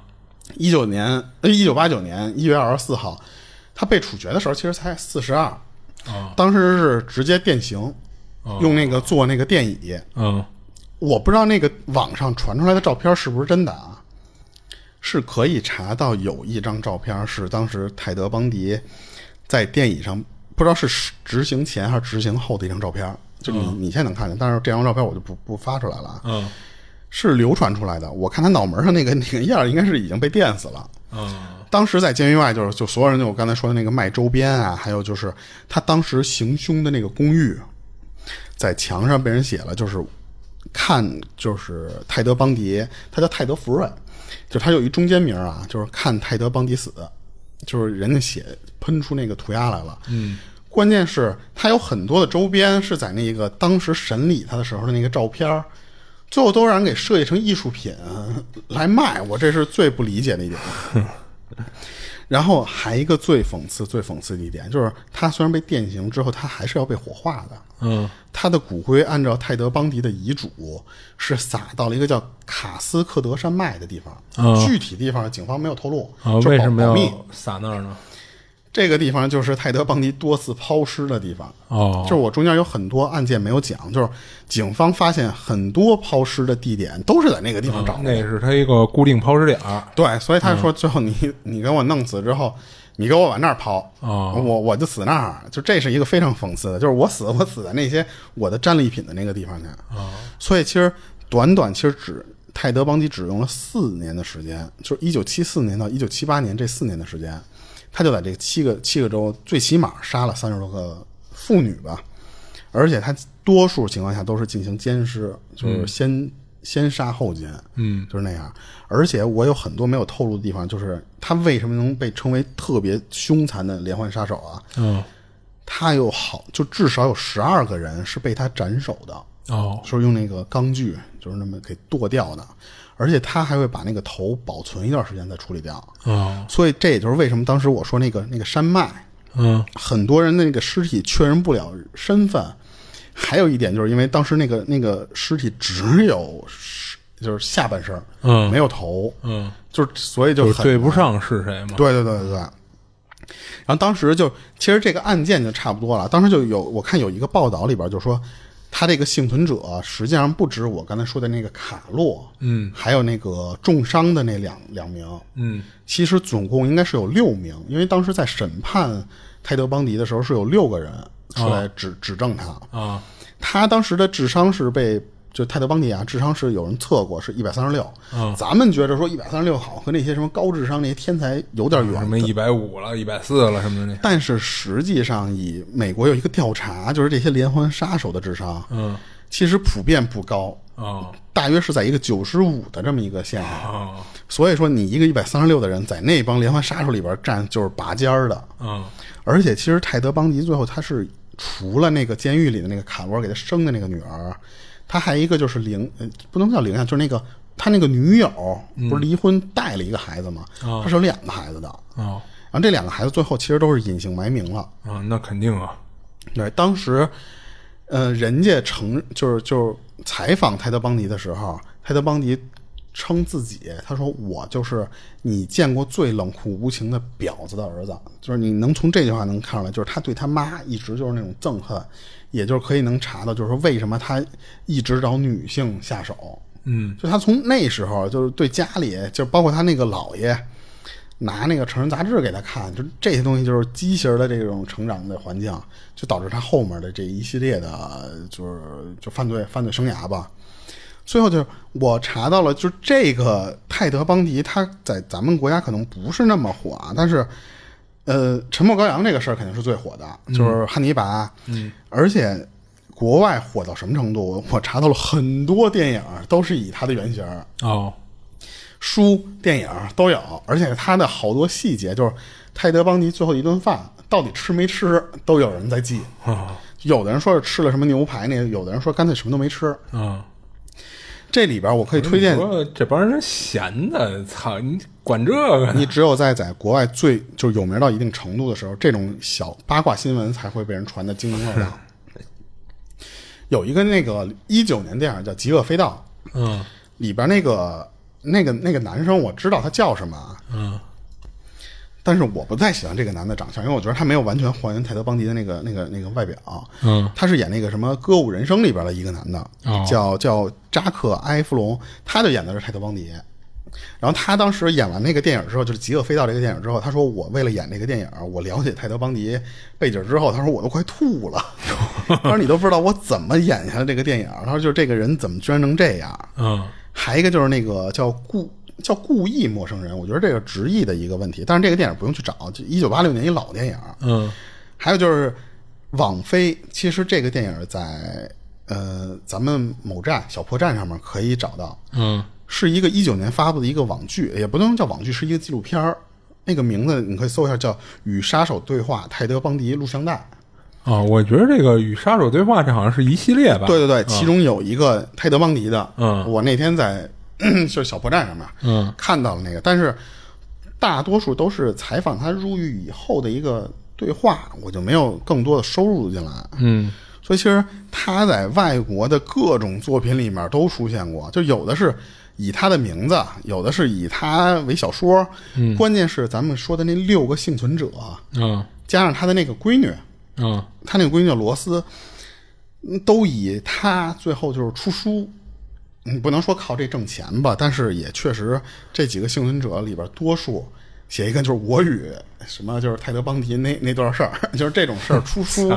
[SPEAKER 2] 一九年，一九八九年一月二十四号，他被处决的时候其实才四十二
[SPEAKER 3] 哦，
[SPEAKER 2] 当时是直接电刑，用那个做那个电椅。
[SPEAKER 3] 嗯，
[SPEAKER 2] 我不知道那个网上传出来的照片是不是真的啊？是可以查到有一张照片是当时泰德·邦迪在电椅上，不知道是执行前还是执行后的一张照片，就你、你现在能看见，但是这张照片我就不不发出来了啊。
[SPEAKER 3] 嗯
[SPEAKER 2] 是流传出来的。我看他脑门上那个那个印儿，应该是已经被电死了。
[SPEAKER 3] 嗯
[SPEAKER 2] 当时在监狱外，就是就所有人，就我刚才说的那个卖周边啊，还有就是他当时行凶的那个公寓，在墙上被人写了，就是看就是泰德邦迪，他叫泰德福瑞，就是他有一中间名啊，就是看泰德邦迪死，就是人家写喷出那个涂鸦来了。嗯，关键是他有很多的周边是在那个当时审理他的时候的那个照片儿最后都让人给设计成艺术品来卖，我这是最不理解的一点。然后还一个最讽刺、最讽刺的一点，就是他虽然被电刑之后，他还是要被火化的。
[SPEAKER 3] 嗯，
[SPEAKER 2] 他的骨灰按照泰德邦迪的遗嘱是撒到了一个叫卡斯克德山脉的地方，
[SPEAKER 3] 哦
[SPEAKER 2] 具体地方警方没有透露，
[SPEAKER 3] 啊，
[SPEAKER 2] 就
[SPEAKER 3] 为
[SPEAKER 2] 保
[SPEAKER 3] 什么
[SPEAKER 2] 保密
[SPEAKER 3] 要撒那儿呢？
[SPEAKER 2] 这个地方就是泰德·邦迪多次抛尸的地方。
[SPEAKER 3] 哦
[SPEAKER 2] 就是我中间有很多案件没有讲，就是警方发现很多抛尸的地点都是在那个地方找的。
[SPEAKER 3] 那是他一个固定抛尸点儿。
[SPEAKER 2] 对，所以他说最后你、 你给我弄死之后，你给我往那儿抛，
[SPEAKER 3] 哦
[SPEAKER 2] 我我就死那儿，就这是一个非常讽刺的，就是我死我死在那些我的战利品的那个地方去。所以其实短短其实只泰德·邦迪只用了四年的时间，就是一九七四年到一九七八年这四年的时间，他就在这七个七个州最起码杀了三十多个妇女吧，而且他多数情况下都是进行奸尸，就是先、先杀后奸，嗯，就是那样。而且我有很多没有透露的地方，就是他为什么能被称为特别凶残的连环杀手啊？
[SPEAKER 3] 嗯
[SPEAKER 2] 他有好，就至少有十二个人是被他斩首的，
[SPEAKER 3] 哦
[SPEAKER 2] 说用那个钢锯就是那么给剁掉的，而且他还会把那个头保存一段时间再处理掉。
[SPEAKER 3] 哦
[SPEAKER 2] 所以这也就是为什么当时我说那个那个山脉，
[SPEAKER 3] 嗯
[SPEAKER 2] 很多人的那个尸体确认不了身份。还有一点就是因为当时那个那个尸体只有是就是下半身，
[SPEAKER 3] 嗯
[SPEAKER 2] 没有头，
[SPEAKER 3] 嗯，
[SPEAKER 2] 就是所以就
[SPEAKER 3] 就
[SPEAKER 2] 很
[SPEAKER 3] 对不上是谁嘛？
[SPEAKER 2] 对对对对对。然后当时就，其实这个案件就差不多了。当时就有，我看有一个报道里边就说，他这个幸存者实际上不止我刚才说的那个卡洛，嗯，还有那个重伤的那两两名，
[SPEAKER 3] 嗯
[SPEAKER 2] 其实总共应该是有六名，因为当时在审判泰德邦迪的时候是有六个人出来指、指证他，
[SPEAKER 3] 啊
[SPEAKER 2] 他当时的智商是被就泰德邦迪啊，智商是有人测过是一百三十六，咱们觉着说一百三十六好，和那些什么高智商那些天才有点
[SPEAKER 3] 什
[SPEAKER 2] 远。
[SPEAKER 3] 么一百五了，一百四了什么的那。
[SPEAKER 2] 但是实际上，以美国有一个调查，就是这些连环杀手的智商，
[SPEAKER 3] 嗯
[SPEAKER 2] 其实普遍不高，
[SPEAKER 3] 哦
[SPEAKER 2] 大约是在一个九十五的这么一个线上。
[SPEAKER 3] 哦
[SPEAKER 2] 所以说，你一个一百三十六的人，在那帮连环杀手里边占就是拔尖儿的。
[SPEAKER 3] 哦
[SPEAKER 2] 而且其实泰德·邦迪最后他是除了那个监狱里的那个卡罗尔给他生的那个女儿，他还一个就是领，呃不能叫领养，就是那个他那个女友不是离婚带了一个孩子吗？他是有两个孩子的，
[SPEAKER 3] 哦
[SPEAKER 2] 然后这两个孩子最后其实都是隐姓埋名了。
[SPEAKER 3] 啊，那肯定啊。
[SPEAKER 2] 对，当时，呃，人家承就是就是采访泰德邦迪的时候，泰德邦迪称自己，他说我就是你见过最冷酷无情的婊子的儿子，就是你能从这句话能看出来，就是他对他妈一直就是那种憎恨，也就是可以能查到，就是说为什么他一直找女性下手，
[SPEAKER 3] 嗯
[SPEAKER 2] 就他从那时候就是对家里，就包括他那个姥爷拿那个成人杂志给他看，就这些东西就是畸形的这种成长的环境，就导致他后面的这一系列的，就是就犯罪犯罪生涯吧。最后就是我查到了，就是这个泰德·邦迪，他在咱们国家可能不是那么火啊，但是，呃，沉默羔羊这个事儿肯定是最火的，就是汉尼拔，嗯，而且国外火到什么程度？我查到了很多电影都是以他的原型儿，
[SPEAKER 3] 哦
[SPEAKER 2] 书、电影都有，而且他的好多细节，就是泰德·邦迪最后一顿饭到底吃没吃，都有人在记。
[SPEAKER 3] 哦
[SPEAKER 2] 有的人说是吃了什么牛排那个，有的人说干脆什么都没吃。
[SPEAKER 3] 嗯。
[SPEAKER 2] 这里边我可以推荐
[SPEAKER 3] 你说这帮人闲的，操！你管这 个呢？
[SPEAKER 2] 你只有在在国外最就是有名到一定程度的时候，这种小八卦新闻才会被人传的津津乐道。有一个那个一九年电影叫《极恶飞盗
[SPEAKER 3] 嗯》，
[SPEAKER 2] 里边那个那个那个男生，我知道他叫什么啊，
[SPEAKER 3] 嗯
[SPEAKER 2] 但是我不太喜欢这个男的长相，因为我觉得他没有完全还原泰德·邦迪的那个那个那个外表。啊
[SPEAKER 3] 嗯
[SPEAKER 2] 他是演那个什么《歌舞人生》里边的一个男的，
[SPEAKER 3] 哦
[SPEAKER 2] 叫叫扎克·埃弗隆，他就演的是泰德·邦迪。然后他当时演完那个电影之后，就是《极恶飞盗》这个电影之后，他说我为了演这个电影，我了解泰德·邦迪背景之后，他说我都快吐 了。他说你都不知道我怎么演下来这个电影，他说就是这个人怎么居然能这样。
[SPEAKER 3] 嗯，
[SPEAKER 2] 还一个就是那个叫故叫故意陌生人，我觉得这个直译的一个问题。但是这个电影不用去找，就一九八六年一老电影。
[SPEAKER 3] 嗯，
[SPEAKER 2] 还有就是网飞，其实这个电影在呃咱们某站小破站上面可以找到，
[SPEAKER 3] 嗯，
[SPEAKER 2] 是一个一九年发布的一个网剧，也不能叫网剧，是一个纪录片儿。那个名字你可以搜一下，叫《与杀手对话：泰德·邦迪录像带》。
[SPEAKER 3] 啊，我觉得这个与杀手对话这好像是一系列吧？
[SPEAKER 2] 对对对，其中有一个泰德邦迪的，
[SPEAKER 3] 嗯
[SPEAKER 2] 我那天在 就是小破站上面，
[SPEAKER 3] 嗯，
[SPEAKER 2] 看到了那个，但是大多数都是采访他入狱以后的一个对话，我就没有更多的收入进来，
[SPEAKER 3] 嗯
[SPEAKER 2] 所以其实他在外国的各种作品里面都出现过，就有的是以他的名字，有的是以他为小说，嗯，关键是咱们说的那六个幸存者，
[SPEAKER 3] 嗯
[SPEAKER 2] 加上他的那个闺女，
[SPEAKER 3] 嗯
[SPEAKER 2] 他那个闺女叫罗斯，嗯都以他最后就是出书，你不能说靠这挣钱吧，但是也确实这几个幸存者里边多数写一个就是我与什么就是泰德邦迪那那段事儿， 就是这种事儿出书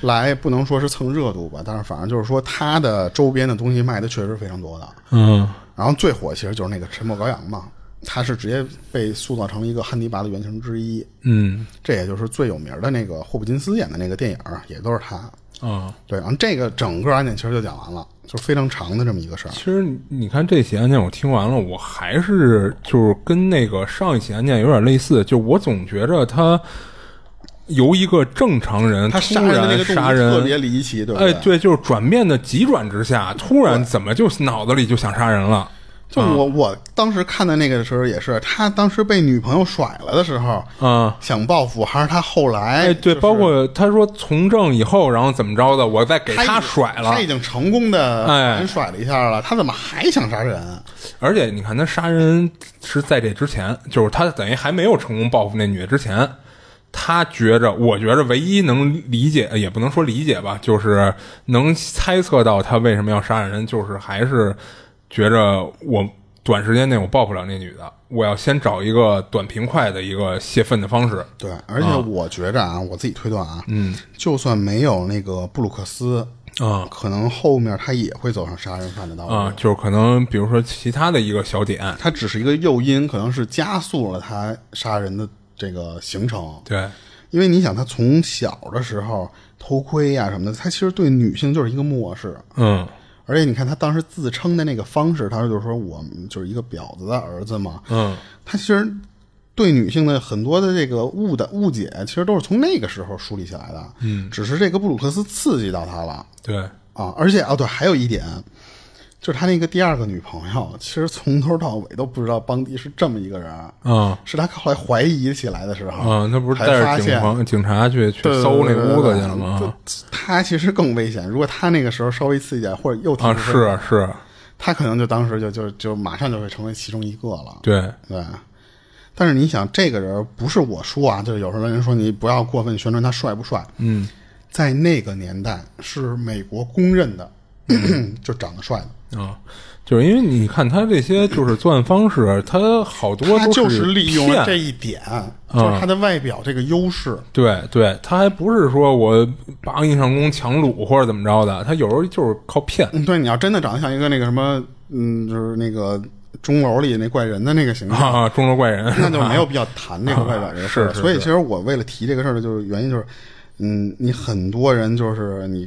[SPEAKER 2] 来不能说是蹭热度吧，但是反正就是说他的周边的东西卖的确实非常多的，
[SPEAKER 3] 嗯
[SPEAKER 2] 然后最火其实就是那个沉默羔羊嘛，他是直接被塑造成一个汉尼拔的原型之一。
[SPEAKER 3] 嗯
[SPEAKER 2] 这也就是最有名的那个霍普金斯演的那个电影儿，也都是他。
[SPEAKER 3] 啊。
[SPEAKER 2] 对，然后这个整个案件其实就讲完了，就是非常长的这么一个事儿
[SPEAKER 3] 其。实你你看这起案件，我听完了，我还是就是跟那个上一起案件有点类似，就我总觉着他由一个正常人
[SPEAKER 2] 他杀
[SPEAKER 3] 突
[SPEAKER 2] 人的那
[SPEAKER 3] 然
[SPEAKER 2] 个动
[SPEAKER 3] 杀
[SPEAKER 2] 机特别
[SPEAKER 3] 人，
[SPEAKER 2] 离奇，对不
[SPEAKER 3] 哎，
[SPEAKER 2] 对？
[SPEAKER 3] 对，就是转变的急转直下，突然怎么就脑子里就想杀人了？
[SPEAKER 2] 就
[SPEAKER 3] 啊
[SPEAKER 2] 我我当时看的那个时候也是，他当时被女朋友甩了的时候，
[SPEAKER 3] 啊
[SPEAKER 2] 想报复，还是他后来？
[SPEAKER 3] 哎，对，
[SPEAKER 2] 就是
[SPEAKER 3] 包括他说从政以后，然后怎么着的，我再给
[SPEAKER 2] 他已
[SPEAKER 3] 他甩了
[SPEAKER 2] 他，已经成功的
[SPEAKER 3] 哎
[SPEAKER 2] 反甩了一下了，他怎么还想杀人？
[SPEAKER 3] 而且你看，他杀人是在这之前，就是他等于还没有成功报复那女的之前，他觉着，我觉着唯一能理解，呃也不能说理解吧，就是能猜测到他为什么要杀人，就是还是觉着我短时间内我报不了那女的，我要先找一个短平快的一个泄愤的方式。
[SPEAKER 2] 对，而且我觉着啊，我自己推断啊，嗯，就算没有那个布鲁克斯，
[SPEAKER 3] 啊
[SPEAKER 2] 可能后面他也会走上杀人犯的道路。
[SPEAKER 3] 啊，就是可能比如说其他的一个小点，
[SPEAKER 2] 它只是一个诱因，可能是加速了他杀人的这个行程。
[SPEAKER 3] 对，
[SPEAKER 2] 因为你想，他从小的时候头盔呀、什么的，他其实对女性就是一个漠视。
[SPEAKER 3] 嗯
[SPEAKER 2] 而且你看他当时自称的那个方式，他就是说我们就是一个婊子的儿子嘛。
[SPEAKER 3] 嗯，
[SPEAKER 2] 他其实对女性的很多的这个误的误解，其实都是从那个时候梳理起来的。嗯，只是这个布鲁克斯刺激到他了。
[SPEAKER 3] 对，
[SPEAKER 2] 啊，而且哦对，还有一点，就是他那个第二个女朋友，其实从头到尾都不知道邦迪是这么一个人，
[SPEAKER 3] 嗯。
[SPEAKER 2] 是他后来怀疑起来的时候，
[SPEAKER 3] 啊，他不是
[SPEAKER 2] 才
[SPEAKER 3] 带着
[SPEAKER 2] 发
[SPEAKER 3] 警
[SPEAKER 2] 现
[SPEAKER 3] 方、警察去去搜那屋子去了吗？？
[SPEAKER 2] 对对对对对对他其实更危险，如果他那个时候稍微刺激点，或者又提
[SPEAKER 3] 啊，
[SPEAKER 2] 出
[SPEAKER 3] 是是，
[SPEAKER 2] 他可能就当时就就就马上就会成为其中一个了，
[SPEAKER 3] 对，
[SPEAKER 2] 对。但是你想，这个人不是我说啊，就是有时候人说你不要过分宣传他帅不帅，
[SPEAKER 3] 嗯
[SPEAKER 2] 在那个年代是美国公认的，
[SPEAKER 3] 嗯
[SPEAKER 2] 就长得帅的。
[SPEAKER 3] 啊，就是因为你看他这些就是作案方式，他好多
[SPEAKER 2] 他
[SPEAKER 3] 都
[SPEAKER 2] 就是是利用了
[SPEAKER 3] 骗
[SPEAKER 2] 这一点，就是他的外表这个优势。
[SPEAKER 3] 对对，他还不是说我拔硬上弓强掳或者怎么着的，他有时候就是靠骗。
[SPEAKER 2] 嗯，对，你要真的长得像一个那个什么，嗯，就是那个钟楼里那怪人的那个形象，
[SPEAKER 3] 啊，钟楼怪人，
[SPEAKER 2] 嗯那就没有必要谈那个 外表这个事儿。
[SPEAKER 3] 啊是是
[SPEAKER 2] 所以，
[SPEAKER 3] 是
[SPEAKER 2] 其实我为了提这个事儿的就是原因就是，嗯，你很多人就是你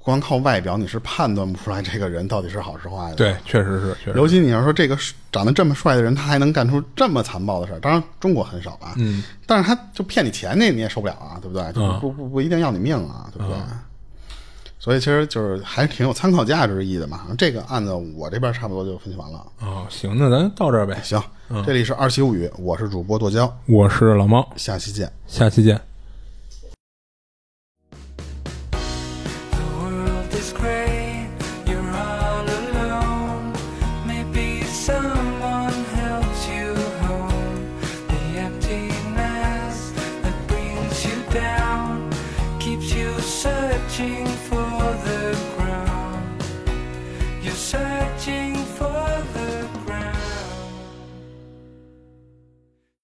[SPEAKER 2] 光靠外表你是判断不出来这个人到底是好是坏的。。
[SPEAKER 3] 对，确实是，确实是，
[SPEAKER 2] 尤其你要说这个长得这么帅的人，他还能干出这么残暴的事儿，当然中国很少啊。嗯，但是他就骗你钱，那你也受不了啊，对不对？就
[SPEAKER 3] 嗯
[SPEAKER 2] 不不不一定要你命啊，对不对？所以其实就是还是挺有参考价值意义的嘛。这个案子我这边差不多就分析完了。
[SPEAKER 3] 啊，行，那咱到这儿呗。
[SPEAKER 2] 行，这里是二七物语，我是主播剁椒，
[SPEAKER 3] 我是老猫，
[SPEAKER 2] 下期见。
[SPEAKER 3] 下期见。
[SPEAKER 1] The world is great, you're all alone. Maybe someone helps you home. The emptiness that brings you down keeps you searching for the ground. You're searching for the